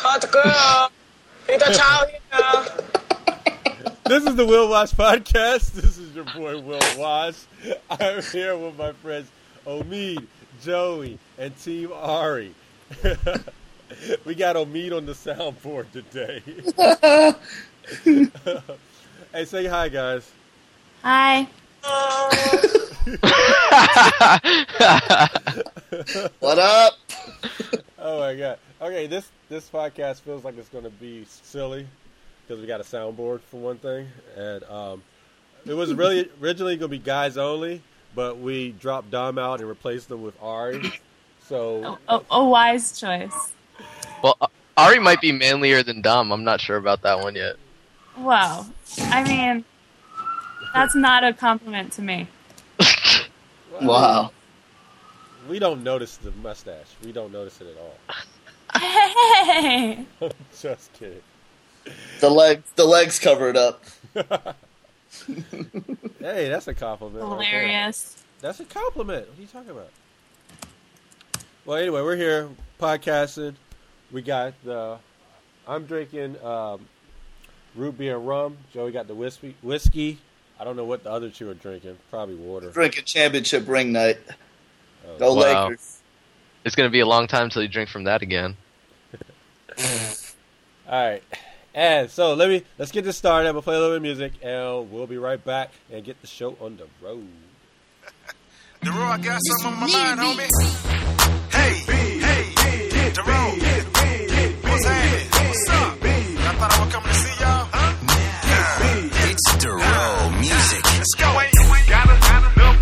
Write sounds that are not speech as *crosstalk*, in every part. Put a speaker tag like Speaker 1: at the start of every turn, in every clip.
Speaker 1: about the girl. Ain't that child here?
Speaker 2: This is the Will Wash podcast. This is your boy Will Wash. I'm here with my friends Omid, Joey, and Team Ari. *laughs* we got Omid on the soundboard today. *laughs* hey, say hi, guys.
Speaker 3: Hi.
Speaker 4: *laughs* What up?
Speaker 2: *laughs* Oh my god. Okay, this this podcast feels like it's going to be silly because we got a soundboard for one thing, and um, it was really originally going to be guys only, but we dropped Dom out and replaced them with Ari. So
Speaker 3: A, a wise choice.
Speaker 4: Well, A- Ari might be manlier than Dom. I'm not sure about that one yet.
Speaker 3: Wow. I mean, that's not a compliment to me. *laughs*
Speaker 5: Wow.
Speaker 2: we don't notice the mustache. We don't notice it at all. *laughs*
Speaker 3: Hey!
Speaker 2: Just kidding.
Speaker 5: The legs the legs covered
Speaker 2: *laughs*
Speaker 5: up.
Speaker 2: Hey, that's a compliment. right there.
Speaker 3: Hilarious.
Speaker 2: That's a compliment. What are you talking about? Well, anyway, we're here podcasting. We got the. I'm drinking um, root beer and rum. Joey got the whiskey. Whiskey. I don't know what the other two are drinking. Probably water.
Speaker 5: Drinking championship ring night.
Speaker 2: Oh,
Speaker 5: Go
Speaker 4: Wow.
Speaker 5: Lakers.
Speaker 4: It's going to be a long time till you drink from
Speaker 2: *laughs*
Speaker 4: that again.
Speaker 2: All right. And so let me let's get this started. I'm gonna play a little bit of music, and we'll be right back and get the show on the road.
Speaker 6: Dero, I got something on my mind, homie. Hey, hey, hey, Dero. What's happening? What's up? I thought I would come to see y'all, huh? Yeah.
Speaker 7: It's Duro Music.
Speaker 6: Let's go. You ain't gotta, gotta milk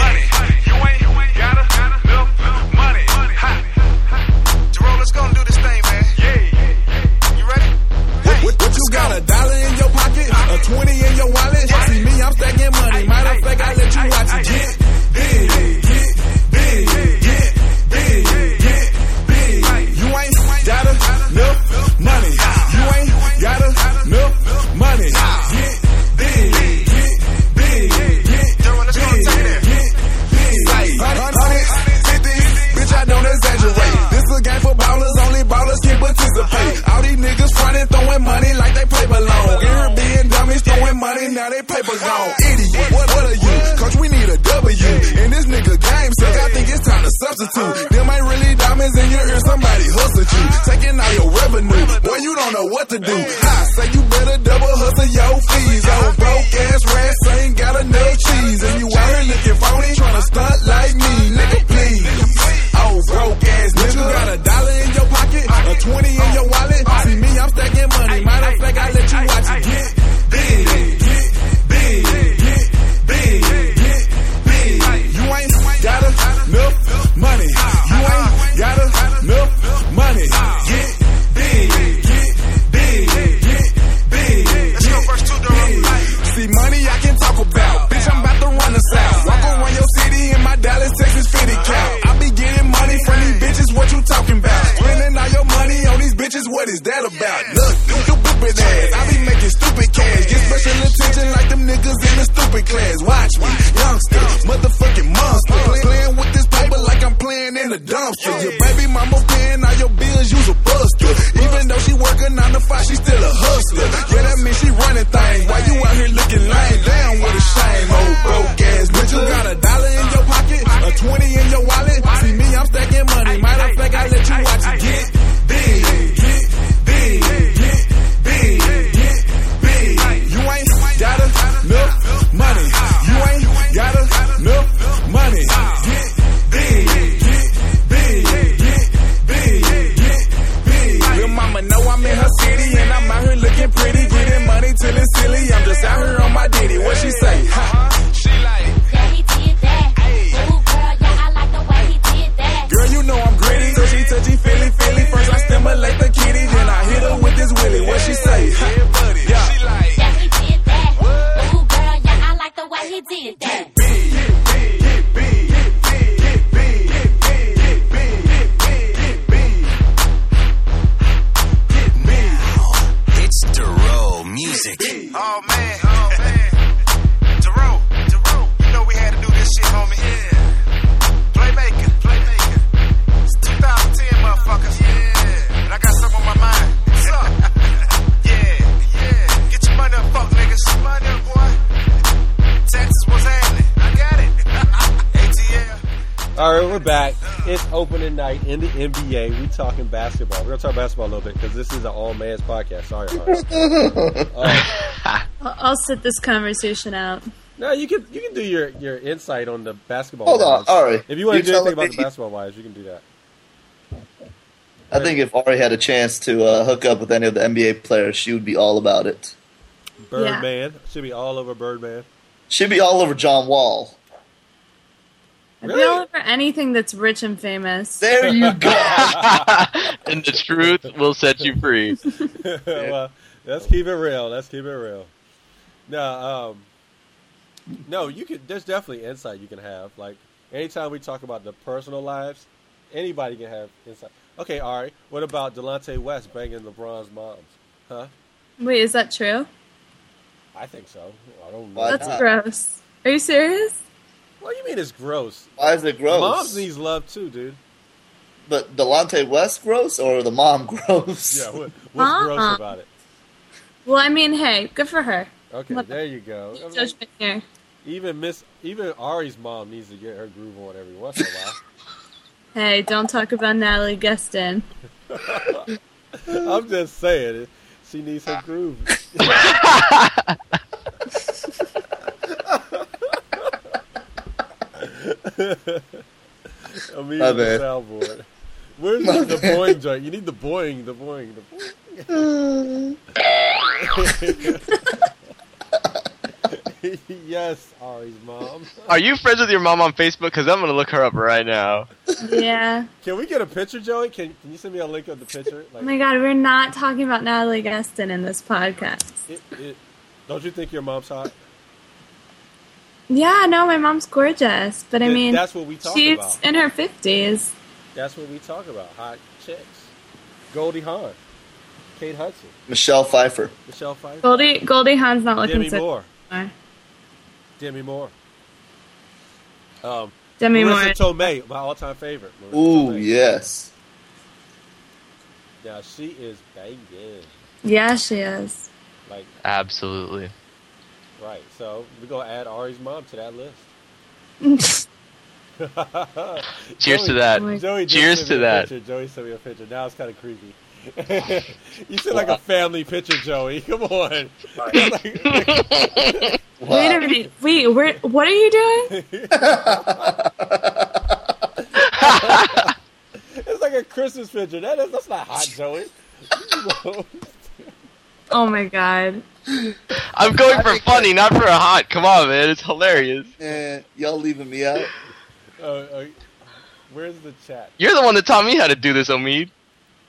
Speaker 6: money. You ain't, you ain't gotta, gotta milk money. Ha. Dero, let's go and do this thing, man. Yeah. You ready? Hey,
Speaker 7: What, what you
Speaker 6: let's
Speaker 7: got?
Speaker 6: go.
Speaker 7: A dollar in your pocket? A twenty in your wallet? See me, I'm stacking money. Matter of fact, I let you watch it. Get big, get big, get big, get big. You ain't gotta no money. You ain't gotta no money. Get big, get big, get
Speaker 6: Dero, let's go and take that.
Speaker 7: Bitch, I don't exaggerate. This a game for ballers, only ballers can participate. All these niggas frontin', throwing money like they play below. Airbnb dummies throwing money, now they paper gone. Idiot, what, what are you? Coach, we need a W. And this nigga game suck, I think it's time to substitute. Them ain't really diamonds in your ear, somebody hustled you. Taking all your revenue, boy, you don't know what to do. I say you better double hustle your fees. Old broke ass rats ain't got enough cheese. And you out here looking phony, trying to stunt like me, nigga, please. Oh, broke ass nigga. You got a dollar in your pocket, a 20 in your wallet. See me, I'm stacking money. Matter of fact, I let you watch it. Get big, get big, get big, get big. You ain't got enough money. You ain't got enough money. Get big, get big, get big.
Speaker 6: Let's go, verse two, Dero.
Speaker 7: See, money I can talk about. Bitch, I'm about to run the south. Walk around your city in my Dallas, Texas fitted cap. I be getting money from these bitches, what you talking about? Spending all your money on these bitches, what is that about? Look, you stupid ass. I be making stupid cash. Get special attention like them niggas in the stupid class. Watch me, youngster, motherfucking monster. Play- Playing with this paper like I'm playing in a dumpster. Your baby mama paying all your bills, you's a buster. Even though she working nine to five, she still a hustler. Yeah, that means she running things. Why you out here looking lame? Down with a shame, old broke ass bitch. You got a dollar in your pocket, a twenty in your wallet. See me, I'm stacking money. Matter of fact, I let you watch it. Get big, get big, get big, get big. You ain't got enough money. You ain't got enough money. Get big, get big, get big, get big. Your mama know I'm in her city and I'm out here looking pretty. Getting money till it's silly. I'm just
Speaker 8: Oh, *laughs* *laughs*
Speaker 2: opening night in the NBA. We talking basketball. We're gonna talk basketball a little bit because this is an all man's podcast. Sorry,
Speaker 3: *laughs*
Speaker 2: Hans.
Speaker 5: *laughs*
Speaker 2: Uh,
Speaker 3: I'll, I'll sit this conversation out.
Speaker 2: no, you can you can do your, your insight on the basketball.
Speaker 5: Hold on,
Speaker 2: wise.
Speaker 5: Ari.
Speaker 2: If you
Speaker 5: You're
Speaker 2: want to do anything
Speaker 5: telling
Speaker 2: about
Speaker 5: me-
Speaker 2: the basketball wise, you can do that.
Speaker 5: I think if Ari had a chance to uh, hook up with any of the NBA players, she would be all about it.
Speaker 2: Birdman should be all over Birdman. *laughs*
Speaker 5: She'd be all over John Wall.
Speaker 3: I'd
Speaker 2: Really?
Speaker 3: be all over anything that's rich and famous.
Speaker 5: There you go.
Speaker 4: and the truth will set you free.
Speaker 2: well, let's keep it real. Let's keep it real. No, um, no, you could. There's definitely insight you can have. Like anytime we talk about the personal lives, anybody can have insight. Okay, all right. What about Delonte West banging LeBron's moms? Huh?
Speaker 3: Wait, is that true?
Speaker 2: I think so. I don't know.
Speaker 5: Why
Speaker 3: That's
Speaker 5: not?
Speaker 3: gross. Are you serious?
Speaker 2: What do you mean it's gross?
Speaker 5: Why is it gross?
Speaker 2: Moms needs love too, dude.
Speaker 5: but Delonte West gross or the mom *laughs* gross?
Speaker 2: Yeah. What, what's
Speaker 3: Mom.
Speaker 2: gross about it?
Speaker 3: Well, I mean, hey, good for her.
Speaker 2: Okay,
Speaker 3: Look,
Speaker 2: there you go. I mean,
Speaker 3: Judgment here.
Speaker 2: even Miss, even Ari's mom needs to get her groove on every once in a while.
Speaker 3: Hey, don't talk about Natalie
Speaker 2: *laughs*
Speaker 3: Gustin.
Speaker 2: I'm just saying, she needs her groove. *laughs* I mean,
Speaker 5: My
Speaker 2: the
Speaker 5: bad.
Speaker 2: soundboard. Where's the, the boing joint? You need the boing, the boing, the boing. *laughs* yes, Ari's mom.
Speaker 4: Are you friends with your mom on Facebook? Because I'm gonna look her up right now.
Speaker 3: Yeah.
Speaker 2: Can we get a picture, Joey? Can Can you send me a link of the picture?
Speaker 3: Oh
Speaker 2: Like,
Speaker 3: my god, we're not talking about Natalie Gustin in this podcast.
Speaker 2: it, it, don't you think your mom's hot?
Speaker 3: Yeah, no, my mom's gorgeous, but I
Speaker 2: Th-
Speaker 3: mean,
Speaker 2: that's what we talk
Speaker 3: she's
Speaker 2: about.
Speaker 3: in her 50s.
Speaker 2: That's what we talk about. Hot chicks. Goldie Hawn, Kate Hudson,
Speaker 5: Michelle Pfeiffer.
Speaker 2: Michelle Pfeiffer,
Speaker 3: Goldie Goldie Hawn's not looking
Speaker 2: Demi
Speaker 3: so
Speaker 2: Moore,
Speaker 3: anymore.
Speaker 2: Demi Moore. Um,
Speaker 3: Demi Moore.
Speaker 2: Marissa Tomei, my all-time favorite. Marissa
Speaker 5: Ooh,
Speaker 2: Tomei.
Speaker 5: yes.
Speaker 2: Now she is banging.
Speaker 3: yeah, she is.
Speaker 5: *laughs*
Speaker 2: Like
Speaker 4: Absolutely.
Speaker 2: right. So we're gonna add Ari's mom to that list.
Speaker 4: *laughs* Cheers to
Speaker 2: Joey-
Speaker 4: that.
Speaker 3: Wait.
Speaker 2: Joey just
Speaker 4: Cheers
Speaker 2: sent
Speaker 4: to
Speaker 2: me a
Speaker 4: that.
Speaker 2: Picture. Joey sent me a picture. Now it's kind of creepy. *laughs* you sent like a family picture, Joey. *laughs* Come on.
Speaker 5: Wow.
Speaker 3: Wait a minute. Wait, where, what are you doing?
Speaker 5: *laughs*
Speaker 2: It's like a Christmas picture. That is, that's not hot, Joey. *laughs*
Speaker 3: Oh my god.
Speaker 4: I'm going for funny, not for a hot. Come on, man. It's hilarious.
Speaker 5: Eh, y'all leaving me out?
Speaker 2: uh, uh, where's the chat?
Speaker 4: You're the one that taught me how to do this, Omid.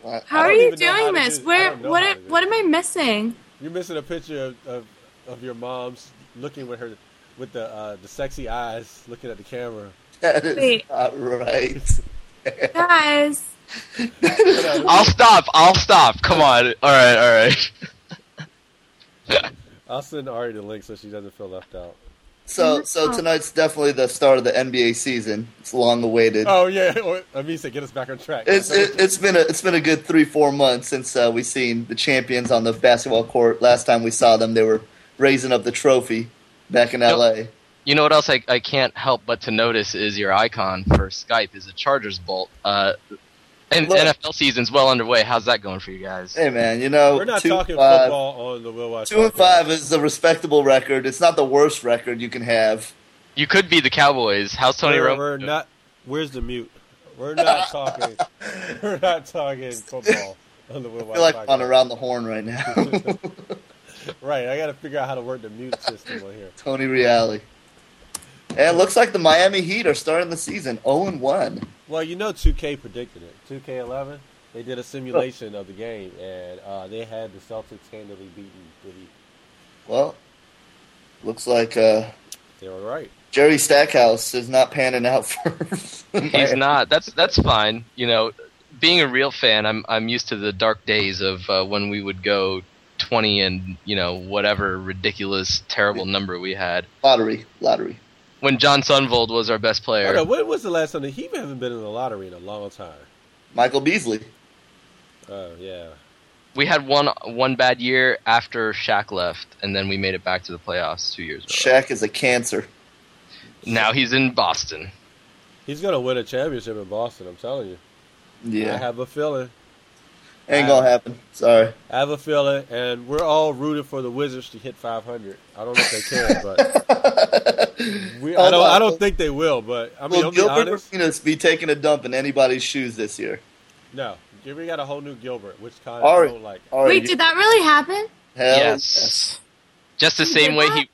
Speaker 5: Wow.
Speaker 3: How
Speaker 2: I
Speaker 3: are
Speaker 2: don't
Speaker 3: you
Speaker 2: even know how
Speaker 3: doing
Speaker 2: to
Speaker 3: this?
Speaker 2: do- I
Speaker 3: Where
Speaker 2: don't know
Speaker 3: what
Speaker 2: how
Speaker 3: are,
Speaker 2: to do
Speaker 3: what am
Speaker 2: this.
Speaker 3: I missing?
Speaker 2: You're missing a picture of, of, of your mom's looking with her with the uh, the sexy eyes looking at the camera.
Speaker 5: That is
Speaker 3: Wait.
Speaker 5: not right.
Speaker 3: Guys,
Speaker 5: *laughs*
Speaker 4: I'll stop. I'll stop. Come on. All right. All right.
Speaker 2: *laughs* I'll send Ari the link so she doesn't feel left out.
Speaker 5: So, so tonight's definitely the start of the NBA season. It's long awaited.
Speaker 2: Oh yeah, *laughs* or Amisa, get us back on track.
Speaker 5: It's it, it's been a it's been a good three four months since uh, we seen the champions on the basketball court. Last time we saw them, they were raising up the trophy back in L.A.
Speaker 4: You know what else I, I can't help but to notice is your icon for Skype is a Chargers bolt. Uh, and
Speaker 5: Look.
Speaker 4: NFL season's well underway. How's that going for you guys?
Speaker 5: Hey man, you know
Speaker 2: We're not
Speaker 5: two
Speaker 2: talking
Speaker 5: and five,
Speaker 2: football on the Will Watch.
Speaker 5: Two and
Speaker 2: podcast.
Speaker 5: five is a respectable record. It's not the worst record you can have.
Speaker 4: You could be the Cowboys. How's Tony
Speaker 2: We're,
Speaker 4: Romo?
Speaker 2: we're
Speaker 4: doing?
Speaker 2: not. Where's the mute? We're not
Speaker 5: *laughs*
Speaker 2: talking. we're not talking football on the
Speaker 5: I
Speaker 2: Will Watch.
Speaker 5: feel like I'm on
Speaker 2: podcast.
Speaker 5: around the horn right now,
Speaker 2: *laughs* Right, I got to figure out how to work the mute system on here.
Speaker 5: Tony Reale. And it looks like the Miami Heat are starting the season zero and one.
Speaker 2: Well, you know, 2K predicted it. 2K11, they did a simulation of the game, and uh, they had the Celtics handily beaten the Heat.
Speaker 5: Well, looks like uh,
Speaker 2: They were right.
Speaker 5: Jerry Stackhouse is not panning out first.
Speaker 4: *laughs* He's not. That's that's fine. You know, being a real fan, I'm I'm used to the dark days of uh, when we would go twenty and you know whatever ridiculous terrible number we had
Speaker 5: lottery, lottery.
Speaker 4: when John Sunvold was our best
Speaker 2: Hold
Speaker 4: player.
Speaker 2: on, when was the last time the Heat haven't been in the lottery in a long time?
Speaker 5: Michael Beasley.
Speaker 2: Oh yeah,
Speaker 4: We had one one bad year after Shaq left, and then we made it back to the playoffs two years ago.
Speaker 5: Shaq is a cancer.
Speaker 4: Now he's in Boston.
Speaker 2: He's gonna win a championship in Boston. I'm telling you. I
Speaker 5: Yeah,
Speaker 2: have a feeling.
Speaker 5: ain't gonna happen. Sorry.
Speaker 2: I have a feeling, and we're all rooting for the Wizards to hit 500. I don't know if they can,
Speaker 5: *laughs*
Speaker 2: but we, I don't. I don't think they will. But I mean,
Speaker 5: Will
Speaker 2: I'll be
Speaker 5: Gilbert
Speaker 2: honest.
Speaker 5: Arenas be taking a dump in anybody's shoes this year?
Speaker 2: No, we got a whole new Gilbert, which kind of
Speaker 5: Ari,
Speaker 2: don't like.
Speaker 5: Ari,
Speaker 9: Wait, did that really happen?
Speaker 5: hell
Speaker 4: yes. Just the
Speaker 9: He
Speaker 4: same
Speaker 9: did
Speaker 4: way
Speaker 9: that?
Speaker 4: he.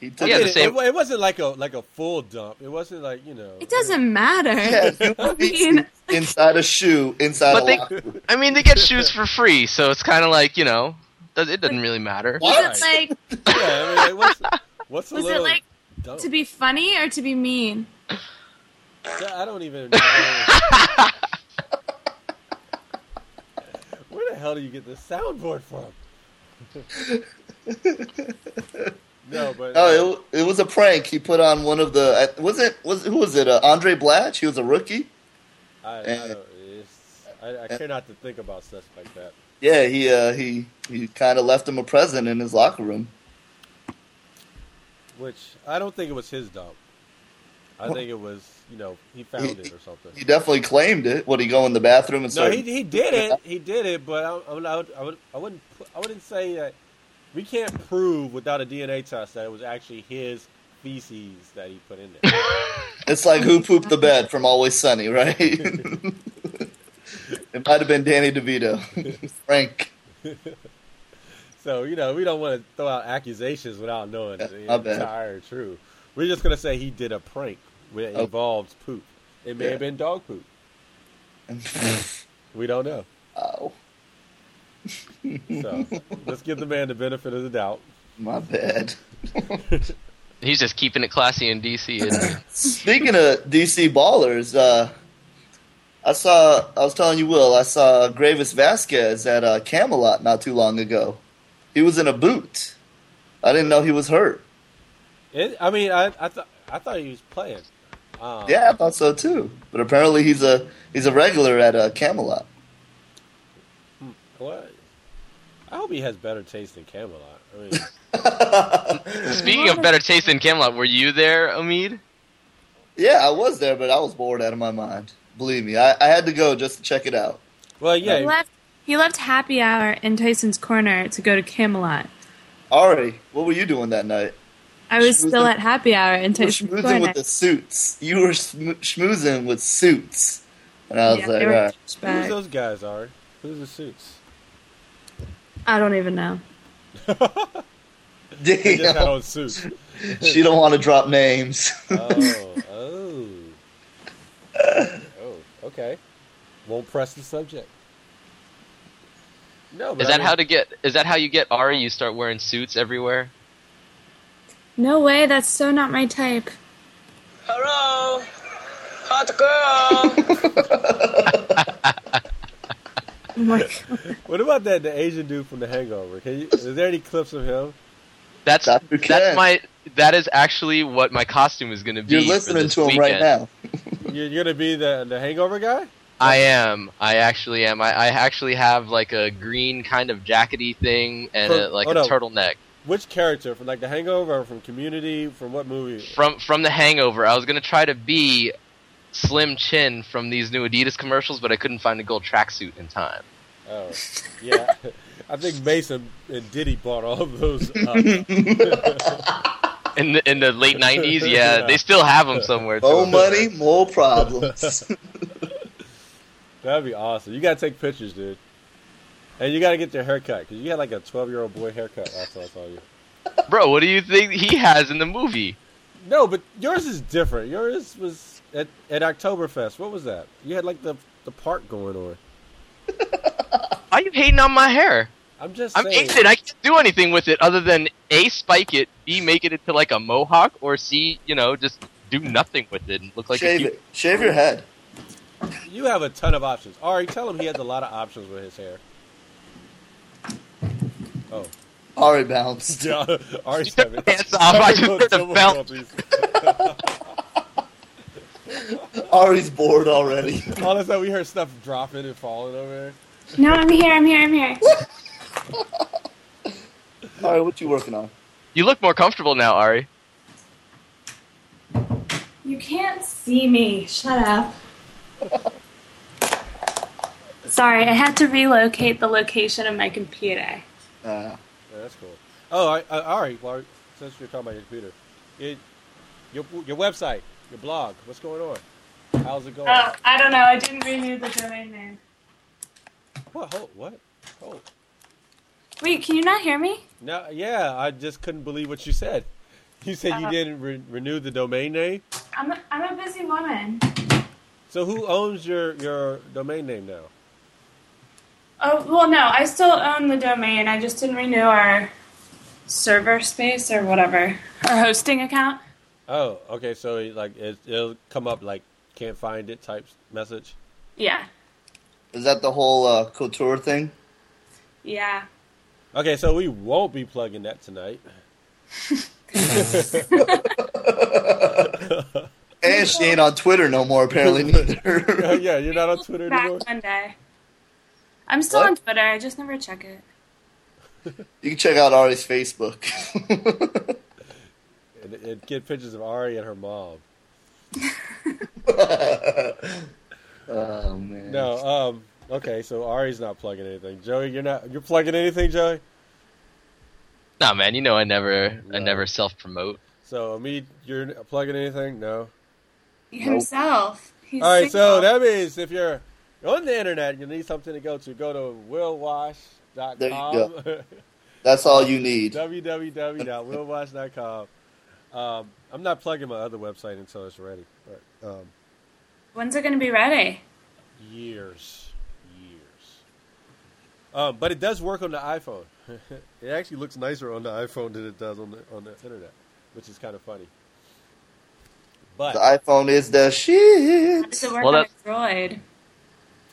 Speaker 5: He took
Speaker 4: Yeah,
Speaker 2: it,
Speaker 4: the same-
Speaker 2: it wa- it wasn't like a like a full dump. It wasn't like you know.
Speaker 9: It doesn't matter.
Speaker 5: Yeah,
Speaker 3: *laughs*
Speaker 5: you
Speaker 9: *laughs* I mean,
Speaker 5: mean, inside a shoe, inside
Speaker 4: But
Speaker 5: a
Speaker 4: they-
Speaker 5: locker room.
Speaker 4: I mean, they
Speaker 5: *laughs*
Speaker 4: get shoes for free, so it's kind of like you know, does- it doesn't really matter.
Speaker 5: What?
Speaker 9: was it like
Speaker 2: Yeah, I mean, like, what's,
Speaker 3: *laughs*
Speaker 2: what's a
Speaker 9: was it
Speaker 2: little
Speaker 9: like
Speaker 2: dump?
Speaker 9: to be funny or to be mean?
Speaker 2: I don't even. know. Where the hell do you get this soundboard from? *laughs* no, but uh,
Speaker 5: No, it, wa- Oh, it was a prank. He put on one of the I- was it was who was it? Uh, Andre Blatch. He was a rookie.
Speaker 2: I, I, don't, it's, I, I cannot to think about stuff like that.
Speaker 5: Yeah, he uh, he he kind of left him a present in his locker room.
Speaker 2: Which I don't think it was his dump. I think it was you know he found
Speaker 5: He-
Speaker 2: it or something.
Speaker 5: He definitely claimed it. Would he go in the bathroom and
Speaker 2: No,
Speaker 5: start?
Speaker 2: he, he did it. He did it, but I, I, would, I, would, I, would, I wouldn't pu- I wouldn't say that we can't prove without a DNA test that it was actually his feces that he put in there.
Speaker 5: It's like who pooped the bed from Always Sunny, right? *laughs* it might have been Danny DeVito, *laughs* Frank.
Speaker 2: *laughs* So you know, we don't want to throw out accusations without knowing
Speaker 5: Yeah,
Speaker 2: the
Speaker 5: my bad.
Speaker 2: entire truth. We're just gonna say he did a prank that
Speaker 5: Oh.
Speaker 2: involves poop. It may
Speaker 5: Yeah.
Speaker 2: have been dog
Speaker 5: *laughs*
Speaker 2: poop. We don't know.
Speaker 5: oh,
Speaker 2: So let's give the man the benefit of the doubt.
Speaker 5: my bad.
Speaker 4: He's just keeping it classy in DC.
Speaker 5: *laughs*
Speaker 4: Isn't he?
Speaker 5: Speaking of DC ballers, uh, I saw. I was telling you, Will. I saw Gravis Vasquez at uh, Camelot not too long ago. He was in a boot. I didn't know he was hurt.
Speaker 2: It, I mean, I I, th- I thought he was playing. Um,
Speaker 5: Yeah, I thought so too. But apparently, he's a he's a regular at uh, Camelot.
Speaker 2: What? I hope he has better taste than Camelot. I mean,
Speaker 4: Speaking of better taste than Camelot, were you there, Omid?
Speaker 5: Yeah, I was there, but I was bored out of my mind. Believe me, I, I had to go just to check it out.
Speaker 2: well,
Speaker 9: He
Speaker 2: yeah.
Speaker 9: left he left happy hour in Tyson's corner to go to Camelot.
Speaker 5: Ari, what were you doing that night?
Speaker 9: I was
Speaker 5: Schmoozing-
Speaker 9: still at happy hour in
Speaker 5: You were
Speaker 9: Tyson's
Speaker 5: schmoozing
Speaker 9: corner.
Speaker 5: with the suits. You were schmoo- schmoozing with suits, and I was
Speaker 9: Yeah,
Speaker 5: like, uh,
Speaker 9: they
Speaker 5: all
Speaker 9: were
Speaker 5: right.
Speaker 2: Who's
Speaker 9: douchebags.
Speaker 2: those guys are? Who's the suits?
Speaker 9: I don't even know.
Speaker 2: *laughs* They just had
Speaker 5: Damn.
Speaker 2: on suits.
Speaker 5: *laughs* she don't want to drop names.
Speaker 2: Oh,
Speaker 5: *laughs*
Speaker 2: oh, oh. Okay. Won't press the subject.
Speaker 5: Oh,
Speaker 2: No, but
Speaker 4: Is
Speaker 2: I
Speaker 4: that
Speaker 2: mean,
Speaker 4: how to get? Is that how you get Ari? You start wearing suits everywhere.
Speaker 9: No way, that's so not my type.
Speaker 1: Hello, hot girl.
Speaker 9: Oh
Speaker 2: *laughs*
Speaker 9: my God.
Speaker 2: What about that the Asian dude from The Hangover? Can you, is there any clips of him?
Speaker 4: That's
Speaker 5: That's who can.
Speaker 4: that's my that is actually what my costume is going to be.
Speaker 5: You're
Speaker 4: for
Speaker 5: listening
Speaker 4: this
Speaker 5: to him right
Speaker 4: weekend.
Speaker 5: now.
Speaker 2: *laughs* You're, you're gonna be the the Hangover guy?
Speaker 4: I am. I actually am. I, I actually have like a green kind of jackety thing and
Speaker 2: From-
Speaker 4: a, like
Speaker 2: hold
Speaker 4: a
Speaker 2: on.
Speaker 4: turtleneck
Speaker 2: Which character from like The Hangover or from Community? From what movie?
Speaker 4: from from The Hangover. I was going to try to be Slim Chin from these new Adidas commercials, but I couldn't find a gold tracksuit in time.
Speaker 2: Oh, yeah. *laughs* I think Mason and Diddy bought all
Speaker 5: *laughs*
Speaker 2: of those. Up.
Speaker 4: In the, in the late
Speaker 2: *laughs*
Speaker 4: '90s, yeah,
Speaker 2: Yeah.
Speaker 4: they still have them somewhere.
Speaker 5: More
Speaker 4: too.
Speaker 5: money, more
Speaker 2: *laughs*
Speaker 5: problems.
Speaker 2: That'd be awesome. You gotta take pictures, dude. And you gotta get your haircut because you had like a twelve year old boy haircut last time I saw you.
Speaker 4: bro. What do you think he has in the movie?
Speaker 2: No, but yours is different. Yours was at, at Oktoberfest. What was that? You had like the the part going on.
Speaker 4: Why are you hating on my hair?
Speaker 2: I'm just
Speaker 4: I'm
Speaker 2: saying.
Speaker 4: ignorant. I can't do anything with it other than a spike it, b make it into like a mohawk, or c you know just do nothing with it and look like a
Speaker 5: shave
Speaker 4: cute-
Speaker 5: it. Shave your head.
Speaker 2: You have a ton of options. Ari, tell him he has a lot of options with his hair. Oh,
Speaker 5: Ari bounced.
Speaker 2: *laughs* yeah, Ari's
Speaker 4: took
Speaker 2: having.
Speaker 4: my pants off. I just heard a belt.
Speaker 5: *laughs* Ari's bored already.
Speaker 2: *laughs* All of a sudden, we heard stuff dropping and falling over there.
Speaker 9: No, I'm here, I'm here, I'm here.
Speaker 5: *laughs* Ari, what you working on?
Speaker 4: You look more comfortable now, Ari.
Speaker 3: You can't see me. Shut up. Sorry, I had to relocate the location of my computer.
Speaker 5: Uh,
Speaker 2: Yeah, that's cool. Oh, I, I, all right. Well, since you're talking about your computer, it, your your website, your blog, what's going on? How's it going?
Speaker 3: Oh, I don't know. I didn't renew the domain name.
Speaker 2: What? Hold, what? Hold.
Speaker 3: Wait, can you not hear me?
Speaker 2: No, yeah, I just couldn't believe what you said. *laughs* You said you
Speaker 3: Uh-huh.
Speaker 2: didn't re- renew the domain name.
Speaker 3: I'm a, I'm a busy woman.
Speaker 2: So who owns your your domain name now?
Speaker 3: Oh, well, no, I still own the domain. I just didn't renew our server space or whatever, our hosting account.
Speaker 2: Oh, okay. So like it, it'll come up like can't find it type message.
Speaker 3: Yeah.
Speaker 5: is that the whole uh, couture thing?
Speaker 3: Yeah.
Speaker 2: Okay, so we won't be plugging that tonight.
Speaker 5: And she ain't on Twitter no more,
Speaker 2: *laughs*
Speaker 5: apparently,
Speaker 2: Oh,
Speaker 5: neither.
Speaker 2: yeah, you're not on Twitter
Speaker 3: Back
Speaker 2: anymore.
Speaker 3: Monday. I'm still
Speaker 5: What?
Speaker 3: on Twitter. I just never check it.
Speaker 5: you can check out Ari's Facebook. *laughs*
Speaker 2: And, and get pictures of Ari and her mom.
Speaker 5: *laughs* oh, man.
Speaker 2: No, um, okay, so Ari's not plugging anything. Joey, you're not you're plugging anything, Joey?
Speaker 4: Nah, man, you know I never I
Speaker 2: No.
Speaker 4: never self promote.
Speaker 2: So me you're n- plugging anything? No.
Speaker 3: Himself. He's
Speaker 2: All right, so
Speaker 3: single.
Speaker 2: that means if you're on the internet, you need something to go to. Go to willwash.com.
Speaker 5: There you That's all you need.
Speaker 2: www.willwash.com. Um, I'm not plugging my other website until it's ready, but um,
Speaker 3: When's it going to be ready?
Speaker 2: years, years. Um, but it does work on the iPhone. *laughs* it actually looks nicer on the iPhone than it does on the on the internet, which is kind of funny. But
Speaker 5: The iPhone is the
Speaker 3: How
Speaker 5: shit.
Speaker 3: does it work
Speaker 4: Well,
Speaker 3: on
Speaker 4: that's-
Speaker 3: Android?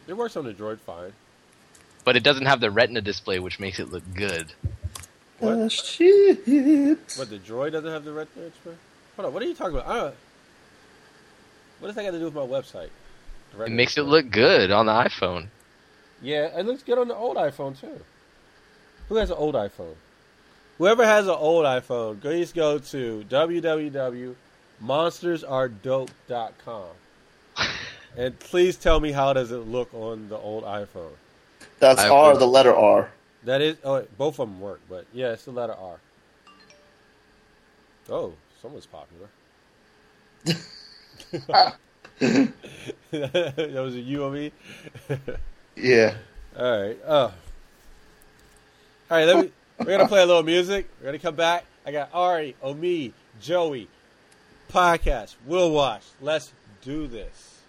Speaker 2: it works on the Droid fine.
Speaker 4: But it doesn't have the retina display, which makes it look good.
Speaker 5: The shit.
Speaker 2: What the Droid doesn't have the Retina display? Hold on, what are you talking about? I don't, what does that got to do with my website? The
Speaker 4: It
Speaker 2: Retina
Speaker 4: makes it
Speaker 2: display.
Speaker 4: look good on the iPhone.
Speaker 2: Yeah, it looks good on the old iPhone too. Who has an old iPhone? Whoever has an old iPhone, please go to www.monstersaredope.com and please tell me how does it look on the old iPhone.
Speaker 5: That's
Speaker 4: I
Speaker 5: R,
Speaker 4: would-
Speaker 5: the letter R.
Speaker 2: That is, oh, wait, both of them work, but yeah, it's the letter R. Oh,
Speaker 5: *laughs*
Speaker 2: someone's popular. *laughs* that was a you on me. *laughs*
Speaker 5: Yeah.
Speaker 2: All right. Oh. All right. Let me, we're gonna play a little music. We're gonna come back. I got Ari, Omi, Joey, podcast. We'll watch. Let's do this.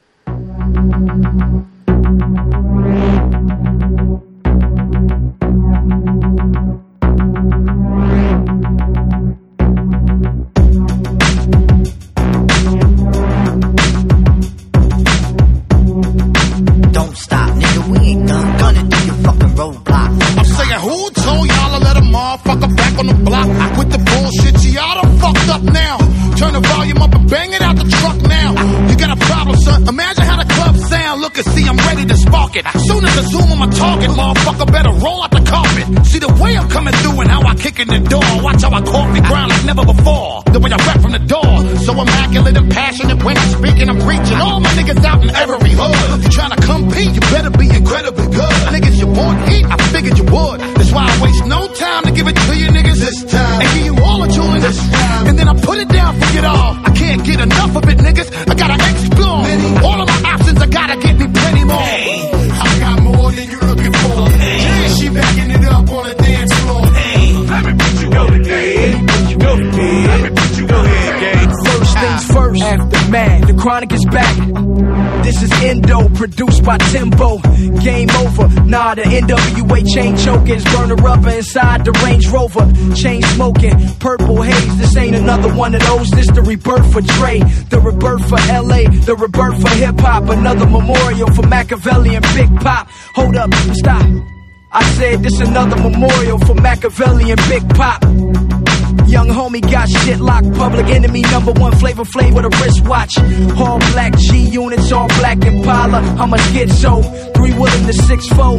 Speaker 10: Don't stop, nigga. We ain't done. Gonna do your fucking roadblock.
Speaker 11: I'm saying, who told y'all to let a motherfucker back on the block with the bullshit? See, Y'all done fucked up now. Turn the volume up and bang it out the truck now. You got a problem, son. Imagine how the club sound. Look and see, I'm ready to spark it. Soon as I zoom on my target, motherfucker better roll out the carpet. See the way I'm coming through and how I kick in the door. Watch how I cork the ground like never before. The way I rap from the door. So immaculate and passionate when I'm speaking, I'm preaching. All my niggas out in every hood. You tryna compete, you better be incredibly good. Niggas, you want heat? I figured you would. That's why I waste no time to give it to you niggas this time. And give you all a jewel in this time. And then I put it down for it all. I can't get enough of it, niggas. I gotta explore. All of my options, I gotta get me plenty more. I got more than you're looking for. Yeah, she backing it up on the dance floor. Let me put you go to game. Go to game. Let me put you go to game.
Speaker 10: First things first. After man, the chronic is back. This is Endo, produced by Timbo. Game over. Nah, the NWA chain chokers, burner rubber inside the Range Rover. Chain smoking, purple haze. This ain't another one of those. This the rebirth for Dre, the rebirth for LA, the rebirth for hip hop. Another memorial for Machiavelli and Big Pop. Hold up, stop. I said this another memorial for Machiavelli and Big Pop. Young homie got shit locked. Public enemy number one flavor flavor with a wristwatch. All black G units, all black Impala. I'm a schizo. Three wheeling to six four.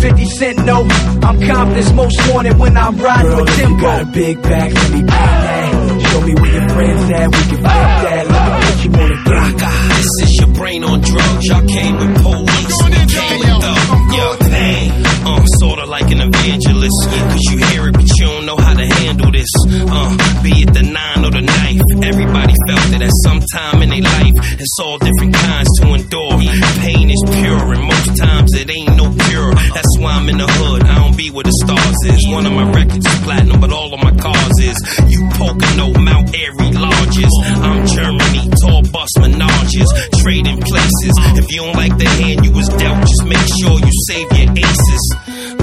Speaker 10: 50 cent no. I'm confidence most wanted when I ride with Timbo. got a big back, let me pop that. Show me where your friends at. We can flip that. Let me put
Speaker 12: keep on the block. ah. This is your brain on drugs. Y'all came with police. We came with the your thing. Uh, sorta like an evangelist. Cause you hear it, but you don't know how to handle this. Uh, be it the nine or the knife. Everybody felt it at some time in their life. It's all different kinds to endure. Pain is pure, and most times it ain't no cure. That's why I'm in the hood. I don't be where the stars is. One of my records is platinum, but all of my cars is. You Pocono, Mount Airy, largest. I'm Germany, tall bus menages, trading places. If you don't like the hand you was dealt, just make sure you save your aces.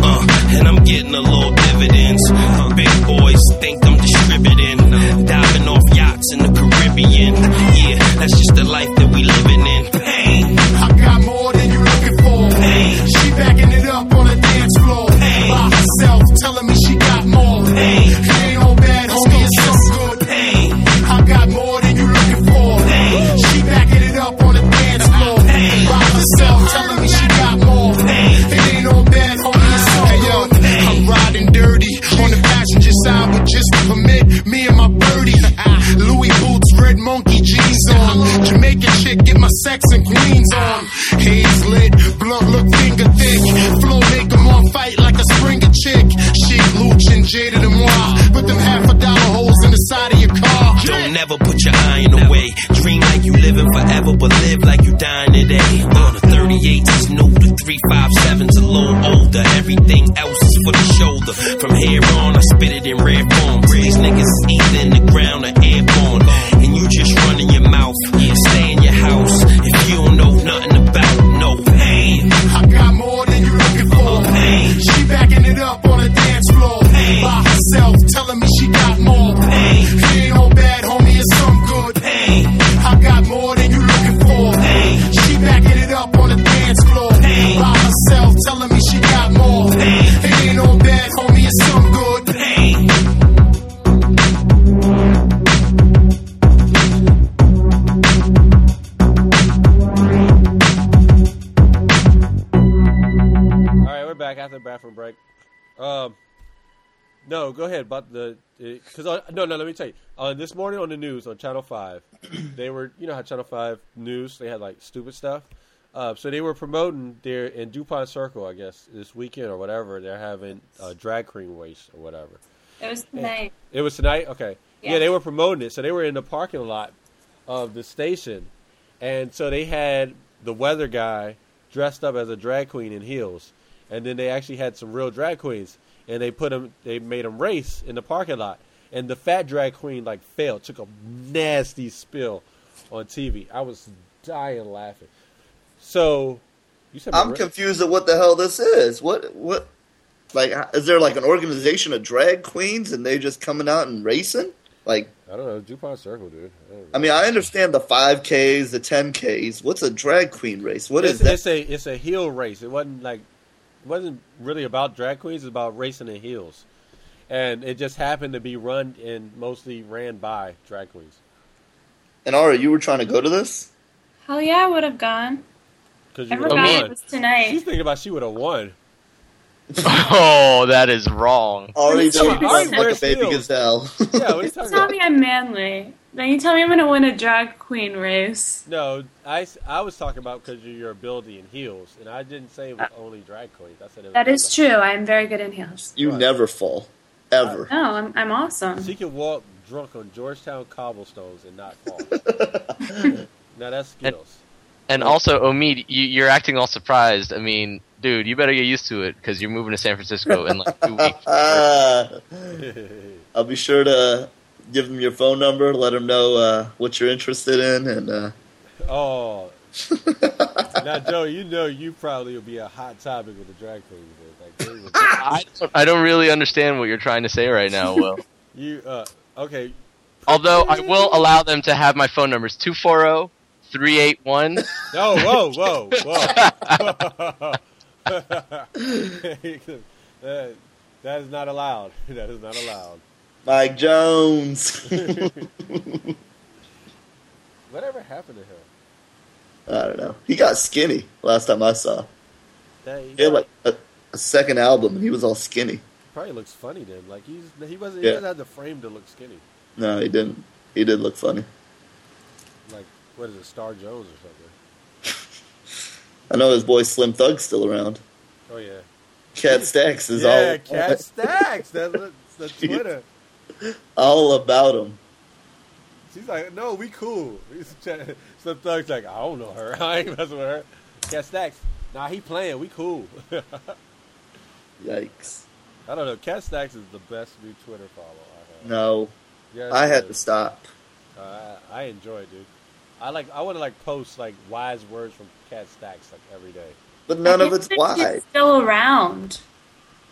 Speaker 12: Uh, and I'm getting a little dividends. Uh, big boys think I'm distributing, diving off yachts in the Caribbean. Yeah, that's just the life that we living in. Pain. I got more than you looking for. Pain. She backing it up on the dance floor. Pain. By herself, telling me she got more. Pain. It ain't all bad, homie. It's so good. Pain. I got more than you looking for. Pain. She backing it up on the dance floor. Pain. By herself, telling me she got more. Pain. It ain't all bad, homie. It's so hey, yo, I'm riding dirty on the passenger side with just a permit. Me and my birdie, Ah, Louis boots, red monkey jeans on. Jamaican chick, get my sex and queens on. Haze lit, blunt look finger thick. Flow make 'em all fight like a springer chick. She looch and jaded and moi. Put them half a dollar holes in the side of your car. Don't never put your iron away. Dream like you living forever, but live like you dying today. On a 38 is new, the 357's a little older. Everything else is for the shoulder. From here on, I spit it in rare form. These niggas either in the ground or airborne. And you just running your mouth, stay in your house. If you don't know nothing about no pain. I got more than you looking for. Pain. She backing it up on the dance floor. Pain. By herself, telling me she got more. Pain. It ain't all bad, homie, it's some good. Pain. I got more than you looking for. Pain. She backing it up on the dance floor. Pain. By herself, telling me she got more. Pain. It ain't all bad, homie, it's some good. Pain.
Speaker 2: All right, we're back after the bathroom break. Um, no, go ahead about the because uh, no, no. Let me tell you. Uh, this morning on the news on Channel Five, *clears throat* they were you know how Channel Five news they had like stupid stuff. Uh, so they were promoting their in Dupont Circle, I guess, this weekend or whatever. They're having uh, drag queen race or whatever.
Speaker 3: It was nice.
Speaker 2: It was tonight. Okay. Yeah.
Speaker 3: Yeah.
Speaker 2: they were promoting it, so they were in the parking lot of the station, and so they had the weather guy dressed up as a drag queen in heels, and then they actually had some real drag queens, and they put them, they made them race in the parking lot, and the fat drag queen like fell, took a nasty spill on TV. I was dying laughing. So, you said
Speaker 5: I'm
Speaker 2: Mar-
Speaker 5: confused at what the hell this is. What what? Like, h- is there like an organization of drag queens and they just coming out and racing? Like,
Speaker 2: I don't know, Dupont Circle, dude. I don't know.
Speaker 5: I mean, I understand the five Ks, the ten Ks. What's a drag queen race? What
Speaker 2: it's,
Speaker 5: is that?
Speaker 2: It's a it's a heel race. It wasn't like it wasn't really about drag queens. It's about racing in heels, and it just happened to be run and mostly ran by drag queens.
Speaker 5: And Ari, you were trying to go to this?
Speaker 3: Hell yeah, I would have gone.
Speaker 2: Because
Speaker 3: I
Speaker 2: you would
Speaker 3: forgot
Speaker 2: have
Speaker 3: it
Speaker 2: won.
Speaker 3: was tonight.
Speaker 2: She's thinking about she would have won.
Speaker 4: *laughs* Oh, that is wrong.
Speaker 5: Ari,
Speaker 3: Come
Speaker 5: though,
Speaker 3: on,
Speaker 5: you
Speaker 3: Ari
Speaker 5: run Oh, like
Speaker 2: wears
Speaker 5: a baby
Speaker 2: heels.
Speaker 5: gazelle. *laughs*
Speaker 2: Yeah, what are you
Speaker 3: You
Speaker 2: talking
Speaker 3: tell
Speaker 2: about?
Speaker 3: me I'm manly. Then you tell me I'm gonna win a drag queen race.
Speaker 2: No, I, s- I was talking about because of your ability in heels, and I didn't say it was only drag queens. I said it was
Speaker 3: That is true. I'm very good in heels.
Speaker 5: you never fall, ever.
Speaker 3: No, I'm, I'm awesome.
Speaker 2: She could walk drunk on Georgetown cobblestones and not
Speaker 5: *laughs*
Speaker 2: fall. now that's
Speaker 4: And-
Speaker 2: skills.
Speaker 4: And also, Omid, you, you're acting all surprised. I mean, dude, you better get used to it because you're moving to San Francisco
Speaker 5: *laughs*
Speaker 4: in like two weeks.
Speaker 5: Ah, *laughs* I'll be sure to give them your phone number, let them know uh, what you're interested in, and uh,
Speaker 2: Oh. *laughs* now, Joe, you know you probably will be a hot topic with the drag queens. dude. Like, they would-
Speaker 4: *laughs* I don't, I don't really understand what you're trying to say right
Speaker 5: *laughs*
Speaker 4: now, Will.
Speaker 2: you, uh, okay,
Speaker 4: Although I will allow them to have my phone numbers oh, 240 381.
Speaker 2: No, whoa, whoa,
Speaker 4: *laughs*
Speaker 2: whoa. *laughs* that, that is not allowed. *laughs* That is not allowed.
Speaker 5: Mike
Speaker 2: *laughs*
Speaker 5: Jones. *laughs* I
Speaker 2: Whatever happened to him?
Speaker 5: don't know. He got skinny last time I saw.
Speaker 2: That, he
Speaker 5: He had like a, a second album, and he was all skinny.
Speaker 2: probably looks funny then. Like he's he wasn't
Speaker 5: Yeah.
Speaker 2: he doesn't have the frame to look skinny.
Speaker 5: No, he didn't. He did look funny.
Speaker 2: Like what is it, Star Jones or something?
Speaker 5: I know his boy Slim Thug's still around.
Speaker 2: Oh yeah. *laughs*
Speaker 5: Cat Stacks is
Speaker 2: yeah,
Speaker 5: all
Speaker 2: Cat Stacks. That's what- the *laughs* Twitter.
Speaker 5: *laughs* all about him.
Speaker 2: She's like, no, we cool. *laughs* Some thug's like, I don't know her. *laughs* I ain't messing with her. Cat Stacks. Nah, he playing. We cool. *laughs*
Speaker 5: Yikes.
Speaker 2: I don't know. Cat Stacks is the best new Twitter follow I have.
Speaker 5: No,
Speaker 2: Yes,
Speaker 5: I had
Speaker 2: it
Speaker 5: to
Speaker 2: is.
Speaker 5: stop.
Speaker 2: Uh, I I enjoy it, dude. I like. I want to like post like wise words from Cat Stacks like every day.
Speaker 5: But none
Speaker 3: I
Speaker 5: of it's
Speaker 3: think
Speaker 5: wide.
Speaker 3: It's still around.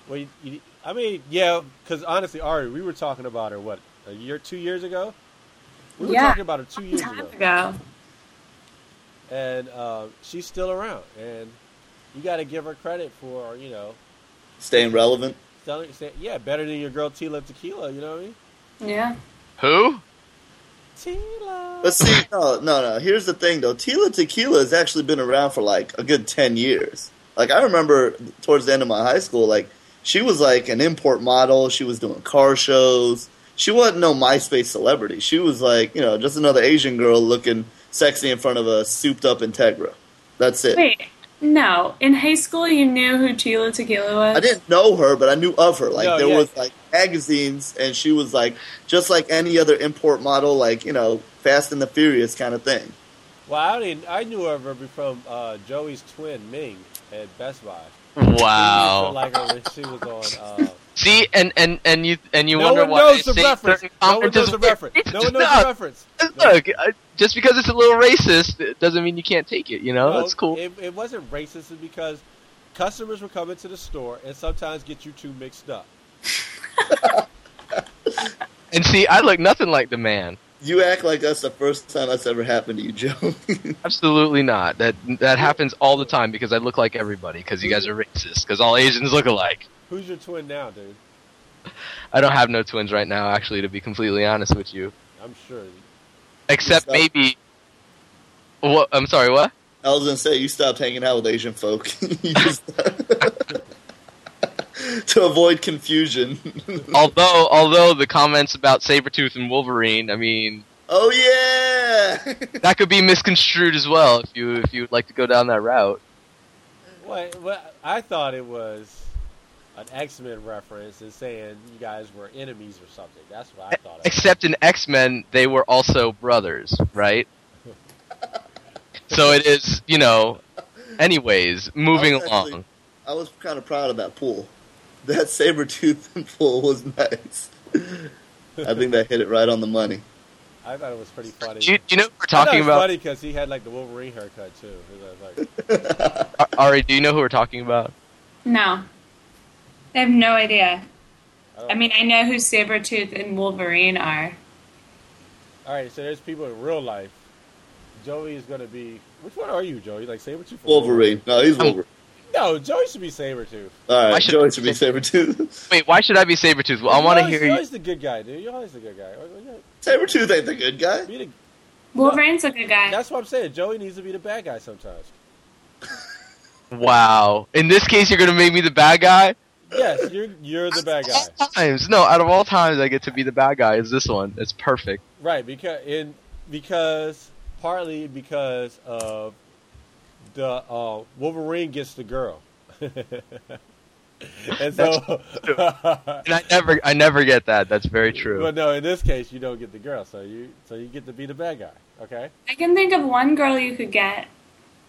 Speaker 2: Well, you, you, I mean, yeah, because honestly, Ari, we were talking about her what a year, two years ago. We were
Speaker 3: Yeah,
Speaker 2: talking about her two years
Speaker 3: Time
Speaker 2: ago,
Speaker 3: ago.
Speaker 2: and uh, she's still around. And you got to give her credit for you know,
Speaker 5: Staying relevant.
Speaker 2: telling, say, yeah, better than your girl Tila Tequila. You know what I mean?
Speaker 3: Yeah.
Speaker 4: Who?
Speaker 2: Tila.
Speaker 5: But see, no, no, no. Here's the thing, though. Tila Tequila has actually been around for like a good ten years. Like I remember towards the end of my high school, like she was like an import model. She was doing car shows. She wasn't no MySpace celebrity. She was like, you know, just another Asian girl looking sexy in front of a souped-up Integra. That's it.
Speaker 3: Wait, no. In high school, you knew who Tila Tequila was.
Speaker 5: I didn't know her, but I knew of her. Like
Speaker 2: No,
Speaker 5: there
Speaker 2: yeah.
Speaker 5: was like magazines, and she was like just like any other import model, like you know, Fast and the Furious kind of thing.
Speaker 2: Well, I didn't. I knew of her from uh, Joey's twin Ming at Best Buy. I
Speaker 4: Wow.
Speaker 2: like her when she was
Speaker 4: *laughs*
Speaker 2: on. Uh,
Speaker 4: See, and and and you and you
Speaker 2: no
Speaker 4: wonder
Speaker 2: one
Speaker 4: why
Speaker 2: knows
Speaker 4: I
Speaker 2: the
Speaker 4: say
Speaker 2: reference.
Speaker 4: certain
Speaker 2: No one
Speaker 4: comments
Speaker 2: knows
Speaker 4: is
Speaker 2: the
Speaker 4: weird.
Speaker 2: reference.
Speaker 4: It's
Speaker 2: No one knows
Speaker 4: not-
Speaker 2: the reference.
Speaker 4: Look, I- uh, just because it's a little racist, it doesn't mean you can't take it. You know,
Speaker 2: No,
Speaker 4: that's cool.
Speaker 2: It, it wasn't racist it's because customers would come into the store and sometimes get you two mixed up.
Speaker 4: and see, I look nothing like
Speaker 2: *laughs*
Speaker 4: the man.
Speaker 5: You act like that's the first time that's ever happened to you, *laughs* Joe.
Speaker 4: Absolutely not. That that happens all the time because I look like everybody because you guys are racist because all Asians look alike.
Speaker 2: Who's your twin now, dude?
Speaker 4: I don't have no twins right now, actually, to be completely honest with you.
Speaker 2: I'm sure.
Speaker 4: Except
Speaker 5: Yourself.
Speaker 4: maybe. What? I'm sorry. What?
Speaker 5: I was gonna say you stopped hanging out with Asian folk *laughs* You just- to avoid confusion. *laughs*
Speaker 4: although, although the comments about Sabretooth and Wolverine, I mean,
Speaker 5: oh yeah, *laughs*
Speaker 4: that could be misconstrued as well if you if you'd like to go down that route.
Speaker 2: What, what I thought it was an X Men reference and saying you guys were enemies or something. That's what I thought. Of.
Speaker 4: Except in X Men, they were also brothers, right? so it is, you know. Anyways, moving
Speaker 5: I was Oh, actually-
Speaker 4: along.
Speaker 5: I was kind of proud of that pool. *laughs* That saber tooth *laughs* pool was nice. I think that hit it right on the money.
Speaker 2: I thought it was pretty funny.
Speaker 4: Do you, do you know what we're
Speaker 2: I thought it
Speaker 4: talking
Speaker 2: was
Speaker 4: about?
Speaker 2: funny because he had like the Wolverine haircut too. It was like- *laughs*
Speaker 4: Ar- Ari, do you know who we're talking about?
Speaker 3: No. I have no idea.
Speaker 2: don't-
Speaker 3: I mean, I know who Sabretooth and Wolverine are.
Speaker 2: all right, so there's people in real life. Joey is gonna be. Which one are you, Joey? Like Sabretooth? or
Speaker 5: Wolverine. No,
Speaker 4: Um,
Speaker 5: he's Wolverine.
Speaker 2: No, Joey should be Sabretooth.
Speaker 5: All
Speaker 4: Oh, Why
Speaker 5: right,
Speaker 4: should-
Speaker 5: Joey should be Sabretooth.
Speaker 4: Wait, why should I be Sabretooth? Well, I want to hear
Speaker 2: You're
Speaker 4: you.
Speaker 2: always the good guy, dude. You're always the good guy.
Speaker 5: Sabretooth ain't the good guy.
Speaker 2: Be the-
Speaker 3: Wolverine's a good guy.
Speaker 2: that's what I'm saying. Joey needs to be the bad guy sometimes.
Speaker 4: Wow. In this case, you're going to make me the bad guy?
Speaker 2: Yes, you're you're the bad guy,
Speaker 4: All times. No, out of all times, I get to be the bad guy. Is this one? It's perfect.
Speaker 2: right? Because in because partly because of the uh, Wolverine gets the girl, *laughs* and so.
Speaker 4: And I never, I never get that. That's very true.
Speaker 2: But no, in this case, you don't get the girl, so you so you get to be the bad guy. Okay,
Speaker 3: I can think of one girl you could get.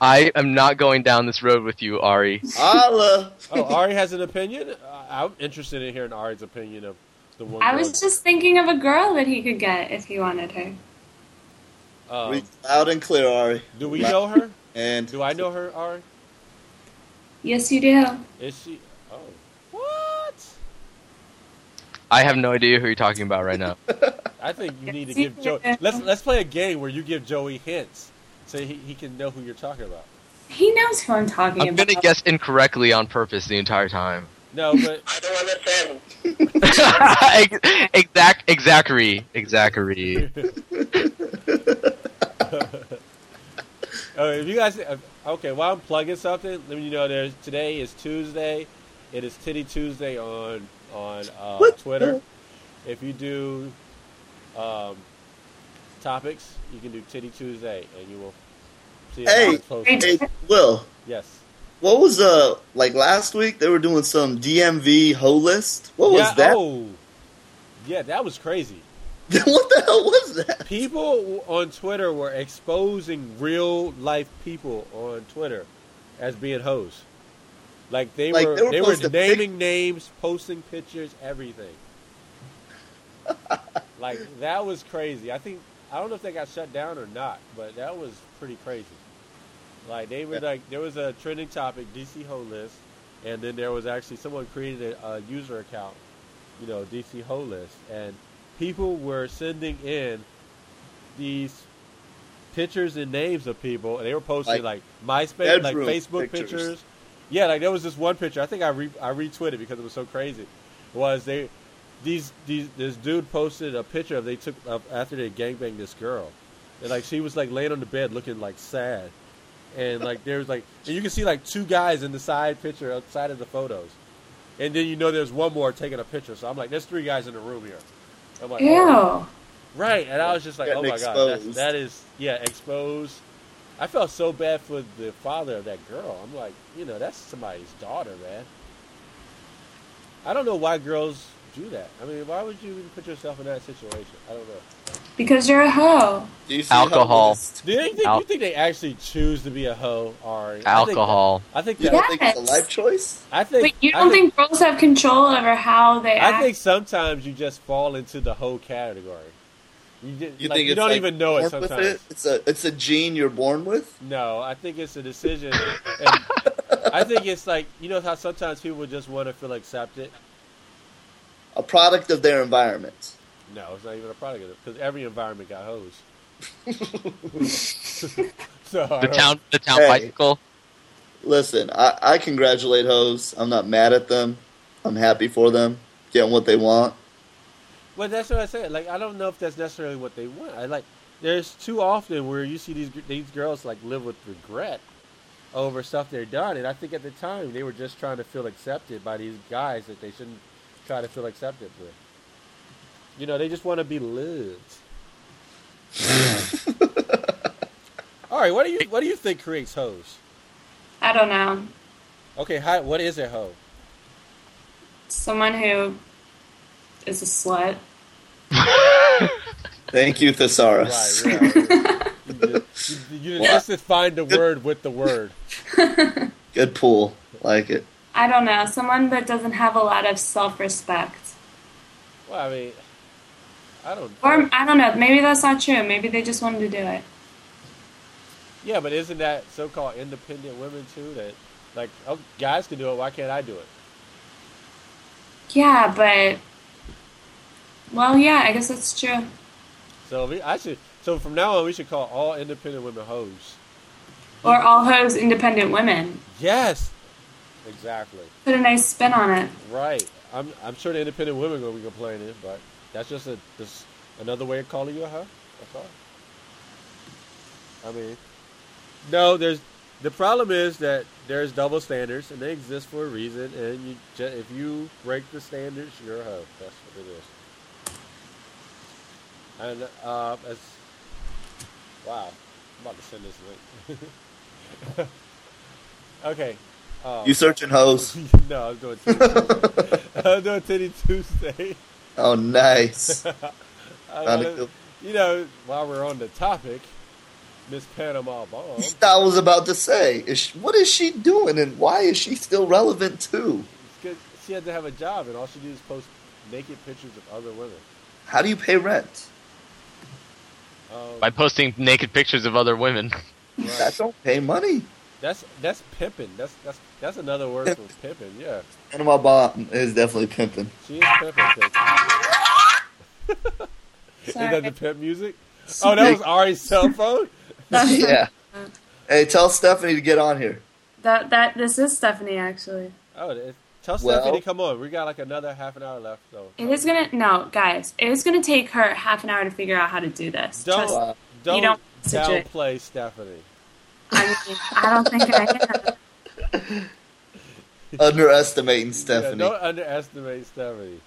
Speaker 4: I am not going down this road with you, Ari.
Speaker 5: Holla.
Speaker 2: Oh,
Speaker 4: *laughs*
Speaker 2: Ari has an opinion. I- I'm interested in hearing Ari's opinion of the one.
Speaker 3: I
Speaker 2: girl.
Speaker 3: was just thinking of a girl that he could get if he wanted her.
Speaker 2: Um,
Speaker 5: Read loud and clear, Ari.
Speaker 2: do we know her?
Speaker 5: And
Speaker 2: Do I know her, Ari?
Speaker 3: Yes, you do.
Speaker 2: Is she? Oh, what?
Speaker 4: I have no idea who you're talking about right now.
Speaker 2: I think you need to give Joey. Let's let's play a game where you give Joey hints so he, he can know who you're talking about.
Speaker 3: He knows who I'm talking
Speaker 4: I'm
Speaker 3: about.
Speaker 4: going to guess incorrectly on purpose the entire time.
Speaker 5: *laughs*
Speaker 4: *laughs*
Speaker 2: No, but
Speaker 1: I don't understand.
Speaker 4: Ex- exact, exactly, exactly.
Speaker 2: uh, if you guys uh, okay, while I'm plugging something, let me know. There's today is Tuesday. It is Titty Tuesday on on uh, Twitter. If you do um, topics, you can do Titty Tuesday, and you will see.
Speaker 5: Hey,
Speaker 2: it posted.
Speaker 5: hey, Will.
Speaker 2: Yes.
Speaker 5: What was uh like last week? They were doing some DMV hoe list. What was
Speaker 2: yeah,
Speaker 5: that?
Speaker 2: Oh, yeah, that was crazy.
Speaker 5: *laughs* what the hell was that?
Speaker 2: People w- on Twitter were exposing real life people on Twitter as being hoes. Like they
Speaker 5: Like,
Speaker 2: were,
Speaker 5: they were
Speaker 2: they were
Speaker 5: posting pic-
Speaker 2: naming names, posting pictures,
Speaker 5: *laughs*
Speaker 2: everything. like that was crazy. I think I don't know if they got shut down or not, but that was pretty crazy. Like they were like there was a trending topic DC hoe list, and then there was actually someone created a, a user account, you know DC hoe list, and people were sending in these pictures and names of people, and they were posting like,
Speaker 5: Like,
Speaker 2: MySpace, like
Speaker 5: bedroom
Speaker 2: Facebook pictures.
Speaker 5: pictures.
Speaker 2: Yeah, like there was this one picture. I think I re- I retweeted because it was so crazy. Was they these these this dude posted a picture of they took of after they gangbanged this girl, and like she was like laying on the bed looking like sad, and like there was like and you can see like two guys in the side picture outside of the photos, and then you know there's one more taking a picture. So I'm like, there's three guys in the room here. I'm like, oh.
Speaker 3: Ew.
Speaker 2: Right, and I was just like,
Speaker 5: Getting
Speaker 2: oh my god, that's,
Speaker 5: exposed.
Speaker 2: that is, yeah, exposed. I felt so bad for the father of that girl. I'm like, you know, that's somebody's daughter, man. I don't know why girls do that. I mean, why would you even put yourself in that situation? I don't know.
Speaker 3: Because you're a hoe.
Speaker 5: DC hoe
Speaker 4: Alcohol.
Speaker 5: list.
Speaker 2: Do you think,
Speaker 4: Al-
Speaker 2: you think they actually choose to be a hoe or
Speaker 4: Alcohol.
Speaker 2: I think, I
Speaker 5: You
Speaker 2: think
Speaker 5: don't
Speaker 2: that.
Speaker 5: think it's a life choice?
Speaker 2: I think.
Speaker 3: But you
Speaker 2: I
Speaker 3: don't think, girls have control over how they
Speaker 2: I
Speaker 3: act?
Speaker 2: think sometimes you just fall into the hoe category. You, did,
Speaker 5: You
Speaker 2: like,
Speaker 5: think
Speaker 2: you
Speaker 5: it's
Speaker 2: don't
Speaker 5: like
Speaker 2: even know it
Speaker 5: born with
Speaker 2: sometimes.
Speaker 5: it? It's a it's a gene you're born with.
Speaker 2: No, I think it's a decision. and I think it's like you know how sometimes people just want to feel accepted.
Speaker 5: A product of their environment.
Speaker 2: No, it's not even a product of it because every environment
Speaker 5: *laughs*
Speaker 2: got hoes. *laughs* so I
Speaker 4: The
Speaker 2: don't-
Speaker 4: town, the town
Speaker 5: Hey.
Speaker 4: bicycle.
Speaker 5: Listen, I, I congratulate hoes. I'm not mad at them. I'm happy for them getting what they want.
Speaker 2: Well, that's what I said. Like I don't know if that's necessarily what they want. I like there's too often where you see these gr- these girls like live with regret over stuff they've done, and I think at the time they were just trying to feel accepted by these guys that they shouldn't try to feel accepted with. You know, they just want to be loved. All right, what do you what do you think creates hoes?
Speaker 3: I don't know.
Speaker 2: Okay, how, what is a hoe?
Speaker 3: Someone who is a slut.
Speaker 5: Thank you,
Speaker 3: *laughs*
Speaker 2: Right,
Speaker 5: thesaurus.
Speaker 2: right. you just, you, you just find the word with the word.
Speaker 5: *laughs* Good pool. Like it.
Speaker 3: I don't know. Someone that doesn't have a lot of self respect.
Speaker 2: Well, I mean, I don't.
Speaker 3: Or I don't know. Maybe that's not true. Maybe they just wanted to do it.
Speaker 2: yeah, but isn't that so-called independent women too? That like, oh, guys can do it. Why can't I do it?
Speaker 3: Yeah, but. Well, yeah, I guess that's true.
Speaker 2: So we, I should. So from now on, we should call all independent women hoes.
Speaker 3: Or all hoes independent women.
Speaker 2: Yes, exactly.
Speaker 3: Put a nice spin on it.
Speaker 2: Right. I'm. I'm sure the independent women gonna be complaining, but that's just a this another way of calling you a hoe. That's all. I mean, no. There's the problem is that there's double standards, and they exist for a reason. And you, ju- if you break the standards, you're a hoe. That's what it is. And uh, as wow, I'm about to send this link. *laughs* okay. Um,
Speaker 5: You searching hoes?
Speaker 2: *laughs* no, I was doing Titty Tuesday. *laughs* I was doing Titty Tuesday.
Speaker 5: Oh, nice.
Speaker 2: *laughs* I
Speaker 5: Kinda
Speaker 2: wanna-
Speaker 5: cool.
Speaker 2: you know, while we're on the topic, Miss Panama Bomb.
Speaker 5: I was about to say, is she- what is she doing and why is she still relevant too?
Speaker 2: Because she had to have a job, and all she did is post naked pictures of other women.
Speaker 5: How do you pay rent?
Speaker 2: Um,
Speaker 4: By posting naked pictures of other women.
Speaker 5: I don't pay money.
Speaker 2: that's that's pimping. That's that's that's another word for pimping. Yeah,
Speaker 5: Panama Bomb is definitely pimping.
Speaker 2: she is
Speaker 3: *laughs*
Speaker 2: pimping. Is that the
Speaker 3: Sorry.
Speaker 2: pimp music? Oh, that was Ari's cell phone.
Speaker 5: yeah. Hey, tell Stephanie to get on here.
Speaker 3: That, that, this is Stephanie, actually.
Speaker 2: Oh, it- tell
Speaker 5: Well-
Speaker 2: Stephanie to come on. We got like another half an hour left, so
Speaker 3: It is gonna no, guys. It is gonna take her half an hour to figure out how to do this. Trust me.
Speaker 2: don't don't,
Speaker 3: don't suggest-
Speaker 2: downplay Stephanie.
Speaker 3: I, mean, I don't think I can. *laughs*
Speaker 5: Underestimating
Speaker 2: Yeah,
Speaker 5: Stephanie.
Speaker 2: don't underestimate Stephanie.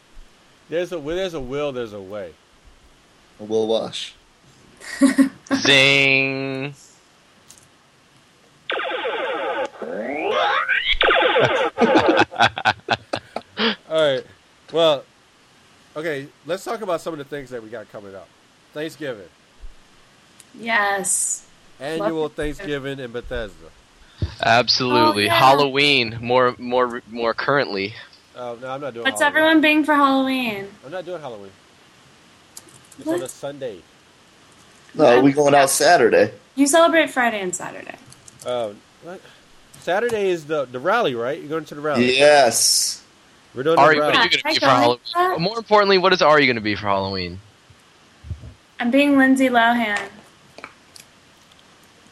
Speaker 2: There's a where there's a will, there's a way. *laughs*
Speaker 5: Will Wash.
Speaker 4: Zing.
Speaker 2: All right. Well, okay. Let's talk about some of the things that we got coming up. Thanksgiving,
Speaker 3: Yes.
Speaker 2: annual
Speaker 3: Love Thanksgiving.
Speaker 2: Thanksgiving in Bethesda.
Speaker 4: *laughs* Absolutely.
Speaker 3: Oh, yeah.
Speaker 4: Halloween. More more more currently.
Speaker 2: Oh no, I'm not doing.
Speaker 3: What's
Speaker 2: Halloween.
Speaker 3: everyone being for Halloween?
Speaker 2: I'm not doing Halloween. It's on
Speaker 3: What?
Speaker 2: a Sunday.
Speaker 5: No, we going out Saturday.
Speaker 3: You celebrate Friday and Saturday.
Speaker 2: Um, what? Saturday is the the rally, right? You're going to the rally.
Speaker 5: Yes.
Speaker 2: We're doing
Speaker 4: Ari,
Speaker 2: the
Speaker 4: what are
Speaker 2: rally.
Speaker 4: you going to
Speaker 3: Hi,
Speaker 4: be for
Speaker 3: guys.
Speaker 4: Halloween? More importantly, what is Ari going to be for Halloween?
Speaker 3: I'm being Lindsay Lohan.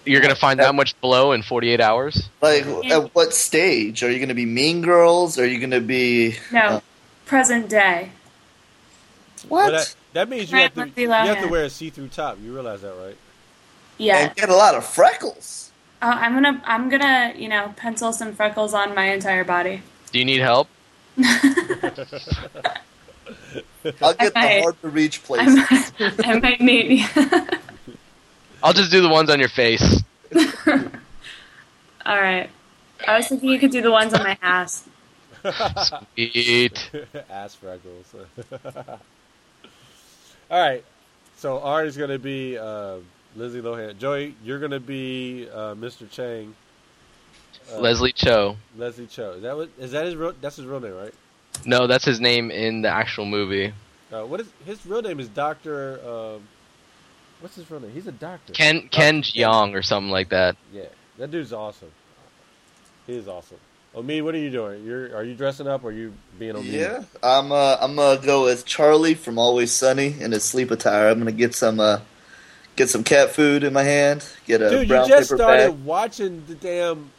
Speaker 4: You're going to find out much below in 48 hours.
Speaker 5: Like,
Speaker 3: Yeah.
Speaker 5: at what stage? Are you going to be Mean Girls? Are you going to be.
Speaker 3: No,
Speaker 5: Uh,
Speaker 3: present day.
Speaker 2: Well,
Speaker 5: what?
Speaker 2: that, that means you
Speaker 3: Right,
Speaker 2: have, to,
Speaker 3: Lindsay
Speaker 2: you have to
Speaker 3: Lohan.
Speaker 2: wear a see-through top. You realize that, right?
Speaker 3: Yeah.
Speaker 5: And get a lot of freckles.
Speaker 3: Oh, I'm gonna, I'm gonna, you know, pencil some freckles on my entire body. *laughs*
Speaker 4: Do you need
Speaker 5: *laughs*
Speaker 4: help?
Speaker 5: I'll get
Speaker 3: I-
Speaker 5: the hard to reach
Speaker 3: I
Speaker 5: places.
Speaker 3: might, I might need.
Speaker 4: I'll just do the ones on your face.
Speaker 3: *laughs* All right. I was thinking you could do the ones on my ass.
Speaker 4: Eat.
Speaker 2: *laughs* Ass freckles. All right. So Ari's going to be uh, Lindsay Lohan. Joey, you're going to be uh, Mr. Chang. Uh,
Speaker 4: Leslie Cho.
Speaker 2: Leslie Cho. Is that what? Is that his real? That's his real name, right?
Speaker 4: No, that's his name in the actual movie.
Speaker 2: Uh, what is his real name? Is Doctor? Um, what's his real name? He's a doctor.
Speaker 4: Ken Ken
Speaker 2: Doctor
Speaker 4: Jeong or something like that.
Speaker 2: Oh, Yeah, that dude's awesome. He is awesome. Omi, what are you doing? You're are you dressing up or are you being Omi?
Speaker 5: Yeah, I'm. Uh, I'm gonna go with Charlie from Always Sunny in his sleep attire. I'm gonna get some. Uh, get some cat food in my hand. Get a
Speaker 2: Dude, you
Speaker 5: brown
Speaker 2: just
Speaker 5: paper
Speaker 2: started
Speaker 5: bag.
Speaker 2: watching the damn.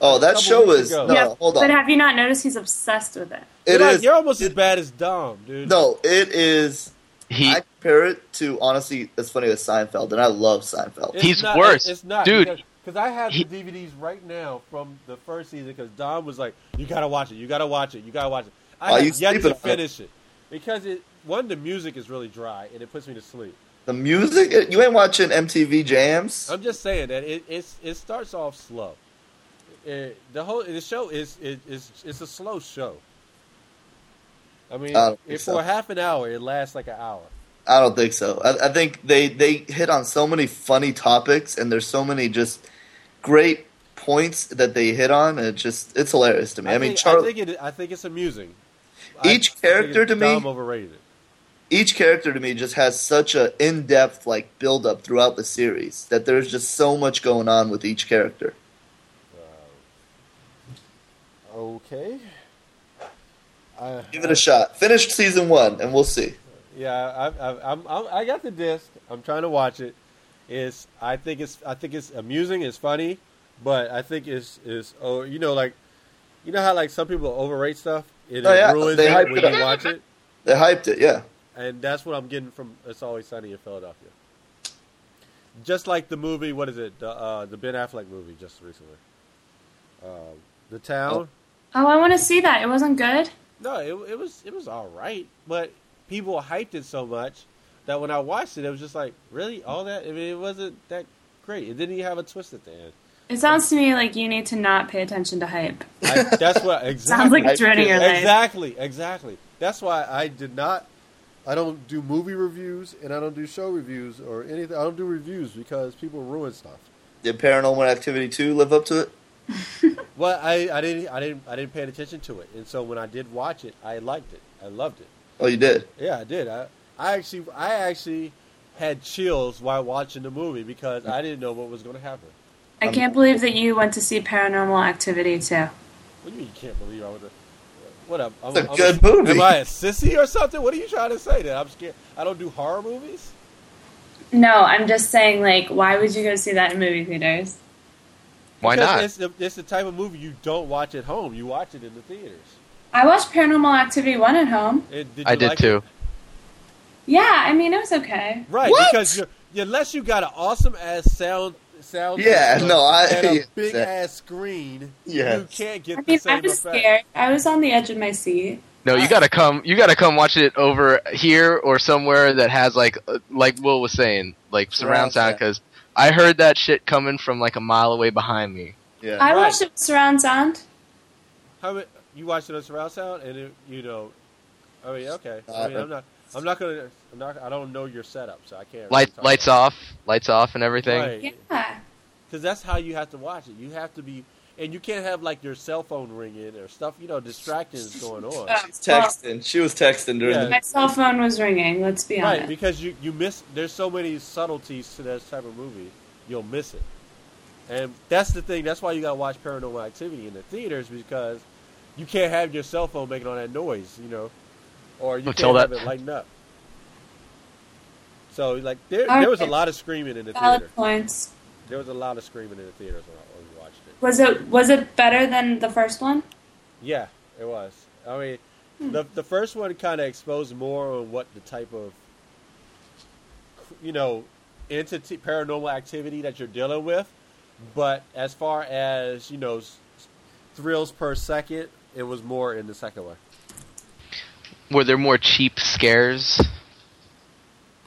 Speaker 5: Oh,
Speaker 2: a
Speaker 5: that
Speaker 2: couple
Speaker 5: show
Speaker 2: weeks
Speaker 5: is
Speaker 2: ago.
Speaker 5: no.
Speaker 2: Yeah,
Speaker 5: hold
Speaker 3: But
Speaker 5: on,
Speaker 3: have you not noticed he's obsessed with it?
Speaker 5: it
Speaker 2: you're, like-
Speaker 5: is-
Speaker 2: you're almost as
Speaker 5: it-
Speaker 2: bad as Dom, dude.
Speaker 5: No, it is.
Speaker 4: He
Speaker 5: I compare it to honestly, as funny as Seinfeld, and I love Seinfeld.
Speaker 2: It's
Speaker 4: He's
Speaker 2: not-
Speaker 4: worse.
Speaker 2: It's not,
Speaker 4: Dude.
Speaker 2: Because I have
Speaker 4: He-
Speaker 2: the DVDs right now from the first season. Because Dom was like, "You gotta watch it. You gotta watch it. You gotta watch it."
Speaker 5: Are
Speaker 2: I
Speaker 5: you
Speaker 2: have yet
Speaker 5: sleeping
Speaker 2: to
Speaker 5: on it?
Speaker 2: finish it because it one the music is really dry and it puts me to sleep.
Speaker 5: The music, it- you ain't watching MTV Jams.
Speaker 2: I'm just saying that it it's, it starts off slow. It, the whole the show is it, it's it's a slow show. I mean,
Speaker 5: I don't
Speaker 2: if
Speaker 5: think
Speaker 2: for
Speaker 5: so.
Speaker 2: half an hour, it lasts like an hour.
Speaker 5: I don't think so. I, I think they they hit on so many funny topics, and there's so many just great points that they hit on. And it just it's hilarious to me. I, mean,
Speaker 2: think,
Speaker 5: Charlie.
Speaker 2: I think, it, I think it's amusing.
Speaker 5: Each character to me-
Speaker 2: Dom overrated. it.
Speaker 5: each character to me just has such a in-depth like build-up throughout the series that there's just so much going on with each character
Speaker 2: Okay. I-
Speaker 5: give it a shot finish season one and we'll see
Speaker 2: Yeah, I, I, I'm, I'm, I got the disc. I'm trying to watch it. It's, I think it's, I think it's amusing. It's funny, but I think it's, it's, oh, you know, like, you know how like some people overrate stuff. It
Speaker 5: Oh, yeah.
Speaker 2: ruins
Speaker 5: They
Speaker 2: it
Speaker 5: hype
Speaker 2: when
Speaker 5: it
Speaker 2: you
Speaker 5: up.
Speaker 2: watch it,
Speaker 5: they hyped it yeah
Speaker 2: and that's what I'm getting from It's Always Sunny in Philadelphia. Just like the movie, what is it? The, uh, the Ben Affleck movie just recently. Um, the Town.
Speaker 3: Oh, I want to see that. It wasn't good.
Speaker 2: No, it, it was it was all right, but people hyped it so much that when I watched it, it was just like, really, all that? I mean, it wasn't that great. It didn't even have a twist at the end.
Speaker 3: It sounds to me like you need to not pay attention to hype.
Speaker 2: I, that's
Speaker 3: *laughs*
Speaker 2: what exactly
Speaker 3: Sounds like
Speaker 5: I-
Speaker 3: dreading your life.
Speaker 2: exactly exactly. That's why I did not. I don't do movie reviews and I don't do show reviews or anything. I don't do reviews because people ruin stuff.
Speaker 5: did paranormal activity 2 live up to it
Speaker 2: Well, I, I didn't I didn't I didn't pay attention to it, and so when I did watch it, I liked it. I loved it.
Speaker 5: oh you did
Speaker 2: Yeah, I did. I, I actually, I actually had chills while watching the movie because I didn't know what was going to happen.
Speaker 3: I can't believe that you went to see Paranormal Activity too.
Speaker 2: What do you mean you can't believe I was? A, what up? I'm,
Speaker 5: It's a good movie.
Speaker 2: Am I a sissy or something? What are you trying to say? That I'm scared. I don't do horror movies.
Speaker 3: No, I'm just saying, like, why would you go see that in movie theaters?
Speaker 4: why
Speaker 2: Because
Speaker 4: not?
Speaker 2: It's the, it's the type of movie you don't watch at home. You watch it in the theaters.
Speaker 3: I watched Paranormal Activity 1 at home.
Speaker 2: And did
Speaker 4: I
Speaker 2: you
Speaker 4: did
Speaker 2: like it?
Speaker 4: too.
Speaker 3: Yeah, I mean, it was okay.
Speaker 2: Right,
Speaker 5: What?
Speaker 2: because you're, unless you got an awesome ass sound sound,
Speaker 5: Yeah,
Speaker 2: system
Speaker 5: no, I- *laughs*
Speaker 2: and a
Speaker 5: yeah,
Speaker 2: big
Speaker 5: that-
Speaker 2: ass screen.
Speaker 5: Yes.
Speaker 2: you can't get
Speaker 3: I
Speaker 2: the
Speaker 3: mean,
Speaker 2: same
Speaker 3: I was
Speaker 2: effect.
Speaker 3: scared. I was on the edge of my seat.
Speaker 4: No, you gotta come. You gotta come watch it over here or somewhere that has like, uh, like Will was saying, like
Speaker 3: Surround
Speaker 4: surround sound. Because I heard that shit coming from like a mile away behind me.
Speaker 5: Yeah.
Speaker 3: I watched it with surround sound.
Speaker 2: How many, you watched it on surround sound, and it, you know, I mean, okay. I
Speaker 4: Uh,
Speaker 2: mean, I'm not. I'm not gonna. I'm not. I don't know your setup, so I can't. really
Speaker 4: Light,
Speaker 2: talk
Speaker 4: lights
Speaker 2: about
Speaker 4: off, lights off, and
Speaker 2: it.
Speaker 4: everything.
Speaker 2: Right. Because that's how you have to watch it. You have to be, and you can't have like your cell phone ringing or stuff. You know, distractions going on.
Speaker 3: She's
Speaker 5: texting. She was texting during
Speaker 3: My cell phone was ringing. Let's be honest.
Speaker 2: Right, because you you miss. There's so many subtleties to this type of movie, you'll miss it. And that's the thing. That's why you gotta watch Paranormal Activity in the theaters because you can't have your cell phone making all that noise, you know, or you
Speaker 4: Until
Speaker 2: can't
Speaker 4: that-
Speaker 2: have it lighting up. So like there,
Speaker 3: All
Speaker 2: there was a
Speaker 3: right.
Speaker 2: lot of screaming in the
Speaker 3: Valid
Speaker 2: theater.
Speaker 3: points.
Speaker 2: There was a lot of screaming in the theaters when I- when we watched it.
Speaker 3: Was it was it better than the first one?
Speaker 2: Yeah, it was. I mean,
Speaker 3: Hmm.
Speaker 2: the the first one kind of exposed more on what the type of you know entity paranormal activity that you're dealing with, but as far as you know s- thrills per second, it was more in the second one.
Speaker 4: Were there more cheap scares?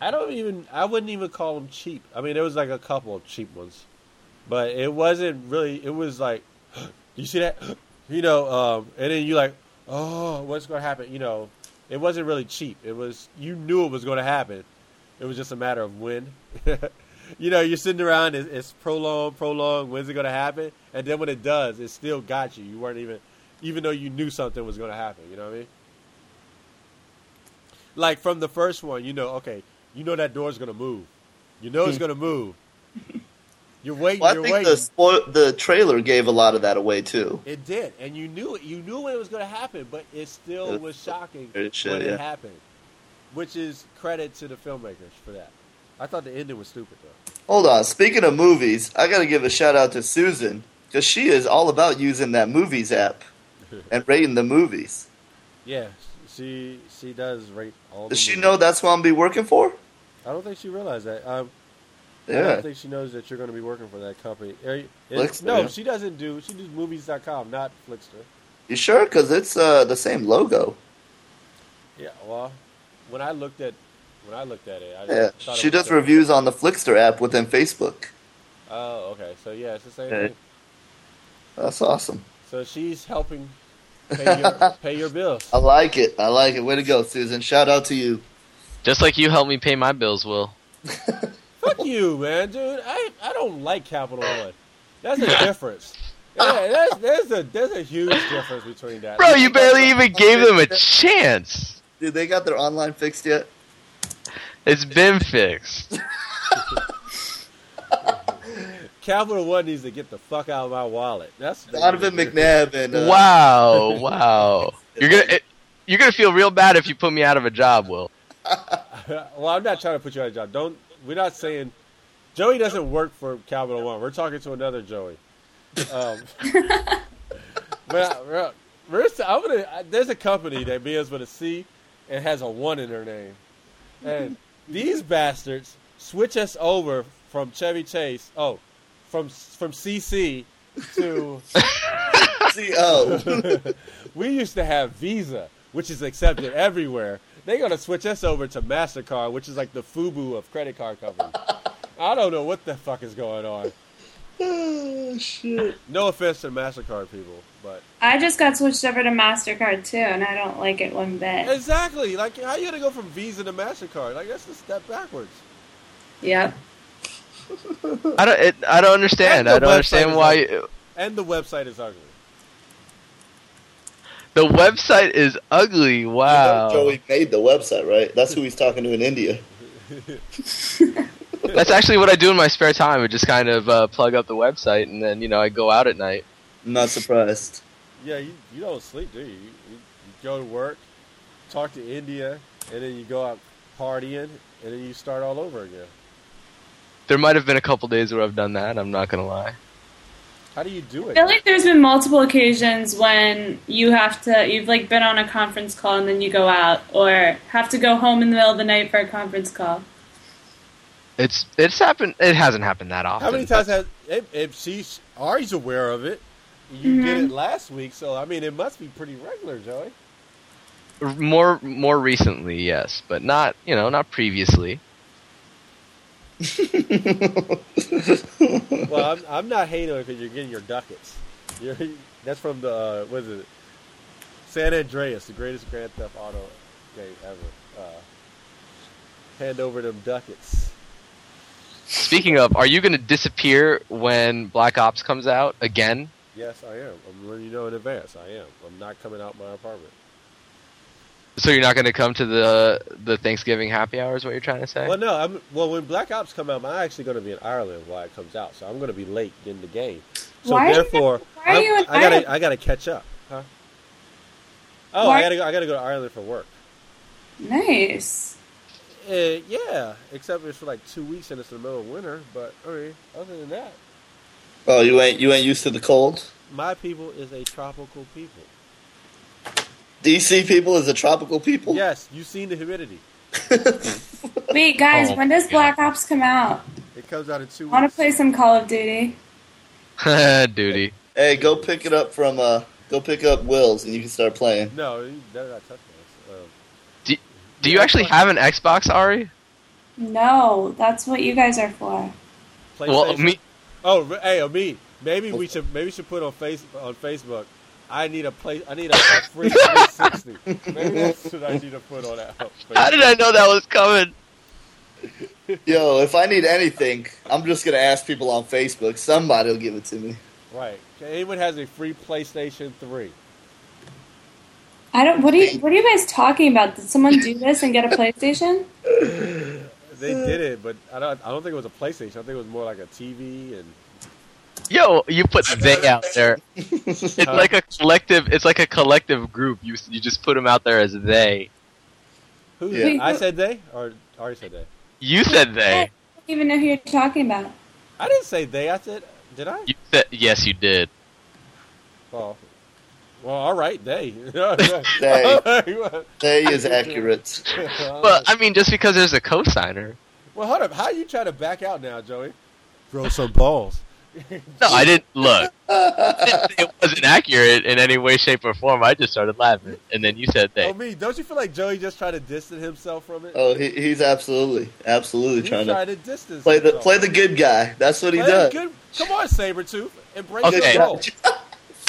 Speaker 2: I don't even. I wouldn't even call them cheap. I mean, there was like a couple of cheap ones, but it wasn't really. It was like, *gasps* you see that, *gasps* you know, um, and then you like, oh, what's going to happen? You know, it wasn't really cheap. It was you knew it was going to happen. It was just a matter of when. *laughs* you know, you're sitting around. It's, it's prolonged, prolonged. When's it going to happen? And then when it does, it still got you. You weren't even, even though you knew something was going to happen. You know what I mean? like from the first one, you know, okay, you know that door's gonna move. You know
Speaker 5: Hmm.
Speaker 2: it's gonna move. You're waiting.
Speaker 5: Well, I
Speaker 2: you're
Speaker 5: think
Speaker 2: waiting.
Speaker 5: the spoil- the trailer gave a lot of that away too.
Speaker 2: It did, and you knew it. You knew it was gonna happen, but it still
Speaker 5: It-
Speaker 2: was shocking
Speaker 5: it should,
Speaker 2: when
Speaker 5: yeah.
Speaker 2: it happened. Which is credit to the filmmakers for that. I thought the ending was stupid though.
Speaker 5: Hold on. Speaking of movies, I gotta give a shout out to Susan because she is all about using that movies
Speaker 2: *laughs*
Speaker 5: app and rating the movies.
Speaker 2: Yeah, she she does rate all.
Speaker 5: Does
Speaker 2: the
Speaker 5: she
Speaker 2: movies.
Speaker 5: know that's what I'm be working for?
Speaker 2: I don't think she realized that. Um, I
Speaker 5: Yeah.
Speaker 2: don't think she knows that you're going to be working for that company. Are you-
Speaker 5: Flickster,
Speaker 2: no,
Speaker 5: yeah.
Speaker 2: she doesn't do. She does movies.com, not Flickster.
Speaker 5: You sure? Because it's uh, the same logo.
Speaker 2: Yeah, well, when I looked at when I looked at it, I
Speaker 5: Yeah.
Speaker 2: thought it
Speaker 5: She does
Speaker 2: was the same.
Speaker 5: reviews on the Flickster app within Facebook.
Speaker 2: Oh, okay. So yeah, it's the same
Speaker 5: Yeah.
Speaker 2: thing.
Speaker 5: That's awesome.
Speaker 2: So she's helping
Speaker 5: *laughs*
Speaker 2: pay your, pay your bills.
Speaker 5: I like it. I like it. Way to go, Susan. Shout out to you.
Speaker 4: Just like you helped me pay my bills, Will.
Speaker 2: Fuck you, man, dude. I I don't like Capital One. That's a difference. Yeah, that's, there's a there's a huge difference between that.
Speaker 4: Bro, you barely even gave them a chance.
Speaker 5: Dude, they got their online fixed yet?
Speaker 4: It's been fixed.
Speaker 2: Capital One needs to get the fuck out of my wallet. That's
Speaker 5: Donovan McNabb and uh, *laughs*
Speaker 4: Wow, wow. You're gonna it, you're gonna feel real bad if you put me out of a job, Will.
Speaker 2: *laughs* well, I'm not trying to put you out of job. Don't. We're not saying Joey doesn't work for Capital One. We're talking to another Joey. Um, but uh, we're, I'm gonna, I- there's a company that begins with a C and has a one in their name, and these bastards switch us over from Chevy Chase. Oh, from from CC to
Speaker 5: CO.
Speaker 2: *laughs* we used to have Visa, which is accepted everywhere. They're gonna switch us over to Mastercard, which is like the FUBU of credit card companies. I don't know what the fuck is going on.
Speaker 5: *laughs* oh, shit.
Speaker 2: No offense to Mastercard people, but
Speaker 3: I just got switched over to Mastercard too, and I don't like it one bit.
Speaker 2: exactly like how you gonna go from Visa to Mastercard? Like that's a step backwards.
Speaker 3: Yep.
Speaker 4: I don't it, I don't understand.
Speaker 2: That's
Speaker 4: I
Speaker 2: the
Speaker 4: don't understand
Speaker 2: website
Speaker 4: why
Speaker 2: is
Speaker 4: you-
Speaker 2: And the website is ugly.
Speaker 4: the website is ugly.
Speaker 2: Uh,
Speaker 4: Wow.
Speaker 5: Joey made the website, right? That's who he's talking to in India.
Speaker 4: That's actually what I do in my spare time. I just kind of uh, plug up the website and then, you know, I go out at night.
Speaker 5: I'm not surprised.
Speaker 2: Yeah, you, you don't sleep, do you? You, you? you go to work, talk to India, and then you go out partying, and then you start all over again.
Speaker 4: There might have been a couple days where I've done that, I'm not going to lie.
Speaker 2: How do you do
Speaker 3: I
Speaker 2: it?
Speaker 3: feel like there's been multiple occasions when you have to, you've like been on a conference call and then you go out, or have to go home in the middle of the night for a conference call.
Speaker 4: It's it's happened it hasn't happened that often.
Speaker 2: How many times has if, if she's Ari's
Speaker 5: Mm-hmm.
Speaker 2: aware of it? You did it last week, so I mean it must be pretty regular, Joey.
Speaker 4: More more recently, yes, but not you know not previously.
Speaker 2: well, I'm, I'm not hating on it because you're getting your ducats. You're, that's from the uh, what is it? San Andreas, the greatest Grand Theft Auto game ever. Uh, hand over them ducats.
Speaker 4: Speaking of, are you going to disappear when Black Ops comes out again?
Speaker 2: Yes, I am. I'm letting you know in advance. I am. I'm not coming out my apartment.
Speaker 4: So you're not going to come to the the Thanksgiving happy hour? Is what you're trying to say?
Speaker 2: Well, no. I'm, well, when Black Ops come out, I'm actually going to be in Ireland while it comes out, so I'm going to be late in the game. So
Speaker 3: Why are you-
Speaker 2: therefore,
Speaker 3: why are
Speaker 2: I'm-
Speaker 3: you in
Speaker 2: I
Speaker 3: Ireland?
Speaker 2: gotta I gotta catch up, huh? Oh,
Speaker 3: Why-
Speaker 2: I gotta go, I gotta go to Ireland for work.
Speaker 3: Nice.
Speaker 2: Uh, yeah, except it's for like two weeks and it's in the middle of winter. But I mean, other than that,
Speaker 5: Oh, you ain't you ain't used to the cold.
Speaker 2: my people is a tropical people.
Speaker 5: DC people is a tropical people.
Speaker 4: *laughs*
Speaker 2: Yes, you've seen the humidity.
Speaker 3: *laughs* Wait, guys,
Speaker 5: Oh,
Speaker 3: when does Black Ops come out?
Speaker 2: It comes out in two
Speaker 3: Want to play some Call of Duty?
Speaker 4: Duty.
Speaker 5: Hey, go pick it up from uh, go pick up Will's and you can start playing.
Speaker 2: No, you better not touch this. Um,
Speaker 4: Do, do you actually have an Xbox, Ari?
Speaker 3: No, that's what you guys are for.
Speaker 4: Well,
Speaker 2: PlayStation.
Speaker 4: me.
Speaker 2: Oh, re- hey, uh, me. Maybe we should maybe we should put on face on Facebook. I need a play. I
Speaker 4: *laughs*
Speaker 2: need a, a free 360. Maybe that's what I need to put on out.
Speaker 4: *laughs* How did I know that was coming?
Speaker 5: *laughs* Yo, if I need anything, I'm just gonna ask people on Facebook. Somebody'll give it to me.
Speaker 2: Right. Okay, Anyone has a free PlayStation 3?
Speaker 3: I don't. What are you? What are you guys talking about? Did someone do this and get a PlayStation?
Speaker 2: They did it, but I don't. I don't think it was a PlayStation. I think it was more like a TV and
Speaker 4: Yo, you put they out there. It's like a collective. It's like a collective group. You you just put them out there as they.
Speaker 2: who?
Speaker 4: Yeah.
Speaker 2: I said they or Ari said they.
Speaker 4: You said
Speaker 3: I
Speaker 4: they.
Speaker 3: don't even know who you're talking about.
Speaker 2: I didn't say they. I said did I?
Speaker 4: You said yes. You did.
Speaker 2: Well, well, all right. They. *laughs*
Speaker 5: They. They is accurate.
Speaker 4: Well, I mean, just because there's a cosigner.
Speaker 2: Well, hold up. How are you trying to back out now, Joey? Throw some balls.
Speaker 4: *laughs* No, I didn't look. It wasn't accurate in any way, shape, or form. I just started laughing, and then you said
Speaker 2: Oh,
Speaker 4: they.
Speaker 2: me. Don't you feel like Joey just tried to distance himself from it?
Speaker 5: Oh, he, he's absolutely, absolutely
Speaker 2: He's
Speaker 5: trying
Speaker 2: trying
Speaker 5: to
Speaker 2: to distance
Speaker 5: play the
Speaker 2: himself.
Speaker 5: play the good guy. That's what he
Speaker 2: Play the
Speaker 5: does.
Speaker 2: good- Come on, Sabretooth. Embrace
Speaker 4: Okay.
Speaker 5: *laughs*
Speaker 2: the role.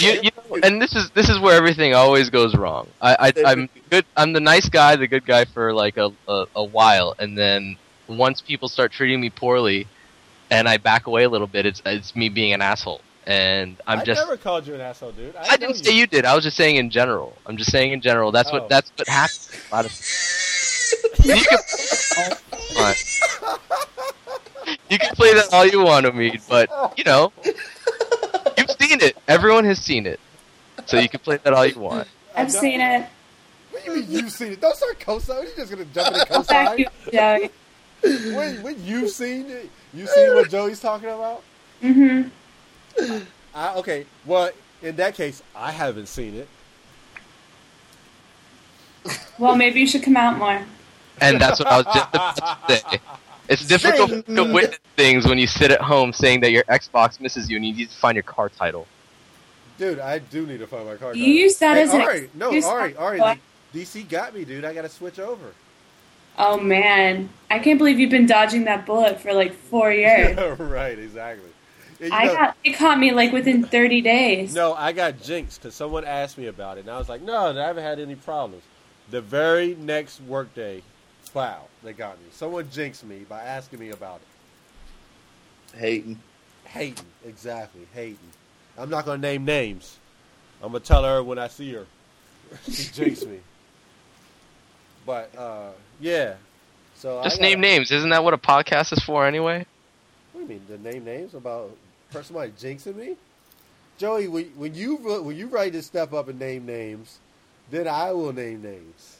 Speaker 4: You, you know, and this is this is where everything always goes wrong. I, I I'm good. I'm the nice guy, the good guy for like a, a a while, and then once people start treating me poorly, and I back away a little bit, it's it's me being an asshole, and I'm
Speaker 2: I
Speaker 4: just.
Speaker 2: never called you an asshole, dude. I,
Speaker 4: I didn't say you did. I was just saying in general. I'm just saying in general. That's
Speaker 2: Oh.
Speaker 4: what that's what happens. A lot of- you, can, Fine. You can play that all you want to me, but you know, you've seen it. Everyone has seen it, so you can play that all you want.
Speaker 3: I've seen it.
Speaker 2: What do you mean you've seen it? Don't start cosigning. You're just gonna jump in
Speaker 3: I'll back you,
Speaker 2: cosign.
Speaker 3: up, Joey.
Speaker 2: what, what you've seen? it? You seen what Joey's talking about?
Speaker 3: Mm-hmm.
Speaker 2: I, okay. Well, in that case, I haven't seen it.
Speaker 3: Well, maybe you should come out more.
Speaker 4: And that's what I was just about to say. It's difficult to witness things when you sit at home saying that your Xbox misses you and you need to find your car title.
Speaker 2: Dude, I do need to find my car.
Speaker 3: You
Speaker 2: title.
Speaker 3: use that
Speaker 2: hey,
Speaker 3: as an
Speaker 2: Ari, no,
Speaker 3: excuse
Speaker 2: Ari,
Speaker 3: not
Speaker 2: Ari,
Speaker 3: to-
Speaker 2: the- DC got me, dude. I gotta switch over.
Speaker 3: Oh man, I can't believe you've been dodging that bullet for like four
Speaker 2: *laughs*
Speaker 3: years.
Speaker 2: right, exactly. Yeah, you
Speaker 3: I
Speaker 2: know-
Speaker 3: got it caught me like within 30 days.
Speaker 2: No, I got jinxed because someone asked me about it, and I was like, no, I haven't had any problems. The very next workday, wow, they got me. Someone jinxed me by asking me about it.
Speaker 5: Hating.
Speaker 2: Hating, exactly, hating. I'm not gonna name names. I'm gonna tell her when I see her. *laughs* she jinxed me. But uh, yeah, so I
Speaker 4: Just
Speaker 2: gotta-
Speaker 4: name names. Isn't that what a podcast is for anyway?
Speaker 2: What do you mean? The name names about person like jinxing me? Joey, when, when you re- when you ready to step up and name names, then I will
Speaker 5: *laughs*
Speaker 2: name names.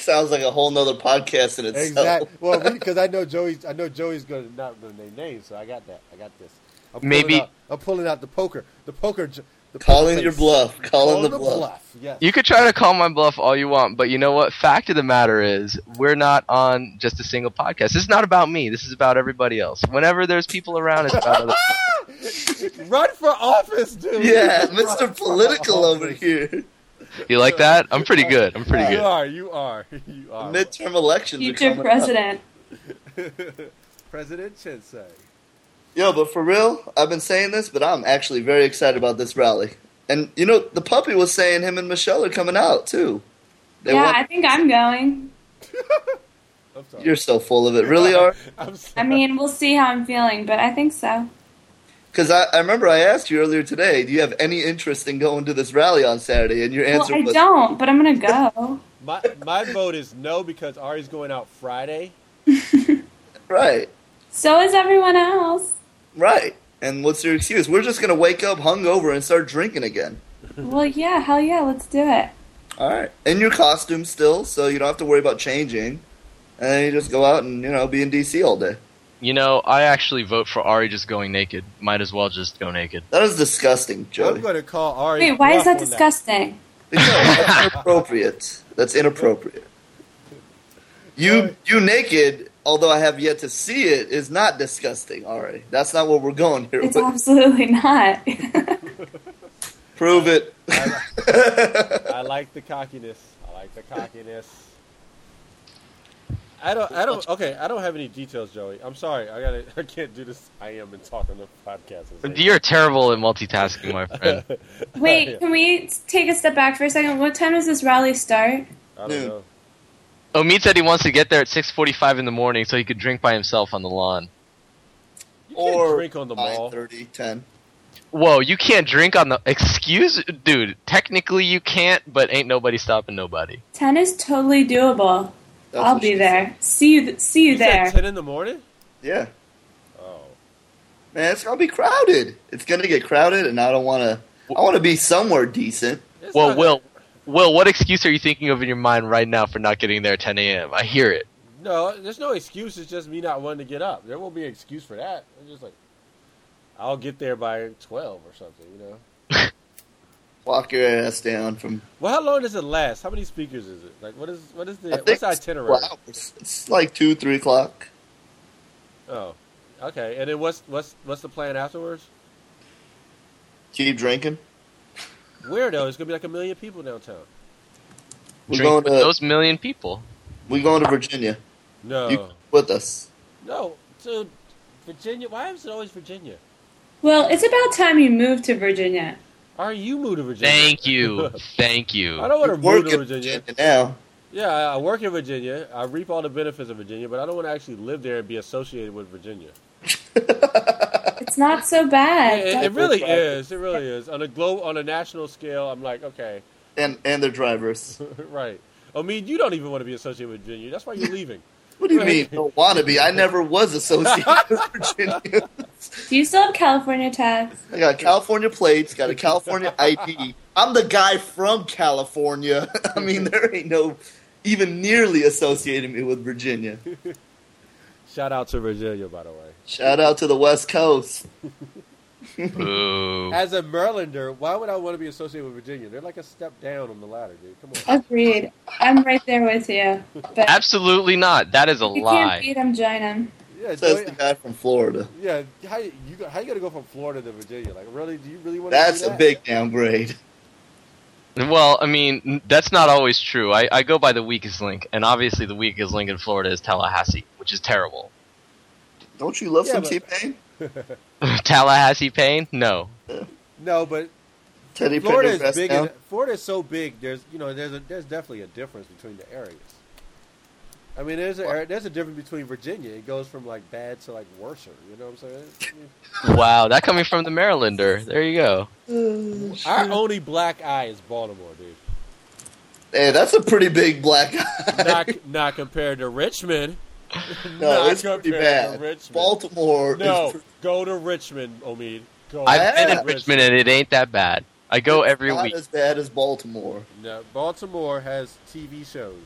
Speaker 5: Sounds like a whole nother podcast in itself.
Speaker 2: Exactly. Well, because I know Joey's I know Joey's gonna not gonna name names, so I got that. I got this. I'm pulling
Speaker 4: Maybe-
Speaker 2: out- I'm pulling out the poker. The poker. j- The
Speaker 5: Calling
Speaker 2: poker
Speaker 5: your
Speaker 2: face.
Speaker 5: bluff. Calling the
Speaker 2: Call
Speaker 5: bluff.
Speaker 2: Yes.
Speaker 4: You could try to call my bluff all you want, but you know what? Fact of the matter is, we're not on just a single podcast. This is not about me. This is about everybody else. Whenever there's people around, it's about other. *laughs*
Speaker 2: Run for office, dude.
Speaker 5: Yeah,
Speaker 2: Run
Speaker 5: Mr.
Speaker 2: for
Speaker 5: Political
Speaker 2: office.
Speaker 5: over here.
Speaker 4: You like that? I'm pretty good. I'm pretty
Speaker 2: You
Speaker 4: good.
Speaker 2: are. You are. *laughs* You are.
Speaker 5: Midterm elections are
Speaker 3: Future
Speaker 5: coming up.
Speaker 3: president.
Speaker 2: *laughs* President Chinsei.
Speaker 5: Yo, but for real, I've been saying this, but I'm actually very excited about this rally. And you know, the puppy was saying him and Michelle are coming out too. They
Speaker 3: yeah,
Speaker 5: want-
Speaker 3: I think I'm going.
Speaker 5: you're so full of it, really
Speaker 2: *laughs*
Speaker 5: are.
Speaker 3: I mean, we'll see how I'm feeling, but I think so.
Speaker 5: Because I, I remember I asked you earlier today, do you have any interest in going to this rally on Saturday? And your answer
Speaker 3: well, I
Speaker 5: was,
Speaker 3: don't, but I'm gonna go.
Speaker 2: My my vote is no because Ari's going out Friday.
Speaker 5: right,
Speaker 3: so is everyone else.
Speaker 5: right. And what's your excuse? We're just gonna wake up hungover and start drinking again.
Speaker 3: Well, yeah, hell yeah, let's do it.
Speaker 5: All right. In your costume still, so you don't have to worry about changing. And then you just go out and you know be in DC all day.
Speaker 4: You know, I actually vote for Ari just going naked. Might as well just go naked.
Speaker 5: That is disgusting,
Speaker 2: I'm going to call Ari.
Speaker 3: Wait, why is
Speaker 2: bluff
Speaker 3: that
Speaker 2: on
Speaker 3: disgusting?
Speaker 5: inappropriate. That's inappropriate. You you naked, although I have yet to see it, is not disgusting. All right, that's not what we're going here.
Speaker 3: It's
Speaker 5: with.
Speaker 3: absolutely *laughs* not.
Speaker 5: Prove
Speaker 2: *laughs*
Speaker 5: it.
Speaker 2: I like the cockiness. I like the cockiness. I don't. I don't. Okay, I don't have any details, Joey. I'm sorry. I gotta. *laughs* I can't do this. I am and talk on the podcast. at the same
Speaker 4: You're terrible at multitasking, my friend.
Speaker 3: Wait, can we take a step back for a second? What time does this rally start?
Speaker 2: I don't know.
Speaker 4: Omid said he wants to get there at 6:45 in the morning so he could drink by himself on the lawn.
Speaker 5: *laughs* or
Speaker 2: drink on the mall.
Speaker 5: 30, 10.
Speaker 4: Whoa, you can't drink on the excuse, dude. Technically, you can't, but ain't nobody stopping nobody.
Speaker 3: 10 is totally doable.
Speaker 4: That's
Speaker 3: I'll
Speaker 4: what
Speaker 3: be
Speaker 4: she
Speaker 3: there. See you th- see you,
Speaker 2: You
Speaker 3: there.
Speaker 2: said ten in the morning.
Speaker 5: Yeah,
Speaker 2: Oh,
Speaker 5: man, it's gonna be crowded. It's gonna get crowded, and I don't want to. I want to be somewhere decent.
Speaker 4: Well, Will, Will, what excuse are you thinking of in your mind right now for not getting there at 10 a.m.? I hear it.
Speaker 2: no. There's no excuse. It's just me not wanting to get up. There won't be an excuse for that. It's just like I'll get there by twelve or something. You know.
Speaker 5: Walk your ass down from.
Speaker 2: Well, how long does it last? How many speakers is it? Like, what is what is the
Speaker 5: I think
Speaker 2: what's the
Speaker 5: it's
Speaker 2: itinerary?
Speaker 5: four hours. It's like two, three o'clock.
Speaker 2: Oh, okay. And then what's what's what's the plan afterwards?
Speaker 5: Keep drinking.
Speaker 2: Where though? It's gonna be like a million people downtown.
Speaker 5: We're
Speaker 4: Drink
Speaker 5: going
Speaker 4: with
Speaker 5: to-
Speaker 4: those million people.
Speaker 5: We're going to Virginia.
Speaker 2: No,
Speaker 5: You with us?
Speaker 2: no, dude. Virginia. Why is it always Virginia?
Speaker 3: Well, it's about time you moved to Virginia.
Speaker 2: Are you moved to Virginia? *laughs*
Speaker 4: Thank you, thank you.
Speaker 2: I don't want to
Speaker 5: You
Speaker 2: move
Speaker 5: work
Speaker 2: to
Speaker 5: in
Speaker 2: Virginia.
Speaker 5: Virginia now.
Speaker 2: Yeah, I I work in Virginia. I reap all the benefits of Virginia, but I don't want to actually live there and be associated with Virginia.
Speaker 3: It's not so
Speaker 2: It,
Speaker 3: bad.
Speaker 2: it- it really is. It really is. On a globe, on a national scale, I'm like, okay,
Speaker 5: and and their drivers.
Speaker 2: *laughs* right. I mean, you don't even want to be associated with Virginia. That's why you're leaving.
Speaker 5: What do you mean? Don't want to be? I never was
Speaker 2: *laughs*
Speaker 5: associated with Virginia.
Speaker 3: Do you still have California tax?
Speaker 5: I got a California plates, got a
Speaker 2: *laughs*
Speaker 5: California ID. I'm the guy from California. *laughs* I mean, there ain't no even nearly associating me with Virginia.
Speaker 2: Shout out to Virginia, by the way.
Speaker 5: Shout out to the West Coast. *laughs*
Speaker 4: Boo.
Speaker 2: As a Marylander, why would I want to be associated with Virginia? They're like a step down on the ladder, dude. Come on.
Speaker 3: Agreed. I'm right there with you. But
Speaker 4: Absolutely not. That is a
Speaker 3: if you can't
Speaker 4: lie.
Speaker 3: beat them, join them.
Speaker 2: Yeah,
Speaker 5: Says
Speaker 2: Joey,
Speaker 5: the guy from Florida.
Speaker 2: yeah. How you go- how you gonna go from Florida to Virginia? Like, really? Do you really want?
Speaker 5: That's
Speaker 2: to do
Speaker 5: a
Speaker 2: that?
Speaker 5: big downgrade.
Speaker 4: Well, I mean, n- that's not always true. I, I go by the weakest link, and obviously the weakest link in Florida is Tallahassee, which is terrible. *laughs*
Speaker 5: Don't you love
Speaker 2: Yeah,
Speaker 5: some
Speaker 2: but-
Speaker 5: T Pain?
Speaker 2: *laughs*
Speaker 4: Tallahassee pain? No.
Speaker 2: No, but
Speaker 5: Teddy
Speaker 2: Florida is
Speaker 5: Pendergrass
Speaker 2: big.
Speaker 5: now?
Speaker 2: And, Florida is so big. There's you know there's a there's definitely a difference between the areas. I mean, there's a area- there's a difference between Virginia. It goes from like bad to like worser. You know what
Speaker 5: *laughs*
Speaker 2: I'm saying? I mean,
Speaker 4: Wow, that coming from the Marylander. There you go.
Speaker 2: our only black eye is Baltimore, dude.
Speaker 5: *laughs* Hey, that's a pretty big black guy.
Speaker 2: Not not compared to Richmond.
Speaker 5: *laughs* No,
Speaker 2: *laughs* not
Speaker 5: it's pretty
Speaker 2: compared to
Speaker 5: bad.
Speaker 2: Richmond.
Speaker 5: Baltimore
Speaker 2: No,
Speaker 5: is pretty
Speaker 2: go to Richmond, Omid. Go
Speaker 4: I've
Speaker 2: to
Speaker 4: been in Richmond, and it ain't that bad. I go every
Speaker 5: not
Speaker 4: week.
Speaker 5: as bad as Baltimore.
Speaker 2: No, Baltimore has TV shows.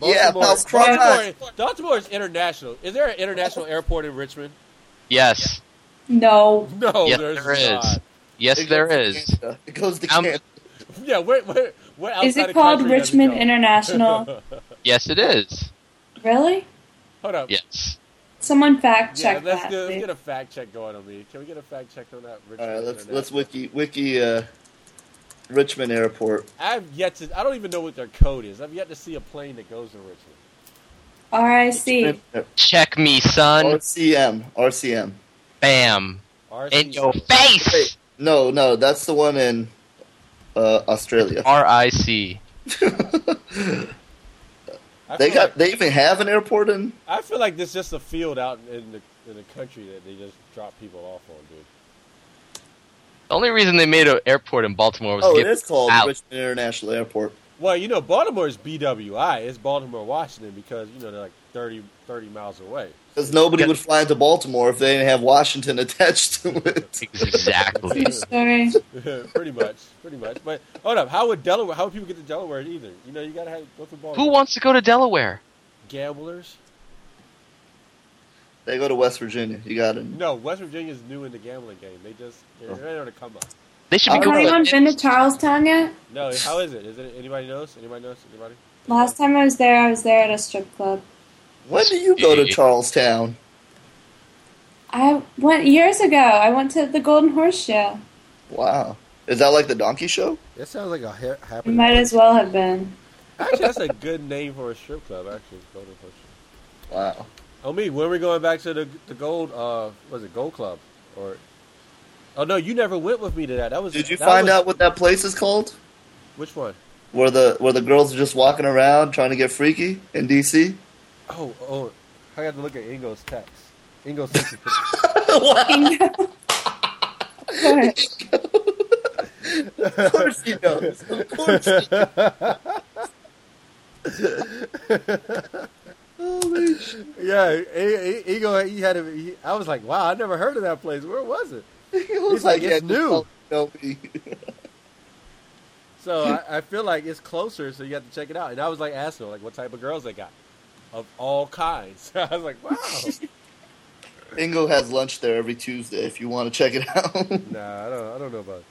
Speaker 5: Yeah, about
Speaker 2: Baltimore,
Speaker 5: crime.
Speaker 2: Baltimore is international. Is there an international airport in Richmond? *laughs*
Speaker 4: Yes.
Speaker 3: No.
Speaker 2: No,
Speaker 4: Yes,
Speaker 2: there's
Speaker 4: there is.
Speaker 2: not.
Speaker 4: Yes,
Speaker 5: It
Speaker 4: there
Speaker 5: goes to
Speaker 4: is. Um,
Speaker 5: Canada. It goes to
Speaker 4: I'm-
Speaker 5: Canada.
Speaker 2: Yeah, where, where, where outside
Speaker 3: Is
Speaker 2: the
Speaker 3: it called
Speaker 2: country does it
Speaker 3: Richmond
Speaker 2: go? *laughs*
Speaker 3: International?
Speaker 4: Yes, it is.
Speaker 3: really?
Speaker 2: Hold up.
Speaker 4: Yes.
Speaker 3: Someone fact
Speaker 2: Yeah,
Speaker 3: check
Speaker 2: let's,
Speaker 3: that.
Speaker 2: do, let's
Speaker 3: please.
Speaker 2: get a fact check going on me. Can we get a fact check on that?
Speaker 5: All
Speaker 2: Richmond
Speaker 5: right, let's let's
Speaker 2: International?
Speaker 5: wiki wiki uh, Richmond Airport.
Speaker 2: I've yet to. I don't even know what their code is. I've yet to see a plane that goes to Richmond.
Speaker 3: RIC.
Speaker 4: Check me, son.
Speaker 5: RCM. RCM.
Speaker 4: Bam. In your face.
Speaker 5: No, no, that's the one in uh, Australia.
Speaker 4: R I C.
Speaker 5: They got. They even have an airport in.
Speaker 2: I feel like this is just a field out in the in the country that they just drop people off on, dude.
Speaker 4: The only reason they made an airport in Baltimore was
Speaker 5: Oh,
Speaker 4: to
Speaker 5: it
Speaker 4: get
Speaker 5: is called
Speaker 4: out.
Speaker 5: Richmond International Airport.
Speaker 2: Well, you know, Baltimore is BWI. It's Baltimore, Washington, because you know they're like 30, 30 miles away.
Speaker 5: Because nobody would fly into Baltimore if they didn't have Washington *laughs* attached to it.
Speaker 4: Exactly.
Speaker 3: Sorry.
Speaker 2: *laughs* pretty much, pretty much. But hold up, how would Delaware? How would people get to Delaware either? You know, you gotta have go through Baltimore.
Speaker 4: Who wants to go to Delaware?
Speaker 2: gamblers?
Speaker 5: *laughs* They go to West Virginia. You got it. Oh.
Speaker 2: No, West Virginia's new in the gambling game. They just they're right on the come up.
Speaker 4: They should be
Speaker 3: Has
Speaker 4: going
Speaker 3: anyone been to Charlestown yet?
Speaker 2: No, how is it? Is it anybody knows? Anybody knows? Anybody?
Speaker 3: Last time I was there, I was there at a strip club.
Speaker 5: When do you go to Charlestown?
Speaker 3: I went years ago. I went to the Golden Horse Show.
Speaker 5: Wow. Is that like the donkey show?
Speaker 2: That sounds like a ha-
Speaker 3: It might as well have been.
Speaker 2: Actually, that's a good name for a strip club. Actually, Golden Horse.
Speaker 5: Wow.
Speaker 2: Oh me, when are we going back to the the gold? Uh, was it Gold Club or? Oh no, you never went with me to that. That was.
Speaker 5: Did you
Speaker 2: that
Speaker 5: find
Speaker 2: was-
Speaker 5: out what that place is called?
Speaker 2: Which one?
Speaker 5: Where the where the girls are just walking around trying to get freaky in
Speaker 2: *laughs*
Speaker 5: DC?
Speaker 2: Oh, oh, I got to look at Ingo's text. Ingo sent it. *laughs*
Speaker 5: Of course he knows. Of course. He knows. *laughs* Holy shit.
Speaker 2: yeah, I- I- Ingo, he had. A, he, I was like, wow, I never heard of that place. Where was it?
Speaker 5: *laughs* *laughs* He looks
Speaker 2: He's like,
Speaker 5: he
Speaker 2: it's
Speaker 5: had to
Speaker 2: new.
Speaker 5: call- tell me.
Speaker 2: *laughs* So I, I feel like it's closer, so you have to check it out. And I was like, asking him, like, what type of girls they got, of all kinds. *laughs* I was like, wow.
Speaker 5: Ingo has lunch there every Tuesday if you want to check it out.
Speaker 2: *laughs* nah, I don't. I don't know about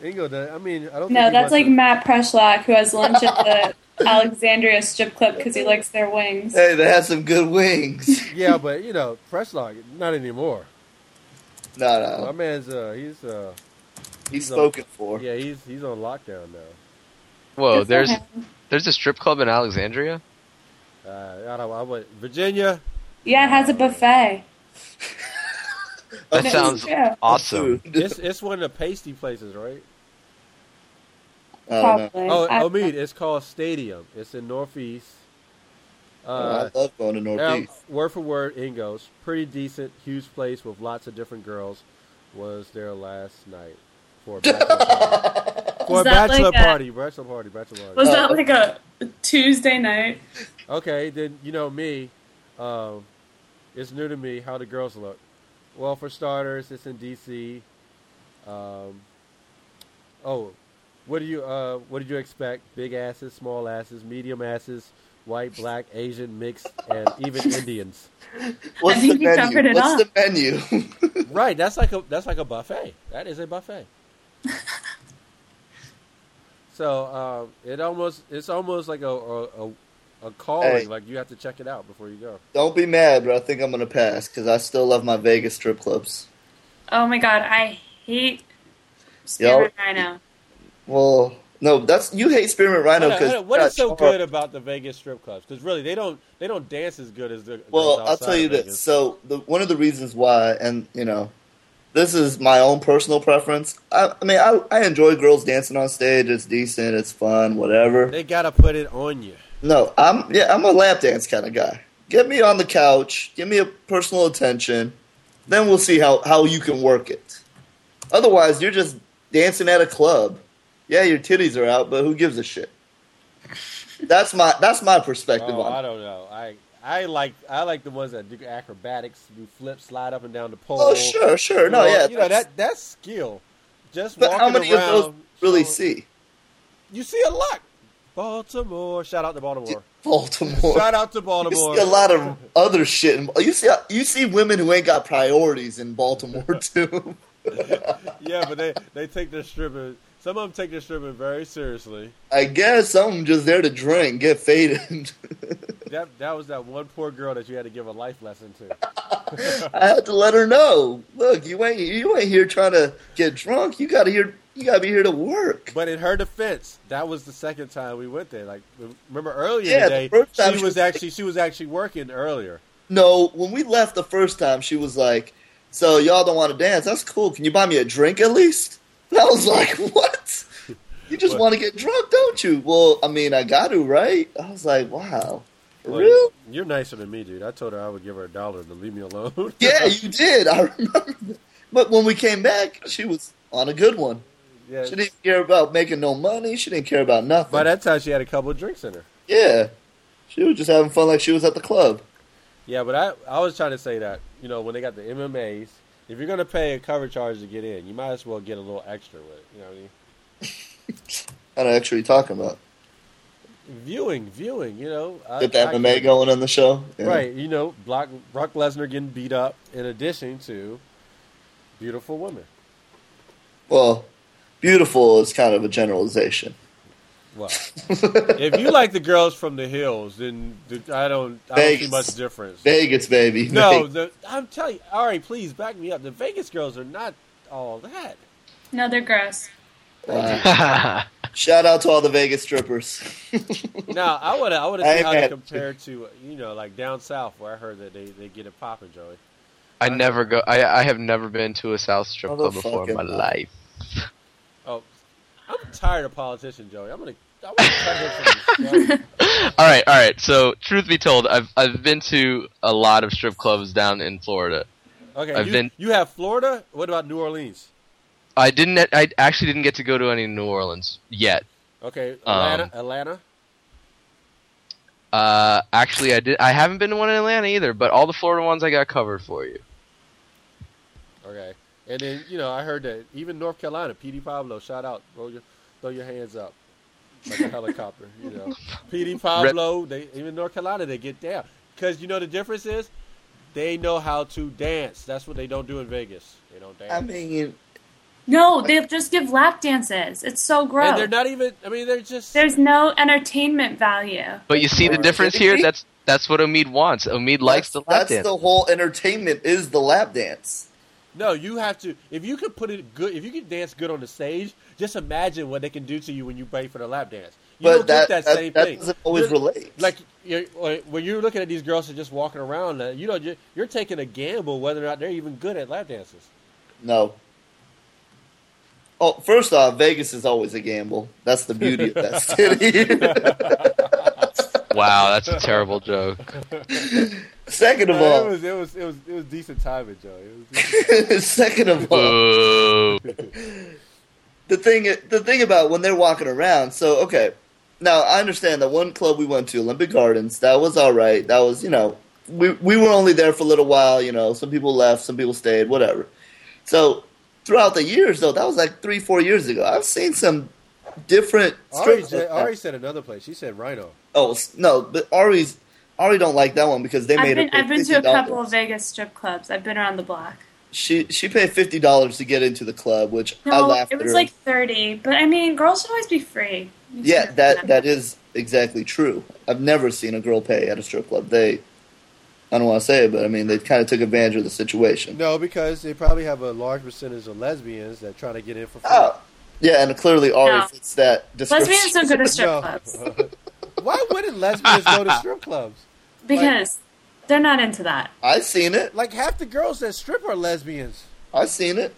Speaker 2: it. Ingo. does- I mean, I don't. think
Speaker 3: No,
Speaker 2: he
Speaker 3: that's
Speaker 2: wants
Speaker 3: like
Speaker 2: to-
Speaker 3: Matt Preshlock, who has lunch at
Speaker 4: *laughs*
Speaker 3: the Alexandria strip club because he likes their wings.
Speaker 5: *laughs* hey, they have some good wings. *laughs*
Speaker 2: yeah, but you know, press log, not anymore.
Speaker 5: No,
Speaker 2: My
Speaker 5: no.
Speaker 2: man's uh, he's uh,
Speaker 5: He's spoken for.
Speaker 2: yeah, he's he's on lockdown now.
Speaker 3: Good
Speaker 4: Whoa,
Speaker 3: for
Speaker 4: there's
Speaker 3: him.
Speaker 4: there's a strip club in Alexandria.
Speaker 2: Uh, I don't. I would Virginia.
Speaker 3: Yeah, it has a buffet.
Speaker 4: *laughs* That
Speaker 3: That
Speaker 4: sounds
Speaker 3: is true.
Speaker 4: awesome.
Speaker 5: Food.
Speaker 2: It's it's one of the pasty places, right?
Speaker 5: I don't know.
Speaker 3: Probably.
Speaker 2: Oh,
Speaker 3: I-
Speaker 2: oh, mean, it's called Stadium. It's in Northeast. Uh,
Speaker 5: Oh, I love going to
Speaker 2: um,
Speaker 5: Northeast.
Speaker 2: word for word, Ingo's pretty decent, huge place with lots of different girls. Was there last night
Speaker 5: *laughs*
Speaker 2: for a bachelor party? for a
Speaker 3: Is that
Speaker 2: bachelor
Speaker 3: like a-
Speaker 2: party, bachelor party, bachelor party.
Speaker 3: Was
Speaker 4: Uh,
Speaker 5: Oh.
Speaker 3: that like a Tuesday night?
Speaker 2: Okay, then you know me. Um, it's new to me how the girls look. Well, for starters, it's in D.C. Um, oh, what do you uh, what did you expect? Big asses, small asses, medium asses, white, black, Asian, mixed, and
Speaker 3: *laughs*
Speaker 2: even Indians.
Speaker 5: What's the
Speaker 3: think you covered
Speaker 5: menu?
Speaker 3: it
Speaker 5: What's the menu? *laughs*
Speaker 2: Right, that's like a that's like a buffet. That is a buffet. so um, it almost it's almost like a a, a, a calling.
Speaker 5: Hey.
Speaker 2: Like you have to check it out before you go.
Speaker 5: Don't be mad, but I think I'm gonna pass because I still love my Vegas strip clubs.
Speaker 3: Oh my god, I hate
Speaker 5: Yo.
Speaker 3: Spearmint Rhino.
Speaker 5: Well, no, that's you hate Spearmint Rhino
Speaker 2: Hold on, hold
Speaker 5: because
Speaker 2: on. What is so good about the Vegas strip clubs? Because really, they don't they don't dance as good as the.
Speaker 5: Well,
Speaker 2: girls
Speaker 5: I'll tell
Speaker 2: outside
Speaker 5: you
Speaker 2: of
Speaker 5: this.
Speaker 2: Vegas.
Speaker 5: So the, one of the reasons why, and you know, this is my own personal preference. I, I mean, I, I enjoy girls dancing on stage. It's decent. It's fun. Whatever.
Speaker 2: they gotta put it on you.
Speaker 5: No, I'm yeah, I'm a lap dance kind of guy. Get me on the couch, give me a personal attention, then we'll see how, how you can work it. Otherwise, you're just dancing at a club. Yeah, your titties are out, but who gives a
Speaker 2: *laughs*
Speaker 5: shit? That's my that's my perspective
Speaker 2: Oh, I
Speaker 5: on it.
Speaker 2: don't know. I I like I like the ones that do acrobatics, do flips, slide up and down the pole.
Speaker 5: Oh, sure, sure.
Speaker 2: You
Speaker 5: No,
Speaker 2: know,
Speaker 5: yeah.
Speaker 2: You know that that's skill. Just
Speaker 5: but
Speaker 2: walking
Speaker 5: how many
Speaker 2: around,
Speaker 5: of those really
Speaker 2: so-
Speaker 5: see?
Speaker 2: You see a lot. Baltimore. Shout out
Speaker 5: *laughs*
Speaker 2: to Baltimore.
Speaker 5: Baltimore.
Speaker 2: Shout out to
Speaker 5: you
Speaker 2: Baltimore.
Speaker 5: see a lot of other shit. In, you see you see women who ain't got priorities in
Speaker 2: *laughs*
Speaker 5: Baltimore too.
Speaker 2: yeah, but they they take their stripping. Some of them take their stripping very seriously.
Speaker 5: I guess some just there to drink, get faded. *laughs*
Speaker 2: That that was that one poor girl that you had to give a life lesson to.
Speaker 5: I had to let her know. Look, you ain't you ain't here trying to get drunk. You got to here. You got to be here to work.
Speaker 2: But in her defense, that was the second time we went there. Like remember earlier
Speaker 5: Yeah, the
Speaker 2: today,
Speaker 5: first time
Speaker 2: she
Speaker 5: she
Speaker 2: was actually she was actually working earlier.
Speaker 5: No, when we left the first time, she was like, "So y'all don't want to dance? That's cool. Can you buy me a drink at least?" And I was like, *laughs* "What? You just
Speaker 2: What?
Speaker 5: want to get drunk, don't you?" Well, I mean, I got to, right? I was like, "Wow, for
Speaker 2: Like, *laughs*
Speaker 5: real."
Speaker 2: You're nicer than me, dude. I told her I would give her a dollar to leave me alone. *laughs*
Speaker 5: Yeah, you did. I remember. that. But when we came back, she was on a good one.
Speaker 2: Yeah.
Speaker 5: She didn't care about making no money. She didn't care about nothing.
Speaker 2: By that time, she had a couple of drinks in her.
Speaker 5: yeah, she was just having fun like she was at the club.
Speaker 2: Yeah, but I, I was trying to say that, you know, when they got the MMAs, if you're going to pay a cover charge to get in, you might as well get a little extra with it. You know what I mean?
Speaker 5: I don't know what you talking about.
Speaker 2: Viewing, viewing, you know. I-
Speaker 5: Get the
Speaker 2: I
Speaker 5: MMA
Speaker 2: get-
Speaker 5: going on the show. Yeah.
Speaker 2: Right, you know, Brock, Brock Lesnar getting beat up in addition to beautiful women.
Speaker 5: Well, beautiful is kind of a generalization.
Speaker 2: Well,
Speaker 4: *laughs*
Speaker 2: if you like the girls from the hills, then the, I don't, I don't see
Speaker 5: Vegas.
Speaker 2: much difference.
Speaker 5: Vegas, baby.
Speaker 2: No,
Speaker 5: Vegas.
Speaker 2: the, I'm telling you, Ari, please back me up. The Vegas girls are not all that.
Speaker 3: No, they're gross.
Speaker 5: Wow. *laughs* Shout out to all the Vegas strippers.
Speaker 2: Now I want to I want
Speaker 5: *laughs*
Speaker 2: to
Speaker 5: I
Speaker 2: see how they
Speaker 5: had-
Speaker 2: compare to you know like down south where I heard that they, they get it popping, Joey.
Speaker 4: I never go. I I have never been to a South Strip club before in my
Speaker 5: Motherfucking-
Speaker 4: life.
Speaker 2: Oh, I'm tired of politician Joey. I'm gonna I'm gonna cut him from the show.
Speaker 4: *laughs* All right, all right. So, truth be told, I've I've been to a lot of strip clubs down in Florida.
Speaker 2: Okay,
Speaker 4: I've
Speaker 2: you,
Speaker 4: been-
Speaker 2: you have Florida. What about New Orleans?
Speaker 4: I didn't. I actually didn't get to go to any in New Orleans yet. Um,
Speaker 2: Okay, Atlanta. Atlanta.
Speaker 4: Uh, actually, I did. I haven't been to one in Atlanta either. But all the Florida ones I got covered for you.
Speaker 2: Okay, and then you know I heard that even North Carolina, PD Pablo, shout out, roll your throw your hands up
Speaker 5: *laughs*
Speaker 2: like a helicopter. You know, PD Pablo. They even North Carolina they get down because you know the difference is they know how to dance. That's what they don't do in Vegas. They don't dance.
Speaker 5: I mean,
Speaker 3: No, they just give lap dances. It's so gross.
Speaker 2: And they're not even. I mean, they're just.
Speaker 3: There's no entertainment value.
Speaker 4: But you see the
Speaker 5: Are you
Speaker 4: difference
Speaker 5: kidding
Speaker 4: here.
Speaker 5: me?
Speaker 4: That's that's what Omid wants. Omid likes the lap
Speaker 5: that's
Speaker 4: dance.
Speaker 5: the whole entertainment is the lap dance.
Speaker 2: no, you have to. If you can put it good, if you can dance good on the stage, just imagine what they can do to you when you pay for the lap dance. You
Speaker 5: But
Speaker 2: don't get
Speaker 5: that-
Speaker 2: that,
Speaker 5: that-
Speaker 2: same
Speaker 5: that
Speaker 2: thing.
Speaker 5: doesn't always
Speaker 2: You're-
Speaker 5: relate.
Speaker 2: Like you're, like, when you're looking at these girls that are just walking around, uh, you know, you're, you're taking a gamble whether or not they're even good at lap dances.
Speaker 5: No. Oh, first off, Vegas is always a gamble. That's the beauty of that
Speaker 4: *laughs*
Speaker 5: city. *laughs*
Speaker 4: Wow, that's a terrible joke.
Speaker 5: second of
Speaker 2: Uh, it
Speaker 5: all,
Speaker 2: was it was it was it was decent timing, Joe. It was
Speaker 5: *laughs*
Speaker 2: decent.
Speaker 5: second of all,
Speaker 4: Boo.
Speaker 5: the thing the thing about when they're walking around so okay now i understand that one club we went to olympic gardens that was all right that was you know we, we were only there for a little while you know some people left some people stayed whatever so throughout the years though that was like three four years ago i've seen some different
Speaker 2: Ari,
Speaker 5: strip
Speaker 2: J-
Speaker 5: clubs.
Speaker 2: Ari said another place. She said Rhino.
Speaker 5: oh s- no but ari's ari don't like that one because they
Speaker 3: I've
Speaker 5: made
Speaker 3: been
Speaker 5: her pay
Speaker 3: I've been to a
Speaker 5: $50.
Speaker 3: couple of Vegas strip clubs. I've been around the block.
Speaker 5: she she paid $50 to get into the club which i
Speaker 3: No,
Speaker 5: laughed
Speaker 3: it
Speaker 5: at
Speaker 3: was
Speaker 5: her.
Speaker 3: like thirty. But I mean, girls should always be free. You
Speaker 5: Yeah,
Speaker 3: should-
Speaker 5: that that is exactly true. I've never seen a girl pay at a strip club. They, I don't want to say it, but I mean they kind of took advantage of the situation.
Speaker 2: No, because they probably have a large percentage of lesbians that trying to get in for free.
Speaker 5: Oh, yeah, and clearly Ari
Speaker 3: No.
Speaker 5: fits that description.
Speaker 3: Lesbians don't go
Speaker 5: *laughs*
Speaker 3: to strip
Speaker 2: *laughs* No.
Speaker 3: clubs
Speaker 2: Why wouldn't lesbians go to strip clubs?
Speaker 3: because they're not into that.
Speaker 5: I seen it.
Speaker 2: Like half the girls that strip are lesbians.
Speaker 5: I seen it.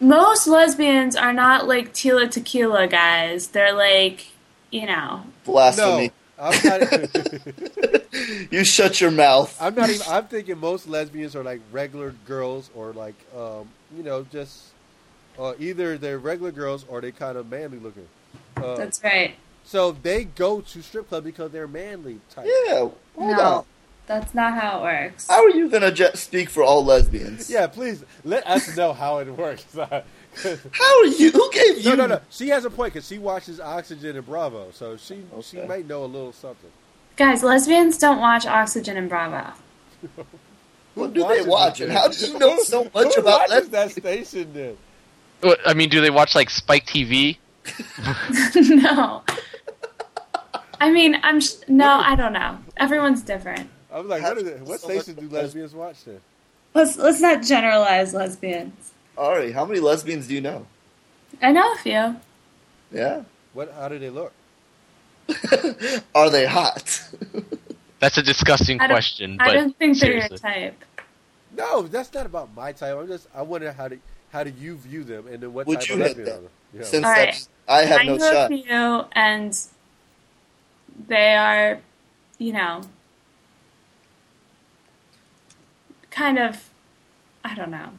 Speaker 3: Most lesbians are not like Tila Tequila guys. They're like, you know,
Speaker 5: Blasphemy!
Speaker 2: No, I'm not.
Speaker 5: *laughs* You shut your mouth.
Speaker 2: I'm
Speaker 3: *laughs*
Speaker 2: not even. I'm thinking most lesbians are like regular girls, or like um, you know, just uh, either they're regular girls or they kind of manly looking. Uh,
Speaker 3: that's right.
Speaker 2: so they go to strip club because they're manly type.
Speaker 5: yeah, hold on.
Speaker 3: No, that's not how it works.
Speaker 5: How are you gonna ju- speak for all lesbians?
Speaker 2: Yeah, please let us know how it works. *laughs*
Speaker 5: How are you? Who gave
Speaker 2: No,
Speaker 5: you?
Speaker 2: no, no. She has a point because she watches Oxygen and Bravo, so she she
Speaker 5: Okay.
Speaker 2: may know a little something. *laughs*
Speaker 3: Guys, lesbians don't watch Oxygen and Bravo.
Speaker 5: What do
Speaker 2: watches
Speaker 5: they
Speaker 2: this
Speaker 5: watch? And
Speaker 2: shit?
Speaker 5: how do you know so much
Speaker 2: Who
Speaker 5: about
Speaker 2: watches
Speaker 5: lesbians?
Speaker 2: that station then?
Speaker 4: What- I mean, do they watch like Spike TV?
Speaker 3: *laughs* no. I mean, I'm sh- no, I don't know. Everyone's different.
Speaker 2: I was like,
Speaker 5: How
Speaker 2: what, is
Speaker 5: do
Speaker 2: it?
Speaker 5: you
Speaker 2: what
Speaker 5: know so much
Speaker 2: station do
Speaker 5: about
Speaker 2: lesbians watch then?
Speaker 3: Let's let's not generalize lesbians.
Speaker 5: Ari, how many lesbians do you know?
Speaker 3: I know a few.
Speaker 5: Yeah.
Speaker 2: What? How do they look?
Speaker 5: *laughs* Are they hot?
Speaker 4: That's a disgusting
Speaker 3: I don't-
Speaker 4: question.
Speaker 3: I
Speaker 4: but
Speaker 3: don't think they're your
Speaker 4: seriously.
Speaker 3: type.
Speaker 2: No, that's not about my type. I'm just I wonder how do how do you view them, and then what
Speaker 5: Would
Speaker 2: type
Speaker 5: you
Speaker 2: of
Speaker 5: hit
Speaker 2: lesbian
Speaker 5: them?
Speaker 2: are they? Yeah.
Speaker 5: Since
Speaker 3: All right.
Speaker 5: that's, I have
Speaker 3: I
Speaker 5: no
Speaker 3: know
Speaker 5: shot.
Speaker 3: a few, and they are, you know, kind of. I don't know.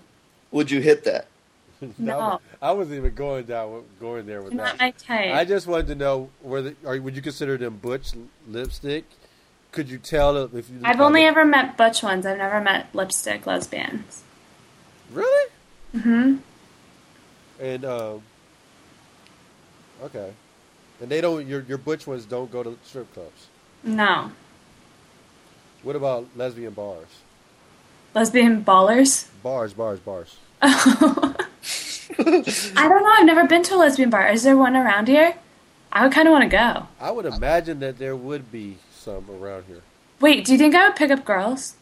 Speaker 5: Would you hit that?
Speaker 2: *laughs* That was-
Speaker 3: No.
Speaker 2: I wasn't even going down going there with
Speaker 3: Not
Speaker 2: that.
Speaker 3: my type.
Speaker 2: I just wanted to know were they, are, would you consider them butch lipstick? Could you tell if you?
Speaker 3: I've only ever met butch ones. I've never met lipstick lesbians.
Speaker 2: really
Speaker 3: hmm
Speaker 2: and um, okay, and they don't your your butch ones don't go to strip clubs.
Speaker 3: No.
Speaker 2: What about lesbian bars?
Speaker 3: Lesbian ballers?
Speaker 2: Bars, bars, bars.
Speaker 3: I don't know. I've never been to a lesbian bar. Is there one around here? I would kind of want to go.
Speaker 2: I would imagine that there would be some around here.
Speaker 3: Wait, do you think I would pick up girls?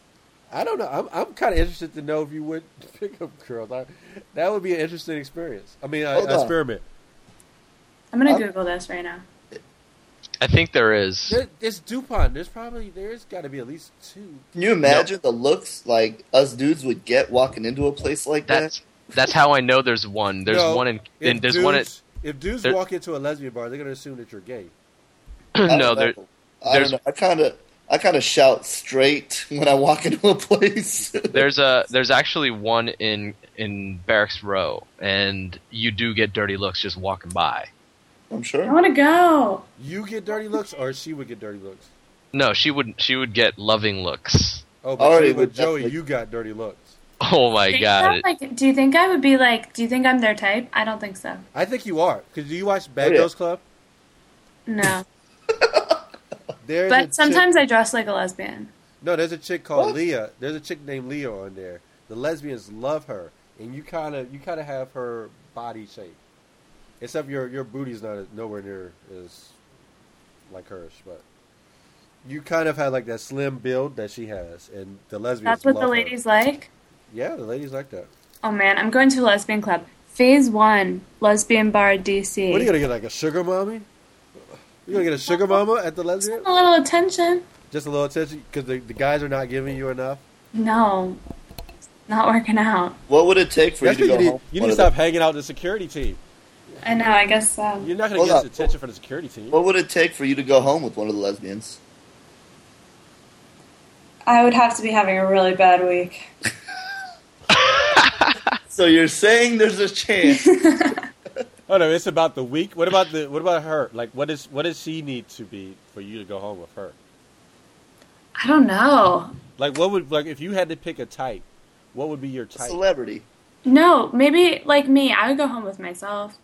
Speaker 2: I don't know. I'm, I'm kind of interested to know if you would *laughs* pick up girls. I, that would be an interesting experience. I mean, a,
Speaker 5: Hold on.
Speaker 2: experiment.
Speaker 3: I'm going
Speaker 5: Huh?
Speaker 3: to Google this right now.
Speaker 4: I think there is.
Speaker 2: There, it's Dupont. There's probably there's got to be at least two.
Speaker 5: Can you imagine the looks like us dudes would get walking into a place like
Speaker 4: That's *clears throat* that's how I know there's one. There's
Speaker 2: No,
Speaker 4: one in.
Speaker 2: if
Speaker 4: and there's
Speaker 2: dudes,
Speaker 4: one at.
Speaker 2: If dudes
Speaker 4: there- *clears throat*
Speaker 2: walk into a lesbian bar, they're gonna assume that you're gay.
Speaker 5: that? I
Speaker 4: no,
Speaker 5: don't
Speaker 4: there,
Speaker 5: know. I
Speaker 4: there's-
Speaker 5: don't know. I kind of, I kind of shout straight *laughs* when I walk into a place.
Speaker 4: there's a there's actually one in in barracks row, and you do get dirty looks just walking by.
Speaker 5: I'm
Speaker 3: I
Speaker 5: sure.
Speaker 3: want to go.
Speaker 2: You get dirty looks, or she would get dirty looks.
Speaker 4: No, she would she would get loving looks. *laughs*
Speaker 2: Oh,
Speaker 5: All
Speaker 2: but,
Speaker 5: right,
Speaker 2: see, but
Speaker 5: but
Speaker 2: Joey,
Speaker 5: definitely-
Speaker 2: you got dirty looks.
Speaker 4: Oh my
Speaker 3: Think
Speaker 4: god!
Speaker 3: so? Like, do you think I would be like, do you think I'm their type? I don't think so.
Speaker 2: I think you are. Cause do you watch Bad
Speaker 5: Oh, yeah.
Speaker 2: Girls Club?
Speaker 3: No.
Speaker 2: *laughs* There's a
Speaker 3: but
Speaker 2: chick-
Speaker 3: sometimes I dress like a lesbian.
Speaker 2: no, there's a chick called
Speaker 5: What?
Speaker 2: Leah. There's a chick named Leah on there. The lesbians love her, and you kind of you kind of have her body shape, except your your booty's not nowhere near as like hers, but. You kind of have like that slim build that she has, and the lesbians.
Speaker 3: That's what
Speaker 2: love
Speaker 3: the
Speaker 2: her.
Speaker 3: ladies like.
Speaker 2: Yeah, the ladies like that.
Speaker 3: Oh man, I'm going to a lesbian club. Phase one, lesbian bar DC.
Speaker 2: What are you gonna get? Like a sugar mommy? You gonna get a sugar mama at the lesbian?
Speaker 3: a little attention.
Speaker 2: Just a little attention because the, the guys are not giving you enough.
Speaker 3: No, not working out.
Speaker 5: What would it take for
Speaker 2: That's
Speaker 5: you to
Speaker 2: what
Speaker 5: go
Speaker 2: you need.
Speaker 5: home?
Speaker 2: You
Speaker 5: one
Speaker 2: need to
Speaker 5: of them?
Speaker 2: stop hanging out with the security team.
Speaker 3: I know. I guess um, so.
Speaker 2: You're not gonna
Speaker 5: Hold
Speaker 2: get
Speaker 5: up.
Speaker 2: attention from the security team.
Speaker 5: What would it take for you to go home with one of the
Speaker 4: *laughs*
Speaker 5: lesbians?
Speaker 3: I would have to be having a really bad week.
Speaker 5: So you're saying there's a chance?
Speaker 2: Oh no, it's about the week. What about the what about her? Like, what is what does she need to be for you to go home with her?
Speaker 3: I don't know.
Speaker 2: Like, what would like if you had to pick a type? What would be your type?
Speaker 5: Celebrity.
Speaker 3: No, maybe like me, I would go home with
Speaker 5: *laughs*
Speaker 3: myself.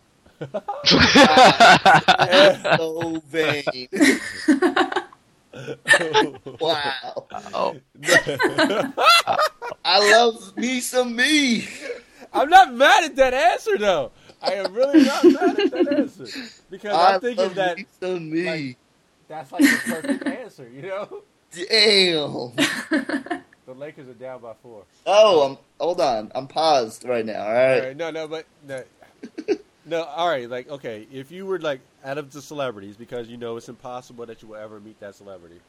Speaker 5: so
Speaker 4: *laughs*
Speaker 5: vain. *laughs* Wow.
Speaker 4: oh,
Speaker 5: I love me some me.
Speaker 2: I'm not mad at that answer though. I am really not mad at that answer because
Speaker 5: I
Speaker 2: I'm thinking
Speaker 5: love
Speaker 2: that
Speaker 5: me some me.
Speaker 2: like- that's like the perfect *laughs* answer. You know,
Speaker 5: Damn.
Speaker 2: the Lakers are down by four.
Speaker 5: *laughs* Oh, I'm hold on. I'm paused right now. All
Speaker 2: All
Speaker 5: right.
Speaker 2: right, no, no, but no, *laughs* no. All right, like okay, if you were like out of the celebrities, because you know it's impossible that you will ever meet that celebrity.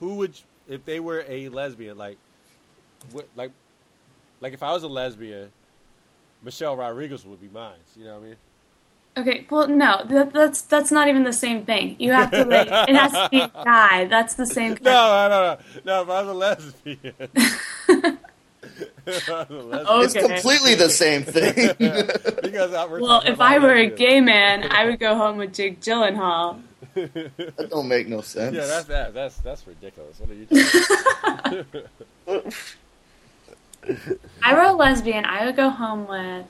Speaker 2: Who would you- if they were a lesbian? Like, what, like, like if I was a lesbian, Michelle Rodriguez would be mine. You know what I mean?
Speaker 3: Okay, well, no, that, that's that's not even the same thing. You have to like, it has to be a guy. That's the same.
Speaker 2: No, no, no, no. no if I was a lesbian. *laughs* If I was a lesbian-
Speaker 5: It's completely the same thing.
Speaker 2: because I- we're
Speaker 3: Well,
Speaker 2: talking
Speaker 3: if
Speaker 2: about
Speaker 3: I were a
Speaker 2: lesbians.
Speaker 3: gay man, I would go home with Jake Gyllenhaal.
Speaker 5: that don't make no sense.
Speaker 2: yeah, that's that, that's that's ridiculous. What are you? Talking
Speaker 3: I were a lesbian, I would go home with.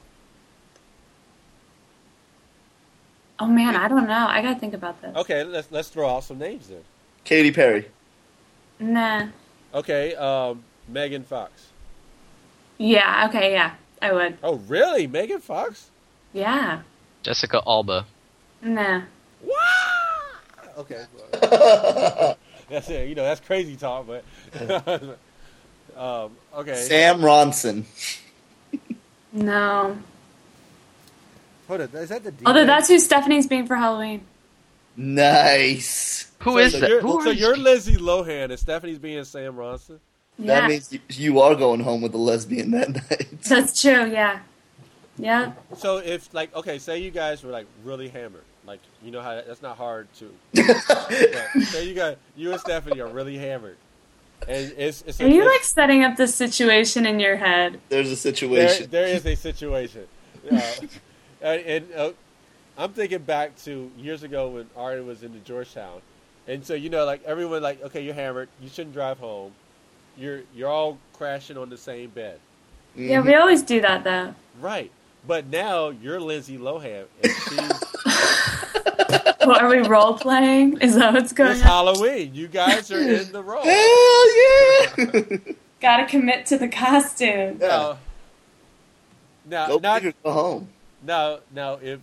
Speaker 3: Oh man, I don't know. I gotta think about this.
Speaker 2: *laughs* okay, let's let's throw out some names then.
Speaker 5: Katy Perry.
Speaker 3: Nah.
Speaker 2: Okay, um, Megan Fox.
Speaker 3: Yeah. Okay. Yeah, I would.
Speaker 2: Oh, really? Megan Fox?
Speaker 3: Yeah.
Speaker 4: Jessica Alba.
Speaker 3: Nah.
Speaker 2: Wow! *laughs* Okay. well, that's it. You know, that's crazy talk, but *laughs* Um, okay.
Speaker 5: Sam Ronson.
Speaker 3: No.
Speaker 2: Hold on, is that the DJ?
Speaker 3: Although that's who Stephanie's being for Halloween.
Speaker 5: Nice.
Speaker 4: Who
Speaker 2: so
Speaker 4: is that?
Speaker 2: You're,
Speaker 4: Who
Speaker 2: so
Speaker 4: is-
Speaker 2: you're Lizzie Lohan, and Stephanie's being Sam Ronson.
Speaker 5: That
Speaker 3: Yeah.
Speaker 5: means you, you are going home with a lesbian that *laughs* night.
Speaker 3: That's true, yeah. Yeah.
Speaker 2: So if like okay, say you guys were like really hammered, like you know how that, that's not hard to. but say you got you and Stephanie are really hammered, and it's it's.
Speaker 3: Are you like setting up this situation in your head?
Speaker 5: There's a
Speaker 2: there,
Speaker 5: situation.
Speaker 2: there is
Speaker 5: *laughs*
Speaker 2: a situation, uh, and, and uh, I'm thinking back to years ago when Ari was in Georgetown, and so you know like everyone like okay you're hammered, you shouldn't drive home, you're you're all crashing on the same bed.
Speaker 5: Mm-hmm.
Speaker 3: Yeah, we always do that though.
Speaker 2: Right. But now you're Lindsay Lohan. And she's,
Speaker 3: What, are we role playing? Is that what's going
Speaker 2: it's
Speaker 3: on?
Speaker 2: Halloween. You guys are
Speaker 5: *laughs*
Speaker 2: in the role.
Speaker 5: Hell yeah!
Speaker 3: *laughs* Gotta commit to the costume.
Speaker 2: Now, now,
Speaker 5: Go
Speaker 2: not,
Speaker 5: big or go home.
Speaker 2: now, now, if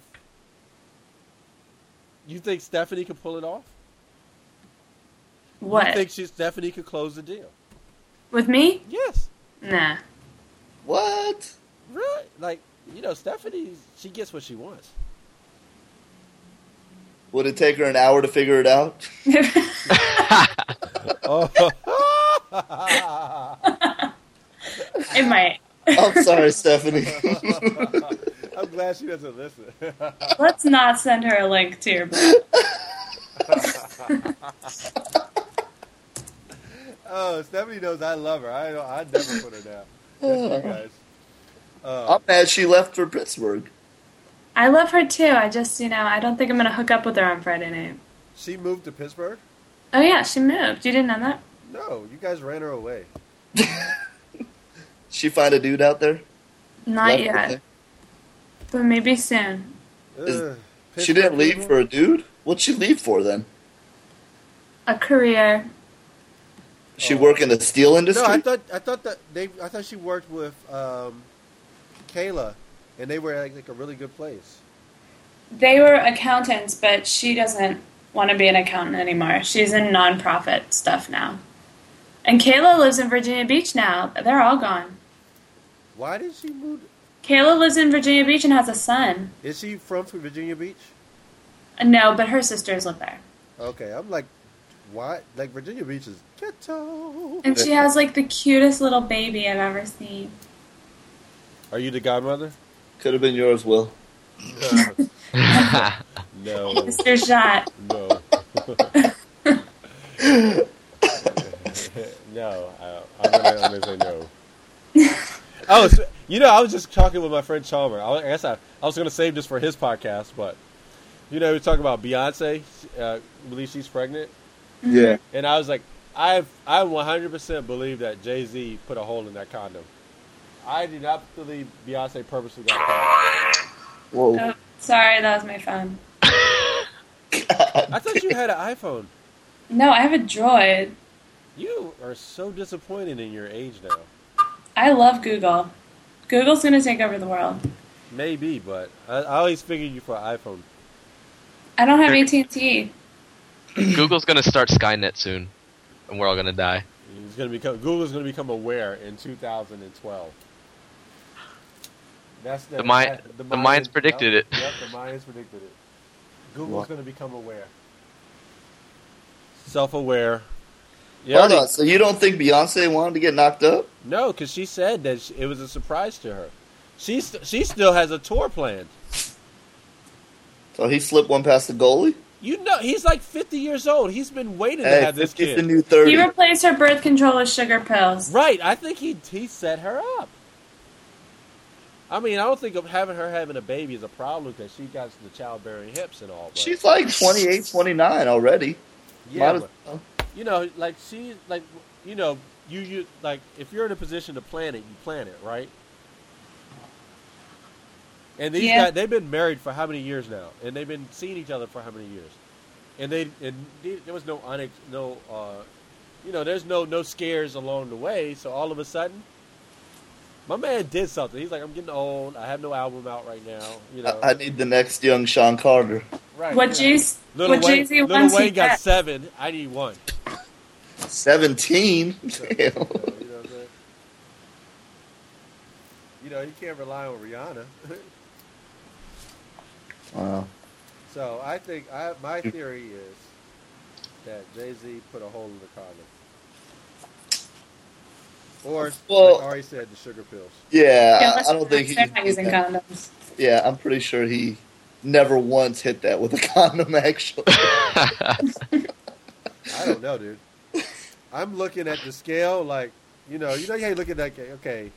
Speaker 2: you think Stephanie could pull it off, you
Speaker 3: What?
Speaker 2: think she, Stephanie could close the deal?
Speaker 3: With me?
Speaker 2: Yes. *laughs*
Speaker 3: Nah.
Speaker 5: What?
Speaker 2: Right. Like, you know, Stephanie, she gets what she wants.
Speaker 5: Would it take her an hour to figure it
Speaker 4: *laughs*
Speaker 5: out?
Speaker 2: Oh.
Speaker 3: It
Speaker 2: *laughs*
Speaker 3: might.
Speaker 5: *laughs* I'm sorry, Stephanie.
Speaker 2: *laughs* I'm glad she doesn't listen.
Speaker 3: Let's not send her a link to your book.
Speaker 2: oh, Stephanie knows I love her. I, don't- I never *laughs* put her down.
Speaker 3: *laughs*
Speaker 5: *laughs*
Speaker 2: That's you guys. Uh,
Speaker 5: I'm mad she left for Pittsburgh.
Speaker 3: I love her too. I just, you know, I don't think I'm gonna hook up with her on Friday night.
Speaker 2: she moved to Pittsburgh?
Speaker 3: Oh yeah, she moved. You didn't know that?
Speaker 2: No, you guys ran her away.
Speaker 5: She find a dude out there?
Speaker 3: Not
Speaker 5: Left
Speaker 3: yet,
Speaker 5: with
Speaker 3: but maybe soon.
Speaker 5: Is-
Speaker 2: Ugh,
Speaker 5: her? She didn't
Speaker 2: Pittsburgh
Speaker 5: leave
Speaker 2: people?
Speaker 5: for a dude? What'd she leave for then?
Speaker 3: A career.
Speaker 5: She work in the steel industry?
Speaker 2: Oh. No, I thought I thought that they I thought she worked with um, Kayla, and they were at like a really good place.
Speaker 3: They were accountants, but she doesn't want to be an accountant anymore. She's in nonprofit stuff now. And Kayla lives in Virginia Beach now. They're all gone.
Speaker 2: Why did she move?
Speaker 3: Kayla lives in Virginia Beach and has a son.
Speaker 2: Is she from Virginia Beach?
Speaker 3: No, but her sisters live there.
Speaker 2: Okay, I'm like, why? Like Virginia Beach is ghetto.
Speaker 3: And she has like the cutest little baby I've ever seen.
Speaker 2: Are you the godmother?
Speaker 5: Could have been yours, Will.
Speaker 3: *laughs*
Speaker 2: No,
Speaker 3: Mr. Shot.
Speaker 2: no, *laughs* no. I, I'm gonna, I'm gonna say no. Oh, so, you know, I was just talking with my friend Chalmer. I guess I, I was going to save this for his podcast, but you know, we talking about Beyonce. Uh, believe she's pregnant.
Speaker 5: Yeah.
Speaker 2: And I was like, I I 100% believe that Jay Z put a hole in that condom. I do not believe Beyonce purposely got pregnant.
Speaker 5: Whoa.
Speaker 3: Oh, sorry, that was my phone.
Speaker 2: I thought you had an iPhone.
Speaker 3: No, I have a droid.
Speaker 2: You are so disappointed in your age now.
Speaker 3: I love Google. Google's gonna take over the world.
Speaker 2: Maybe, but I, I always figured you for an iPhone.
Speaker 3: I don't have AT and T.
Speaker 4: Google's gonna start Skynet soon, and we're all gonna die.
Speaker 2: It's gonna become Google's gonna become aware in 2012. That's the,
Speaker 4: The Mi- the Mayans predicted
Speaker 2: yep,
Speaker 4: it.
Speaker 2: Yep, the Mayans predicted it. Google's
Speaker 5: What?
Speaker 2: gonna become aware, self-aware. Yeah,
Speaker 5: Hold on, so you don't think Beyonce wanted to get knocked up?
Speaker 2: no, because she said that sh it was a surprise to her. She st- she still has a tour planned.
Speaker 5: So he slipped one past the goalie?
Speaker 2: You know, he's like 50 years old. He's been waiting to
Speaker 5: Hey,
Speaker 2: have this
Speaker 5: it's
Speaker 2: kid.
Speaker 5: the new 30.
Speaker 3: He replaced her birth control with sugar pills.
Speaker 2: Right. I think he he set her up. I mean, I don't think of having her having a baby is a problem because she got the childbearing hips and all. But,
Speaker 5: She's like 28, 29 already.
Speaker 2: yeah,
Speaker 5: Might as
Speaker 2: but,
Speaker 5: well.
Speaker 2: you know, like she, like you know, you you like if you're in a position to plan it, you plan it, right? And these
Speaker 3: Yeah.
Speaker 2: guys, they've been married for how many years now, and they've been seeing each other for how many years, and they and they- there was no unex, no, uh, you know, there's no no scares along the way. So all of a sudden, my man did something. He's like, I'm getting old. I have no album out right now. You know,
Speaker 5: I, I need the next young Sean Carter.
Speaker 2: right?
Speaker 3: What
Speaker 2: you know.
Speaker 3: Jay
Speaker 2: Little
Speaker 3: what Jay
Speaker 2: Wayne,
Speaker 3: Z
Speaker 2: Lil
Speaker 3: wants he
Speaker 2: Wayne got
Speaker 3: gets.
Speaker 2: seven. I need one.
Speaker 5: 17? Damn.
Speaker 2: *laughs* So, you know what I'm saying? you know, he can't rely on Rihanna. *laughs*
Speaker 5: Wow.
Speaker 2: so I think I, my theory is that Jay Z put a hole in the condom. Or,
Speaker 5: Well-
Speaker 2: like Ari said, the sugar pills.
Speaker 5: Yeah,
Speaker 3: let's-
Speaker 5: I don't think he.
Speaker 3: They're not using
Speaker 5: yeah.
Speaker 3: condoms.
Speaker 5: Yeah, I'm pretty sure he never once hit that with a *laughs* condom.
Speaker 2: *laughs*
Speaker 5: Actually,
Speaker 2: I don't
Speaker 5: *laughs*
Speaker 2: know, dude. I'm looking at the scale, like you know, you know, yeah, you look at that. guy, Okay,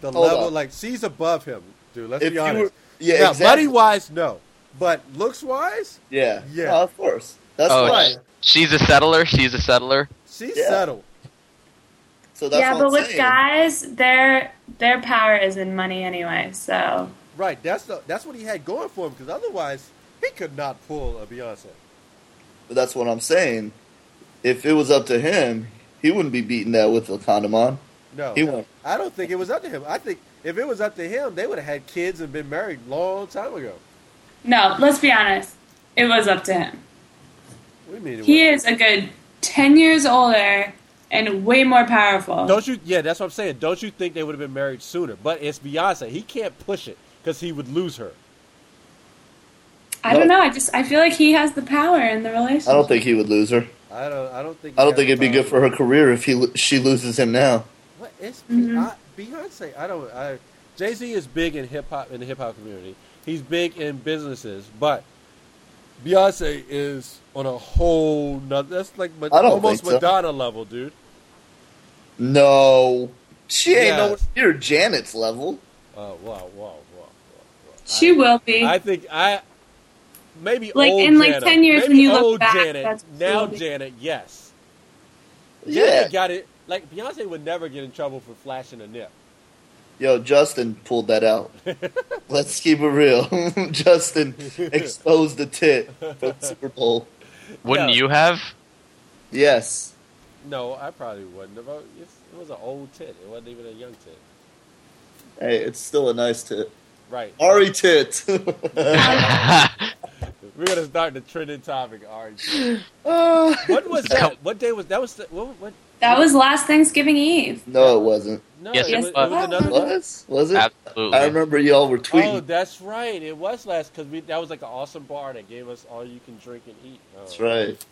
Speaker 2: the
Speaker 5: Hold
Speaker 2: level,
Speaker 5: on.
Speaker 2: like she's above him, dude. Let's
Speaker 5: If
Speaker 2: be
Speaker 5: you
Speaker 2: honest.
Speaker 5: were- yeah,
Speaker 2: now,
Speaker 5: exactly. *laughs*
Speaker 2: money wise, no, but looks wise,
Speaker 5: yeah,
Speaker 2: Yeah.
Speaker 5: No, of course. That's
Speaker 4: Oh,
Speaker 5: why.
Speaker 4: She's a settler. She's a settler.
Speaker 2: she's
Speaker 5: Yeah.
Speaker 2: settled.
Speaker 5: So that's
Speaker 3: yeah,
Speaker 5: what
Speaker 3: but
Speaker 5: I'm
Speaker 3: with
Speaker 5: saying.
Speaker 3: guys, their their power is in money anyway. So
Speaker 2: Right. That's the, that's what he had going for him because otherwise he could not pull a Beyonce.
Speaker 5: But that's what I'm saying. If it was up to him, he wouldn't be beating that with a condom on.
Speaker 2: No,
Speaker 5: He won't.
Speaker 2: I don't think it was up to him. I think if it was up to him, they would have had kids and been married long time ago.
Speaker 3: no, let's be honest. It was up to him.
Speaker 2: We mean it
Speaker 3: He is
Speaker 2: was-
Speaker 3: a good ten years older and way more powerful.
Speaker 2: Don't you? Yeah, that's what I'm saying. Don't you think they would have been married sooner? But it's Beyonce. He can't push it because he would lose her.
Speaker 3: I don't know. I just I feel like he has the power in the relationship.
Speaker 5: I don't think he would lose her.
Speaker 2: I don't. I don't think.
Speaker 5: I don't think it'd be good for her career if he lo- she loses him now.
Speaker 2: What is
Speaker 3: Mm-hmm.
Speaker 2: I, Beyonce? I don't. I, Jay Z is big in hip hop in the hip hop community. He's big in businesses, but Beyonce is on a whole nother. That's like Ma-
Speaker 5: I don't
Speaker 2: almost
Speaker 5: think so.
Speaker 2: Madonna level, dude.
Speaker 5: No, she ain't
Speaker 2: Yeah.
Speaker 5: nowhere near Janet's level.
Speaker 2: Oh wow, wow, wow, wow. wow.
Speaker 3: she will be.
Speaker 2: I think I maybe
Speaker 3: Like,
Speaker 2: old
Speaker 3: in, like,
Speaker 2: Janet.
Speaker 3: 10 years
Speaker 2: maybe
Speaker 3: when you look
Speaker 2: old
Speaker 3: back,
Speaker 2: Janet.
Speaker 3: that's
Speaker 2: now
Speaker 3: really-
Speaker 2: Janet, yes.
Speaker 5: Yeah.
Speaker 2: Janet got it. Like Beyonce would never get in trouble for flashing a nip.
Speaker 5: Yo, Justin pulled that
Speaker 2: *laughs*
Speaker 5: out. Let's keep it real. *laughs* Justin exposed the tit for the Super Bowl.
Speaker 4: Wouldn't
Speaker 2: Yeah.
Speaker 4: you have?
Speaker 5: Yes.
Speaker 2: No, I probably wouldn't. have. It's- It was an old tit. It wasn't even a young tit.
Speaker 5: Hey, it's still a nice tit.
Speaker 2: Right.
Speaker 5: Ari tit. *laughs* uh,
Speaker 2: We're gonna start the trending topic. All right.
Speaker 5: Oh.
Speaker 2: what was that? What day was that? Was the, what, what?
Speaker 3: that was last Thanksgiving Eve.
Speaker 5: no, it wasn't.
Speaker 2: No,
Speaker 4: Yes,
Speaker 2: it,
Speaker 4: it
Speaker 2: was,
Speaker 4: was.
Speaker 2: was another. day.
Speaker 5: Was? Was it?
Speaker 4: Absolutely.
Speaker 5: I remember y'all were
Speaker 2: Oh,
Speaker 5: tweeting.
Speaker 2: that's right. It was last because we that was like an awesome bar that gave us all you can drink and eat. Oh.
Speaker 5: That's right.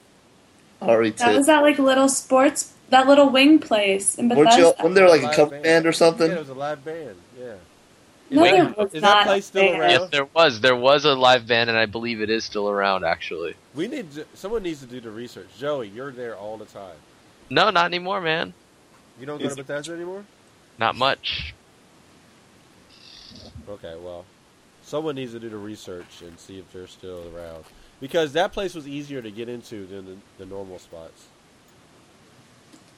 Speaker 5: Ari
Speaker 3: That was
Speaker 5: tit.
Speaker 3: that like little sports, that little wing place in
Speaker 5: Weren't y'all,
Speaker 3: Bethesda.
Speaker 5: wasn't there like a
Speaker 2: Live
Speaker 5: cover
Speaker 2: band.
Speaker 5: band or
Speaker 2: Yeah, it
Speaker 5: something?
Speaker 2: was a live band. Yeah.
Speaker 3: no,
Speaker 4: Wing-
Speaker 3: there was
Speaker 2: is that
Speaker 3: not
Speaker 2: place still
Speaker 3: a
Speaker 2: around?
Speaker 4: Yes, there was. There was a live band, and I believe it is still around. Actually,
Speaker 2: We need to, someone needs to do the research. Joey, you're there all the time.
Speaker 4: no, not anymore, man.
Speaker 2: You don't go
Speaker 5: Is-
Speaker 2: to Bethesda anymore.
Speaker 4: Not much.
Speaker 2: Okay, well, someone needs to do the research and see if they're still around because that place was easier to get into than the, the normal spots.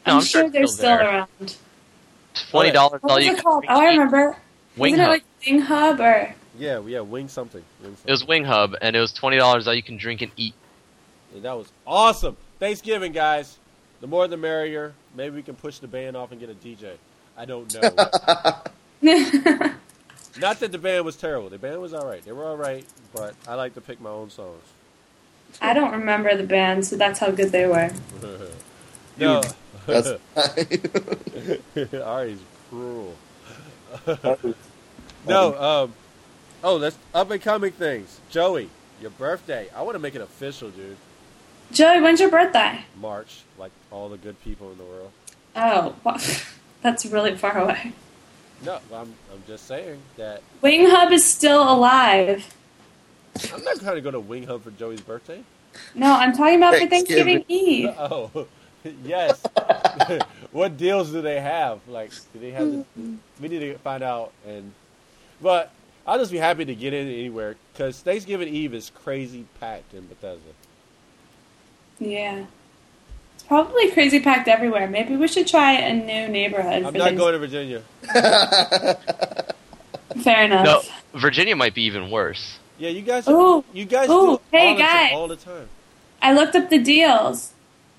Speaker 4: No,
Speaker 3: I'm,
Speaker 4: I'm
Speaker 3: sure
Speaker 4: sure it's
Speaker 3: they're
Speaker 4: still
Speaker 3: still
Speaker 4: there.
Speaker 3: around.
Speaker 4: Twenty dollars.
Speaker 3: What
Speaker 4: All
Speaker 3: was
Speaker 4: you.
Speaker 3: it called? Oh, I remember.
Speaker 4: Wing
Speaker 3: Wasn't
Speaker 4: Hub.
Speaker 3: it like Wing Hub or?
Speaker 2: Yeah, yeah, wing something. Wing something.
Speaker 4: It was Wing Hub, and it was twenty dollars. All you can drink and eat.
Speaker 2: And that was awesome. Thanksgiving, guys. The more the merrier. Maybe we can push the band off and get a DJ. I don't know. Not that the band was terrible. The band was all right. They were all right, but I like to pick my own songs. *laughs*
Speaker 3: I don't remember the band, so that's how good they were.
Speaker 2: no,
Speaker 5: That's
Speaker 2: *laughs* Ari's cruel. No, um, oh, that's up and coming things. Joey, your birthday. I want to make it official, dude.
Speaker 3: Joey, when's your birthday?
Speaker 2: March, like all the good people in the world.
Speaker 3: Oh, wow. *laughs* that's really far away.
Speaker 2: No, I'm, I'm just saying that
Speaker 3: Wing Hub is still alive.
Speaker 2: I'm not trying to go to Wing Hub for Joey's birthday.
Speaker 3: No, I'm talking about for
Speaker 5: Thanksgiving.
Speaker 3: Thanksgiving Eve.
Speaker 2: *laughs* Oh, yes. *laughs* what deals do they have? Like, do they have? The,
Speaker 3: Mm-hmm.
Speaker 2: we need to find out. And but I'll just be happy to get in anywhere because Thanksgiving Eve is crazy packed in Bethesda.
Speaker 3: Yeah. It's probably crazy packed everywhere. Maybe we should try a new neighborhood.
Speaker 2: I'm
Speaker 3: for
Speaker 2: not
Speaker 3: Thanks-
Speaker 2: going to Virginia.
Speaker 3: Fair enough.
Speaker 4: No, Virginia might be even worse.
Speaker 2: Yeah, you guys.
Speaker 3: Ooh.
Speaker 2: you guys
Speaker 3: Ooh,
Speaker 2: do it
Speaker 3: hey,
Speaker 2: all, the ti-
Speaker 3: guys.
Speaker 2: all the time.
Speaker 3: I looked up the deals.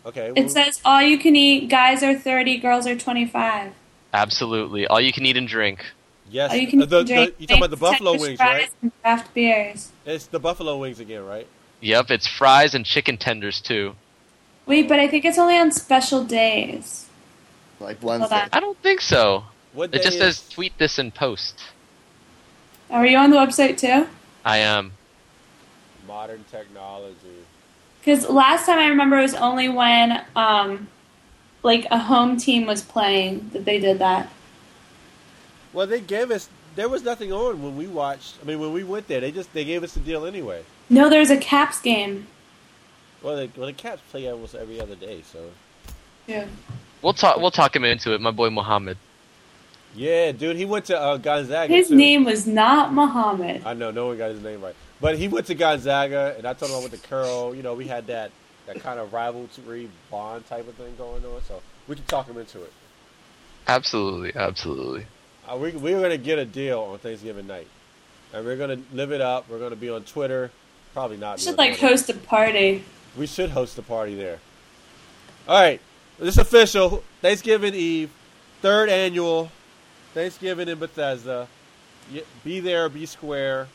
Speaker 2: Okay.
Speaker 3: It says all you can eat. Guys are thirty, girls are twenty-five.
Speaker 4: Absolutely, all you can eat and drink.
Speaker 2: yes. Uh,
Speaker 3: All you can
Speaker 2: the, the,
Speaker 3: drink.
Speaker 2: you talking about the
Speaker 3: Texas
Speaker 2: buffalo
Speaker 3: Texas
Speaker 2: wings,
Speaker 3: fries
Speaker 2: right?
Speaker 3: and Craft beers.
Speaker 2: It's the buffalo wings again, right?
Speaker 4: Yep, it's fries and chicken tenders too.
Speaker 3: Wait, but I think it's only on special days.
Speaker 5: like
Speaker 3: Hold
Speaker 5: Wednesday.
Speaker 3: on.
Speaker 4: I don't think so.
Speaker 2: What
Speaker 4: It
Speaker 2: day
Speaker 4: just
Speaker 2: is-
Speaker 4: says tweet this and post.
Speaker 3: Are you on the website too?
Speaker 4: I um, am.
Speaker 2: modern technology.
Speaker 3: Because last time I remember it was only when um, like a home team was playing that they did that.
Speaker 2: Well, they gave us. There was nothing on when we watched. I mean, when we went there, they just they gave us the deal anyway.
Speaker 3: No, there's a Caps game.
Speaker 2: Well, they, well, the Cats play almost every other day, so
Speaker 3: Yeah.
Speaker 4: We'll talk. We'll talk him into it. My boy Mohammed.
Speaker 2: yeah, dude, he went to uh, Gonzaga.
Speaker 3: His
Speaker 2: too.
Speaker 3: name was not Muhammad.
Speaker 2: I know no one got his name right, but he went to Gonzaga, and I told him I went to Curl. You know, we had that that kind of rivalry bond type of thing going on, so we can talk him into it.
Speaker 4: Absolutely, absolutely.
Speaker 2: Uh, we, we're going to get a deal on Thanksgiving night. And we're going to live it up. We're going to be on Twitter. Probably not.
Speaker 3: We
Speaker 2: be
Speaker 3: should
Speaker 2: on
Speaker 3: like
Speaker 2: Twitter.
Speaker 3: host a party.
Speaker 2: We should host a party there. All right. This is official. Thanksgiving Eve, third annual Thanksgiving in Bethesda. Y- Be there, be square.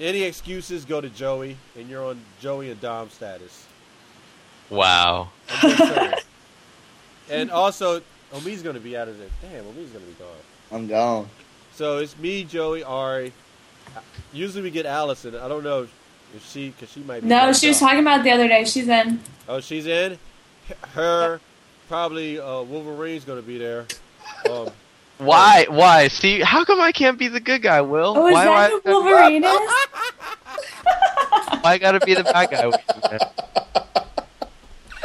Speaker 2: Any excuses, go to Joey, and you're on Joey and Dom status.
Speaker 4: Wow.
Speaker 2: I'm just saying. and also, Omi's going to be out of there. Damn, Omi's going to be gone.
Speaker 5: I'm
Speaker 3: *laughs*
Speaker 5: gone.
Speaker 2: So it's me, Joey, Ari. Uh, Usually we get Allison. I don't know if she, because she might be.
Speaker 3: No,
Speaker 2: back
Speaker 3: she was
Speaker 2: up.
Speaker 3: talking about it the other day. She's in.
Speaker 2: Oh, she's in. Her, probably uh, Wolverine's going to be there. Um,
Speaker 4: Why? Why? See, how come I can't be the good guy, Will?
Speaker 3: Oh, is
Speaker 4: why?
Speaker 3: that
Speaker 4: why?
Speaker 3: who Wolverine is?
Speaker 4: why I gotta be the bad guy? with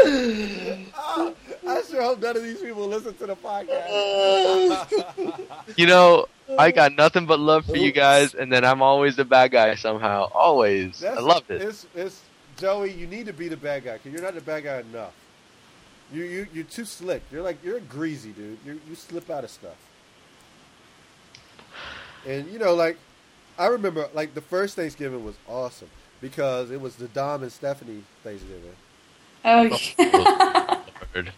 Speaker 4: you, man?
Speaker 2: Ah, I sure hope none of these people listen to the podcast.
Speaker 5: *laughs*
Speaker 2: *laughs*
Speaker 4: You know, I got nothing but love for you guys, and then I'm always the bad guy somehow. Always. I loved it.
Speaker 2: It's, it's Joey. You need to be the bad guy because you're not the bad guy enough. You you you're too slick. You're like you're greasy, dude. You you slip out of stuff. And you know, like I remember, like the first Thanksgiving was awesome because it was the Dom and Stephanie Thanksgiving.
Speaker 3: Oh, yeah. *laughs*
Speaker 4: Lord.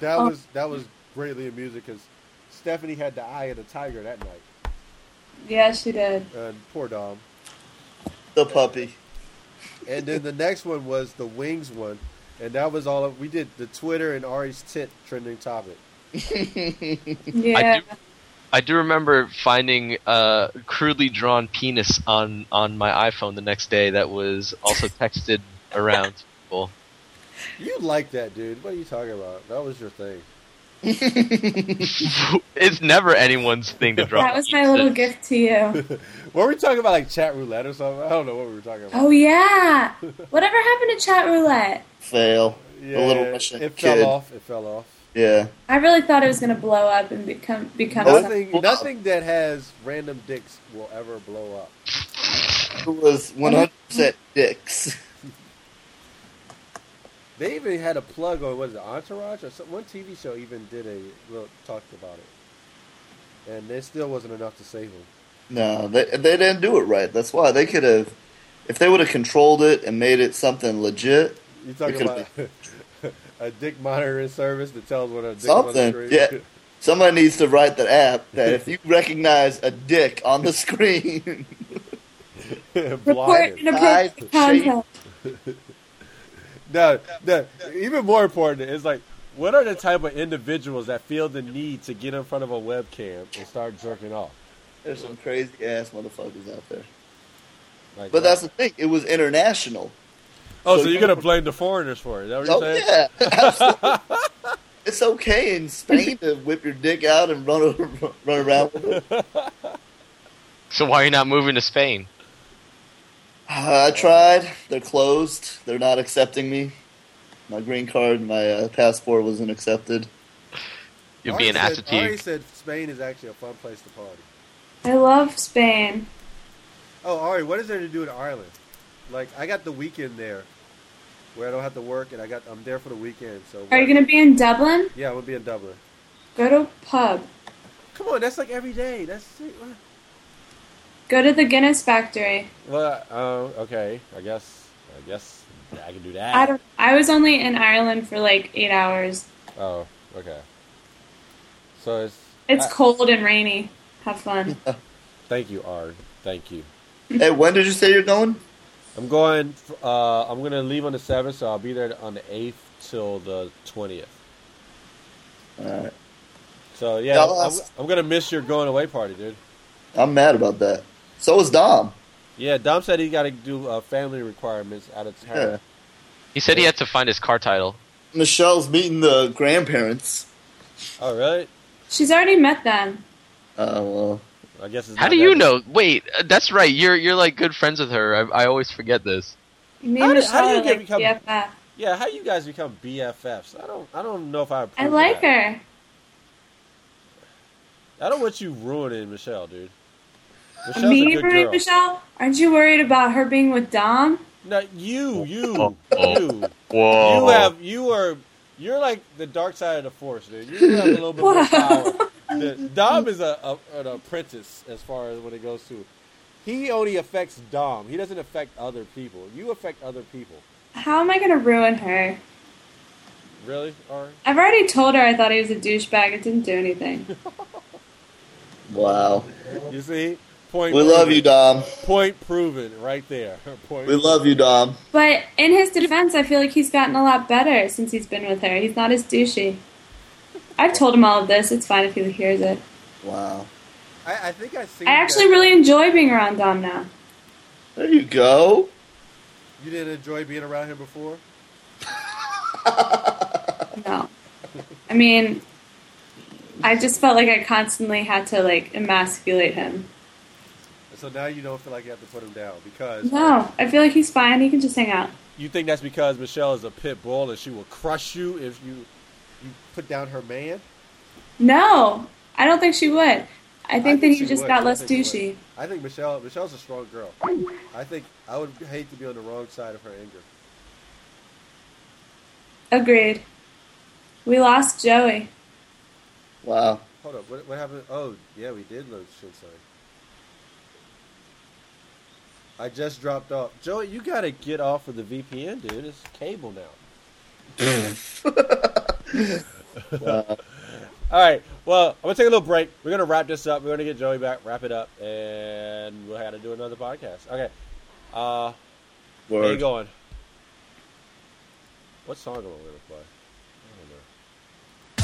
Speaker 2: That
Speaker 3: Oh.
Speaker 2: was that was greatly amusing because Stephanie had the eye of the tiger that night,
Speaker 3: yeah, she did.
Speaker 2: and poor Dom.
Speaker 5: The puppy.
Speaker 2: And then the next one was the wings one, and that was all of, we did. The Twitter and Ari's tit trending topic.
Speaker 3: Yeah.
Speaker 4: do- I do remember finding a crudely drawn penis on on my iPhone the next day that was also texted around to people.
Speaker 2: You like that, dude? What are you talking about? That was your thing.
Speaker 4: it's never anyone's thing to draw.
Speaker 3: That was my little gift to you.
Speaker 2: Were we talking about like chat roulette or something? I don't know what we were talking about.
Speaker 3: Oh, yeah. Whatever happened to chat roulette?
Speaker 5: Fail. the little
Speaker 2: Yeah,
Speaker 5: Russian
Speaker 2: it
Speaker 5: kid.
Speaker 2: fell off. It fell off.
Speaker 5: Yeah.
Speaker 3: I really thought it was going to blow up and become become something.
Speaker 2: Nothing, nothing that has random dicks will ever blow up.
Speaker 5: It was 100% dicks. *laughs*
Speaker 2: They even had a plug on was it Entourage or some, one TV show even did a little talked about it, and it still wasn't enough to save them.
Speaker 5: No, they they didn't do it right. That's why they could have, if they would have controlled it and made it something legit,
Speaker 2: You talking
Speaker 5: It
Speaker 2: about
Speaker 5: could've
Speaker 2: *laughs* a dick monitoring service that tells when a dick on
Speaker 5: something.
Speaker 2: the
Speaker 5: Yeah,
Speaker 2: screen?
Speaker 5: somebody needs to write that app that if
Speaker 2: *laughs*
Speaker 5: you recognize a dick on the screen,
Speaker 2: Yeah,
Speaker 3: Report inappropriate
Speaker 5: Lies,
Speaker 3: content.
Speaker 2: *laughs* No, no. Even more important is like, what are the type of individuals that feel the need to get in front of a webcam and start jerking off?
Speaker 5: there's some crazy ass motherfuckers out there.
Speaker 2: Like,
Speaker 5: But that's the thing; it was international.
Speaker 2: oh, so you're gonna blame the foreigners for it? Is that what you're
Speaker 5: Oh
Speaker 2: saying?
Speaker 5: yeah, absolutely.
Speaker 2: *laughs*
Speaker 5: it's okay in Spain to whip your dick out and run *laughs* run around with it.
Speaker 4: *laughs*
Speaker 5: Uh,
Speaker 4: So why are you not moving to Spain?
Speaker 5: I tried. They're closed. They're not accepting me. My green card, my uh, passport wasn't accepted.
Speaker 4: You're
Speaker 2: Ari
Speaker 4: being
Speaker 2: said, Ari
Speaker 4: attitude.
Speaker 2: said Spain is actually a fun place to party.
Speaker 3: I love Spain.
Speaker 2: Oh, Ari, what is there to do in Ireland? Like, I got the weekend there, where I don't have to work, and I got I'm there for the weekend. So
Speaker 3: Are you going to be in Dublin?
Speaker 2: Yeah, I'm gonna be in Dublin.
Speaker 3: Go to a pub.
Speaker 2: Come on, that's like every day. That's
Speaker 3: Go to the Guinness factory.
Speaker 2: well, uh, okay. I guess, I guess I can do that.
Speaker 3: I don't. I was only in Ireland for like eight hours.
Speaker 2: Oh, okay. So it's.
Speaker 3: It's
Speaker 2: I-
Speaker 3: cold and rainy. Have fun.
Speaker 2: Thank you, Ari. Thank you.
Speaker 5: Hey, when did you say you're going?
Speaker 2: I'm going. Uh, I'm gonna leave on the seventh, so I'll be there on the eighth till the twentieth.
Speaker 5: All right.
Speaker 2: So yeah,
Speaker 5: Y'all
Speaker 2: I'm,
Speaker 5: lost.
Speaker 2: I'm gonna miss your going away party, dude.
Speaker 5: I'm mad about that. So is Dom.
Speaker 2: Yeah, Dom said he got to do uh, family requirements out of town.
Speaker 5: Yeah.
Speaker 4: He said he had to find his car title.
Speaker 5: Michelle's meeting the grandparents.
Speaker 2: All right.
Speaker 3: She's already met them.
Speaker 5: Oh well.
Speaker 2: I guess. It's
Speaker 4: How
Speaker 2: not
Speaker 4: do
Speaker 2: that-
Speaker 4: you know? Wait, uh, that's right. You're you're like good friends with her. I, I always forget this.
Speaker 3: Me
Speaker 2: How
Speaker 3: and
Speaker 2: do- how do
Speaker 3: Michelle
Speaker 2: you
Speaker 3: are like
Speaker 2: get become-
Speaker 3: BFF.
Speaker 2: Yeah, how you guys become BFFs? I don't. I don't know if I.
Speaker 3: I
Speaker 2: approve of
Speaker 3: like
Speaker 2: that.
Speaker 3: her.
Speaker 2: I don't want you ruining Michelle, dude. Michelle's
Speaker 3: Me,
Speaker 2: a good
Speaker 3: Marie
Speaker 2: girl.
Speaker 3: Michelle? Aren't you worried about her being with Dom?
Speaker 2: No, you, you,
Speaker 4: Oh.
Speaker 2: you.
Speaker 4: Whoa.
Speaker 2: You have. You are. You're like the dark side of the force, dude. You have a little bit more
Speaker 3: *laughs*
Speaker 2: power. The, Dom is a, a an apprentice as far as when it goes to. He only affects Dom. He doesn't affect other people. You affect other people.
Speaker 3: How am I going to ruin her?
Speaker 2: Really, Ari?
Speaker 3: I've already told her I thought he was a douchebag. It didn't do anything.
Speaker 2: *laughs*
Speaker 5: Wow.
Speaker 2: You see? Point
Speaker 5: We love you, Dom.
Speaker 2: Point proven right there. *laughs* Point
Speaker 5: We love you, Dom.
Speaker 3: But in his defense, I feel like he's gotten a lot better since he's been with her. He's not as douchey. I've told him all of this. It's fine if he hears it.
Speaker 5: Wow.
Speaker 2: I, I think I see.
Speaker 3: I actually really enjoy being around Dom now.
Speaker 5: There you go.
Speaker 2: You didn't enjoy being around him before?
Speaker 3: No. I mean, I just felt like I constantly had to, like, emasculate him.
Speaker 2: So now you don't feel like you have to put him down because.
Speaker 3: No, I feel like he's fine. He can just hang out.
Speaker 2: You think that's because Michelle is a pit bull and she will crush you if you you put down her man?
Speaker 3: No, I don't think she would. I think that he
Speaker 2: she
Speaker 3: just
Speaker 2: would.
Speaker 3: got
Speaker 2: I
Speaker 3: less
Speaker 2: think she would.
Speaker 3: douchey.
Speaker 2: I think Michelle Michelle's a strong girl. I think I would hate to be on the wrong side of her anger.
Speaker 3: Agreed. We lost Joey.
Speaker 5: Wow.
Speaker 2: Hold up, what, what happened? Oh, yeah, we did lose Shinsei. I just dropped off. Joey, you gotta get off of the VPN, dude. It's cable now.
Speaker 5: *laughs*
Speaker 2: All right. Well, I'm gonna take a little break. We're gonna wrap this up. We're gonna get Joey back, wrap it up, and we'll have to do another podcast. Okay. Uh, where you
Speaker 5: Word.
Speaker 2: going? What song am I gonna play? I don't know.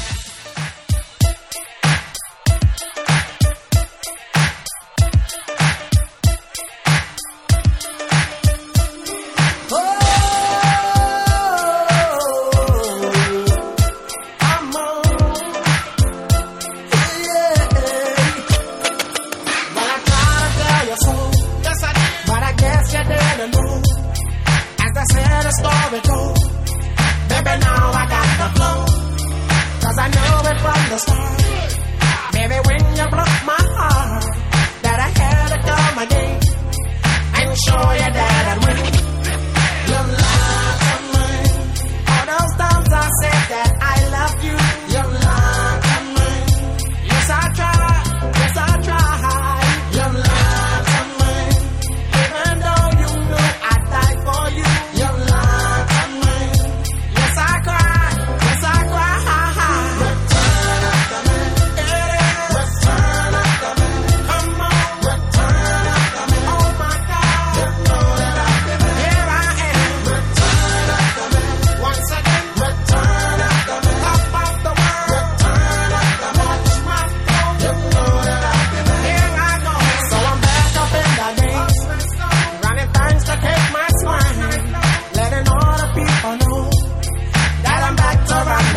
Speaker 8: Baby, when you broke my heart, that I had to come again and show you that I win. Your love of mine, all those times I said that I love you. Your love of mine, yes I try, yes I try. Your love of mine, even though you know I die for you. Your love of mine, yes I cry, yes I cry.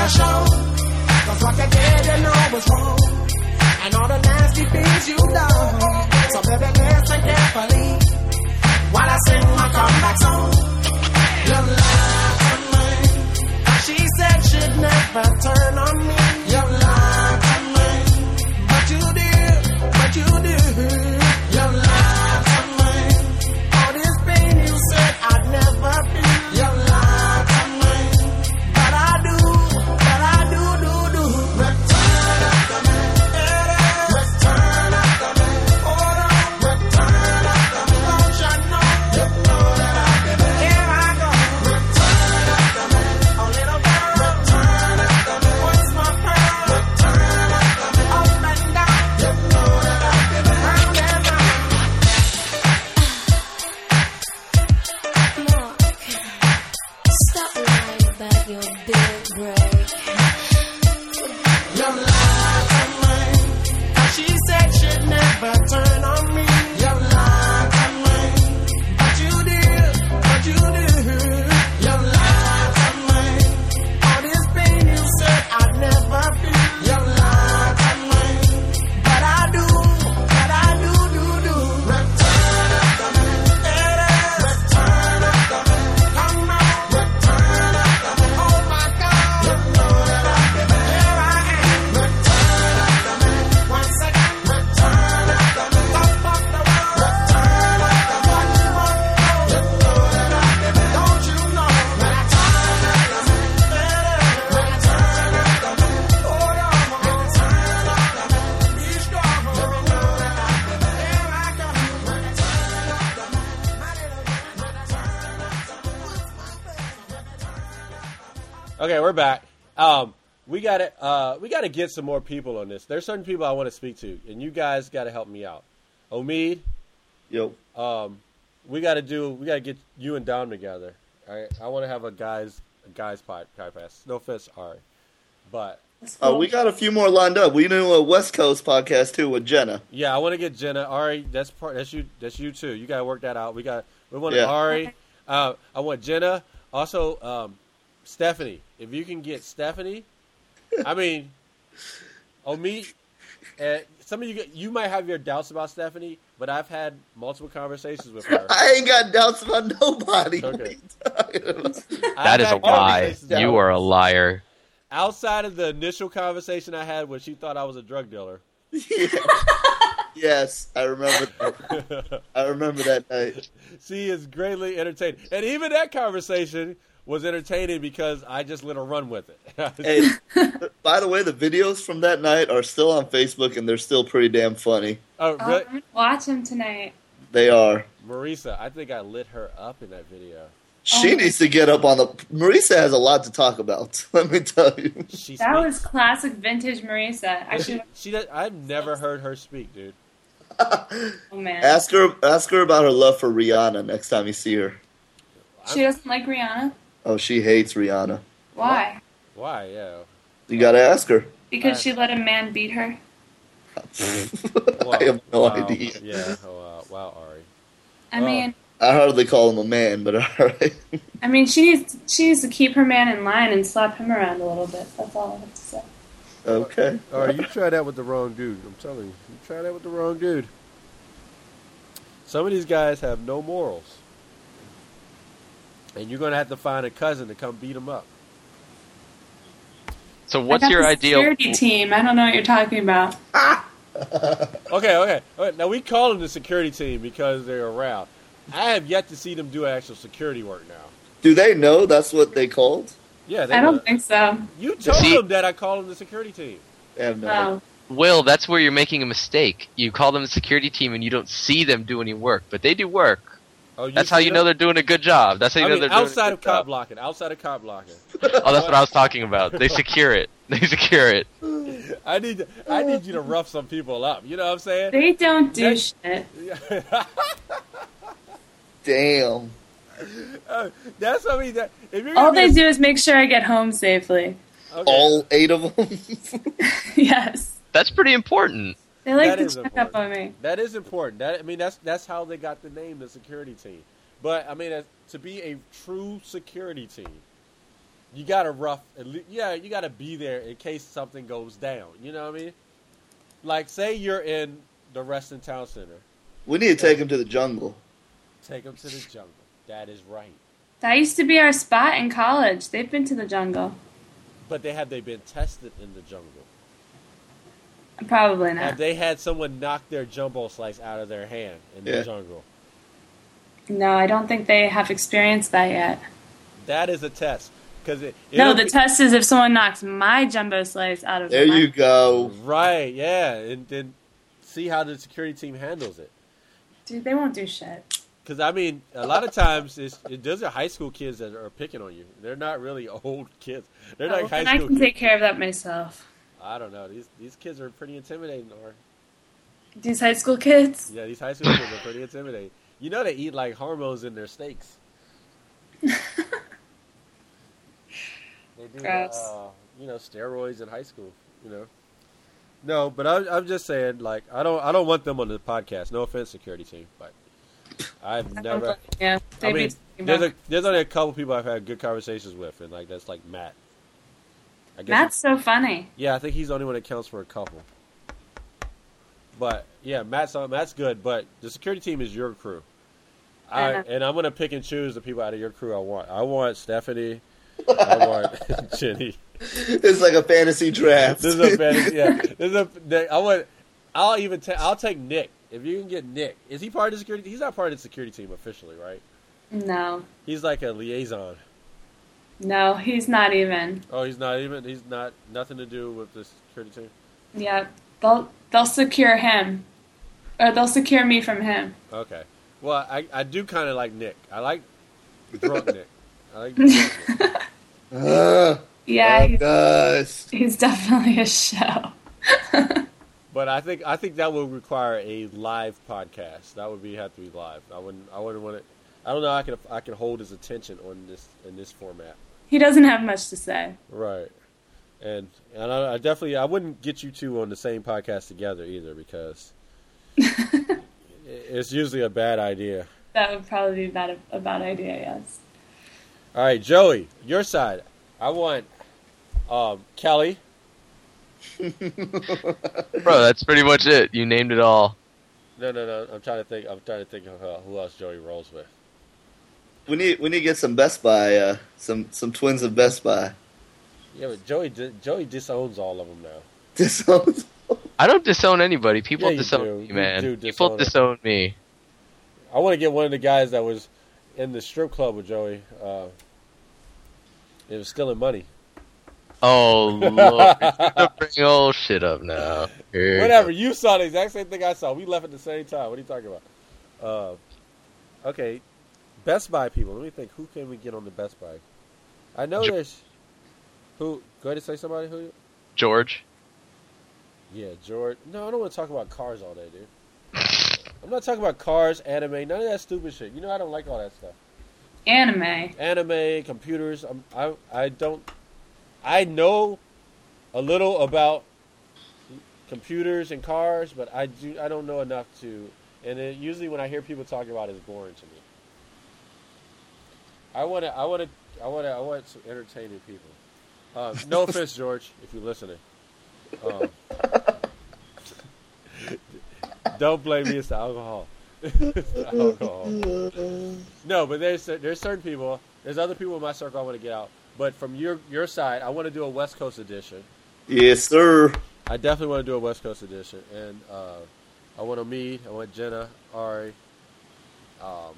Speaker 8: Show. Cause what you did, you know was wrong. And all the nasty things you done. So baby, listen carefully. While I sing my comeback song. Your love to mine. She said she'd never turn on me. Your love to mine. But you did, but you did. Your love to mine. All this pain you said I'd never feel. Your love to mine. But I do, but I do, do, do. Return of the man. Return of the man. Hold on. Return of the man. Don't you know? You know that I've been there. Here I go. Return of the man. Oh, little girl. Return of the man.
Speaker 2: Okay, we're back. Um, we got to uh, we got to get some more people on this. There's certain people I want to speak to, and you guys got to help me out. Omid,
Speaker 5: yo,
Speaker 2: um, we got to do we got to get you and Dom together. All right, I want to have a guys a guys pod- podcast. No offense, Ari, but
Speaker 5: Uh, we got a few more lined up. We do a West Coast podcast too with Jenna.
Speaker 2: Yeah, I want to get Jenna. Ari, that's part. That's you. That's you too. You gotta work that out. We got. We want
Speaker 5: Yeah.
Speaker 2: Ari. Uh, I want Jenna. Also, um, Stephanie. If you can get Stephanie, I mean, Omid. Uh, some of you get- you might have your doubts about Stephanie, but I've had multiple conversations with her.
Speaker 5: I ain't got doubts about nobody.
Speaker 2: Okay.
Speaker 4: That is a lie. You are a liar.
Speaker 2: outside of the initial conversation I had when she thought I was a drug dealer.
Speaker 5: *laughs* Yes, I remember. That. I remember that night.
Speaker 2: *laughs*
Speaker 5: *laughs*
Speaker 2: She is greatly entertained. And even that conversation was entertaining because I just let her run with it. *laughs*
Speaker 5: Hey, by the way, the videos from that night are still on Facebook, and they're still pretty damn funny.
Speaker 2: oh,
Speaker 3: Oh,
Speaker 2: really?
Speaker 3: I'm gonna watch him tonight.
Speaker 5: They are.
Speaker 2: Marisa, I think I lit her up in that video.
Speaker 3: Oh,
Speaker 5: She needs to get up on the. Marisa has a lot to talk about. *laughs* Let me tell you.
Speaker 2: She
Speaker 3: That was classic vintage Marisa. I
Speaker 2: She,
Speaker 3: should.
Speaker 2: she does, I've never heard her speak, dude.
Speaker 3: Oh man,
Speaker 5: Ask her. Ask her about her love for Rihanna next time you see her.
Speaker 3: she doesn't like Rihanna.
Speaker 5: Oh, she hates Rihanna.
Speaker 3: Why?
Speaker 2: Why? Uh. Yeah.
Speaker 5: You gotta ask her.
Speaker 3: Because she let a man beat her.
Speaker 2: Wow.
Speaker 5: *laughs* I have no
Speaker 2: Uh, Wow.
Speaker 5: idea.
Speaker 2: Yeah. Oh, wow. wow, Ari.
Speaker 3: I
Speaker 2: Oh.
Speaker 3: mean,
Speaker 5: I hardly call him a man, but *laughs* all right.
Speaker 3: I mean, she needs she needs to keep her man in line and slap him around a little bit. That's all I have to say.
Speaker 5: Okay.
Speaker 2: Ari, Oh, you try that with the wrong dude. I'm telling you. You try that with the wrong dude. Some of these guys have no morals. And you're going to have to find a cousin to come beat them up.
Speaker 4: So
Speaker 3: I
Speaker 4: what's
Speaker 3: got
Speaker 4: your
Speaker 3: the
Speaker 4: ideal?
Speaker 3: security team? I don't know what you're talking about.
Speaker 2: Okay, okay. All right, now we call them the security team because they're around. I have yet to see them do actual security work now.
Speaker 5: Do they know that's what they called?
Speaker 2: Yeah, they
Speaker 3: I don't
Speaker 2: would.
Speaker 3: think so.
Speaker 2: You told
Speaker 4: See-
Speaker 2: them that I called them the security team.
Speaker 5: They
Speaker 2: uh,
Speaker 5: have no.
Speaker 3: No.
Speaker 4: Will, that's where you're making a mistake. You call them a security team and you don't see them do any work, but they do work.
Speaker 2: Oh, you
Speaker 4: That's how
Speaker 2: see
Speaker 4: you
Speaker 2: them?
Speaker 4: know they're doing a good job. That's how you
Speaker 2: I
Speaker 4: know
Speaker 2: mean,
Speaker 4: they're
Speaker 2: outside
Speaker 4: doing a
Speaker 2: of
Speaker 4: good job.
Speaker 2: cop blocking, outside of *laughs* cop blocking.
Speaker 4: Oh, that's what I was talking about. They secure it. *laughs* They secure it.
Speaker 2: I need, I need you to rough some people up. You know what I'm saying?
Speaker 3: They don't do
Speaker 2: That-
Speaker 3: shit.
Speaker 5: Damn.
Speaker 2: *laughs* Uh, that's what I mean. That, if you're
Speaker 3: All
Speaker 2: gonna
Speaker 3: they
Speaker 2: be
Speaker 3: do is *laughs* make sure I get home safely.
Speaker 2: a- okay.
Speaker 5: All eight of *laughs* them.
Speaker 3: yes.
Speaker 4: That's pretty important.
Speaker 3: They like
Speaker 2: That
Speaker 3: to
Speaker 2: is
Speaker 3: check up
Speaker 2: important.
Speaker 3: on me.
Speaker 2: That is important. That I mean, that's that's how they got the name, the security team. But I mean, as, to be a true security team, you got to rough. at le- Yeah, you got to be there in case something goes down. You know what I mean? Like, say you're in the Reston Town Center,
Speaker 5: we need to take him to the jungle.
Speaker 2: take them to the jungle. That is right.
Speaker 3: That used to be our spot in college. They've been to the jungle.
Speaker 2: But they have they been tested in the jungle?
Speaker 3: Probably
Speaker 2: Have
Speaker 3: not.
Speaker 2: they had someone knock their jumbo slice out of their hand in
Speaker 5: Yeah.
Speaker 2: the jungle?
Speaker 3: No, I don't think they have experienced that yet.
Speaker 2: That is a test. Because it,
Speaker 3: no,
Speaker 2: it'll
Speaker 3: the
Speaker 2: be-
Speaker 3: test is if someone knocks my jumbo slice out of
Speaker 5: There
Speaker 3: my-
Speaker 5: you go.
Speaker 2: Right, yeah, and then see how the security team handles it.
Speaker 3: Dude, they won't do shit.
Speaker 2: Because I mean, a lot of times it's it, those are high school kids that are picking on you. They're not really *laughs* old kids. They're
Speaker 3: Oh,
Speaker 2: like
Speaker 3: and
Speaker 2: high
Speaker 3: I
Speaker 2: school.
Speaker 3: can
Speaker 2: Kids.
Speaker 3: take care of that myself.
Speaker 2: I don't know. These these kids are pretty intimidating. Or
Speaker 3: These high school kids?
Speaker 2: yeah, these high school kids are pretty intimidating. You know, they eat like hormones in
Speaker 3: *laughs*
Speaker 2: their steaks. they do,
Speaker 3: Gross.
Speaker 2: uh, you know, steroids in high school. You know. No, but I'm, I'm just saying, like, I don't, I don't want them on the podcast. No offense, security team, but I've never.
Speaker 3: Yeah, they
Speaker 2: I mean,
Speaker 3: be
Speaker 2: there's, a, there's only a couple people I've had good conversations with, and like that's like Matt. I guess
Speaker 3: Matt's so funny.
Speaker 2: yeah, I think he's the only one that counts for a couple. But yeah, Matt's on, Matt's good. But the security team is your crew, I,
Speaker 3: I know.
Speaker 2: and I'm gonna pick and choose the people out of your crew I want. I want Stephanie.
Speaker 5: *laughs*
Speaker 2: I want *laughs* Jenny.
Speaker 5: It's like a fantasy draft.
Speaker 2: *laughs* This is a fantasy. Yeah, this is a. they- I want. I'll even. Ta- I'll take Nick if you can get Nick. Is he part of the security? He's not part of the security team officially, right?
Speaker 3: No.
Speaker 2: He's like a liaison.
Speaker 3: No, he's not even.
Speaker 2: Oh, he's not even. He's not nothing to do with the security team.
Speaker 3: Yeah, they'll they'll secure him, or they'll secure me from him.
Speaker 2: Okay. Well, I, I do kind of like Nick. I like drunk Nick. I like drunk Nick.
Speaker 5: Ugh.
Speaker 3: Yeah, he's,
Speaker 5: August.
Speaker 3: he's *laughs* definitely a show.
Speaker 2: But I think I think that would require a live podcast. That would be have to be live. I wouldn't I wouldn't want it. I don't know. I can I can hold his attention on this in this format.
Speaker 3: He doesn't have much to say.
Speaker 2: Right. And and I, I definitely I wouldn't get you two on the same podcast together either because i- it's usually a bad idea.
Speaker 3: That would probably be about a, a bad idea. Yes.
Speaker 2: All right, Joey, your side. I want um, Kelly.
Speaker 4: Bro, that's pretty much it. You named it all.
Speaker 2: No, no, no. I'm trying to think. I'm trying to think of uh, who else Joey rolls with.
Speaker 5: We need we need to get some Best Buy, uh, some some twins of Best Buy. *laughs*
Speaker 2: Yeah, but Joey di- Joey disowns all of them now.
Speaker 5: Disowns.
Speaker 4: I don't disown anybody. People
Speaker 2: Yeah, you
Speaker 4: disown
Speaker 2: do.
Speaker 4: me,
Speaker 2: You
Speaker 4: man.
Speaker 2: do disown
Speaker 4: People
Speaker 2: us.
Speaker 4: disown
Speaker 2: *laughs*
Speaker 4: me.
Speaker 2: I want to get one of the guys that was in the strip club with Joey. Uh, it was stealing money.
Speaker 4: Oh lord, You're gonna bring old shit up now. Here you
Speaker 2: Whatever.
Speaker 4: go.
Speaker 2: You saw the exact same thing I saw. We left at the same time. What are you talking about? Uh, okay, Best Buy people. Let me think. Who can we get on the Best Buy? I know
Speaker 4: Jo-
Speaker 2: there's who. Go ahead and say somebody who.
Speaker 4: George.
Speaker 2: Yeah, George. No, I don't want to talk about cars all day,
Speaker 4: *laughs*
Speaker 2: dude. I'm not talking about cars, anime, none of that stupid shit. You know I don't like all that stuff.
Speaker 3: Anime.
Speaker 2: Anime, computers. I'm, I I don't. I know a little about computers and cars, but I do I don't know enough to. And it, usually when I hear people talking about it, it's boring to me. I want to I want to I want to I want some entertaining people. Uh, no offense, George, if you're listening. Um, don't blame me. It's the alcohol. *laughs* alcohol. No, but there's there's certain people. There's other people in my circle I want to get out. But from your your side, I want to do a West Coast edition.
Speaker 5: Yes, sir.
Speaker 2: I definitely want to do a West Coast edition, and uh, I want to meet. I want Jenna, Ari, um,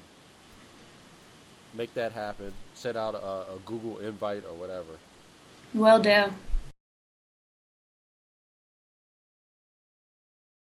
Speaker 2: make that happen. Send out a, a Google invite or whatever.
Speaker 3: Will do.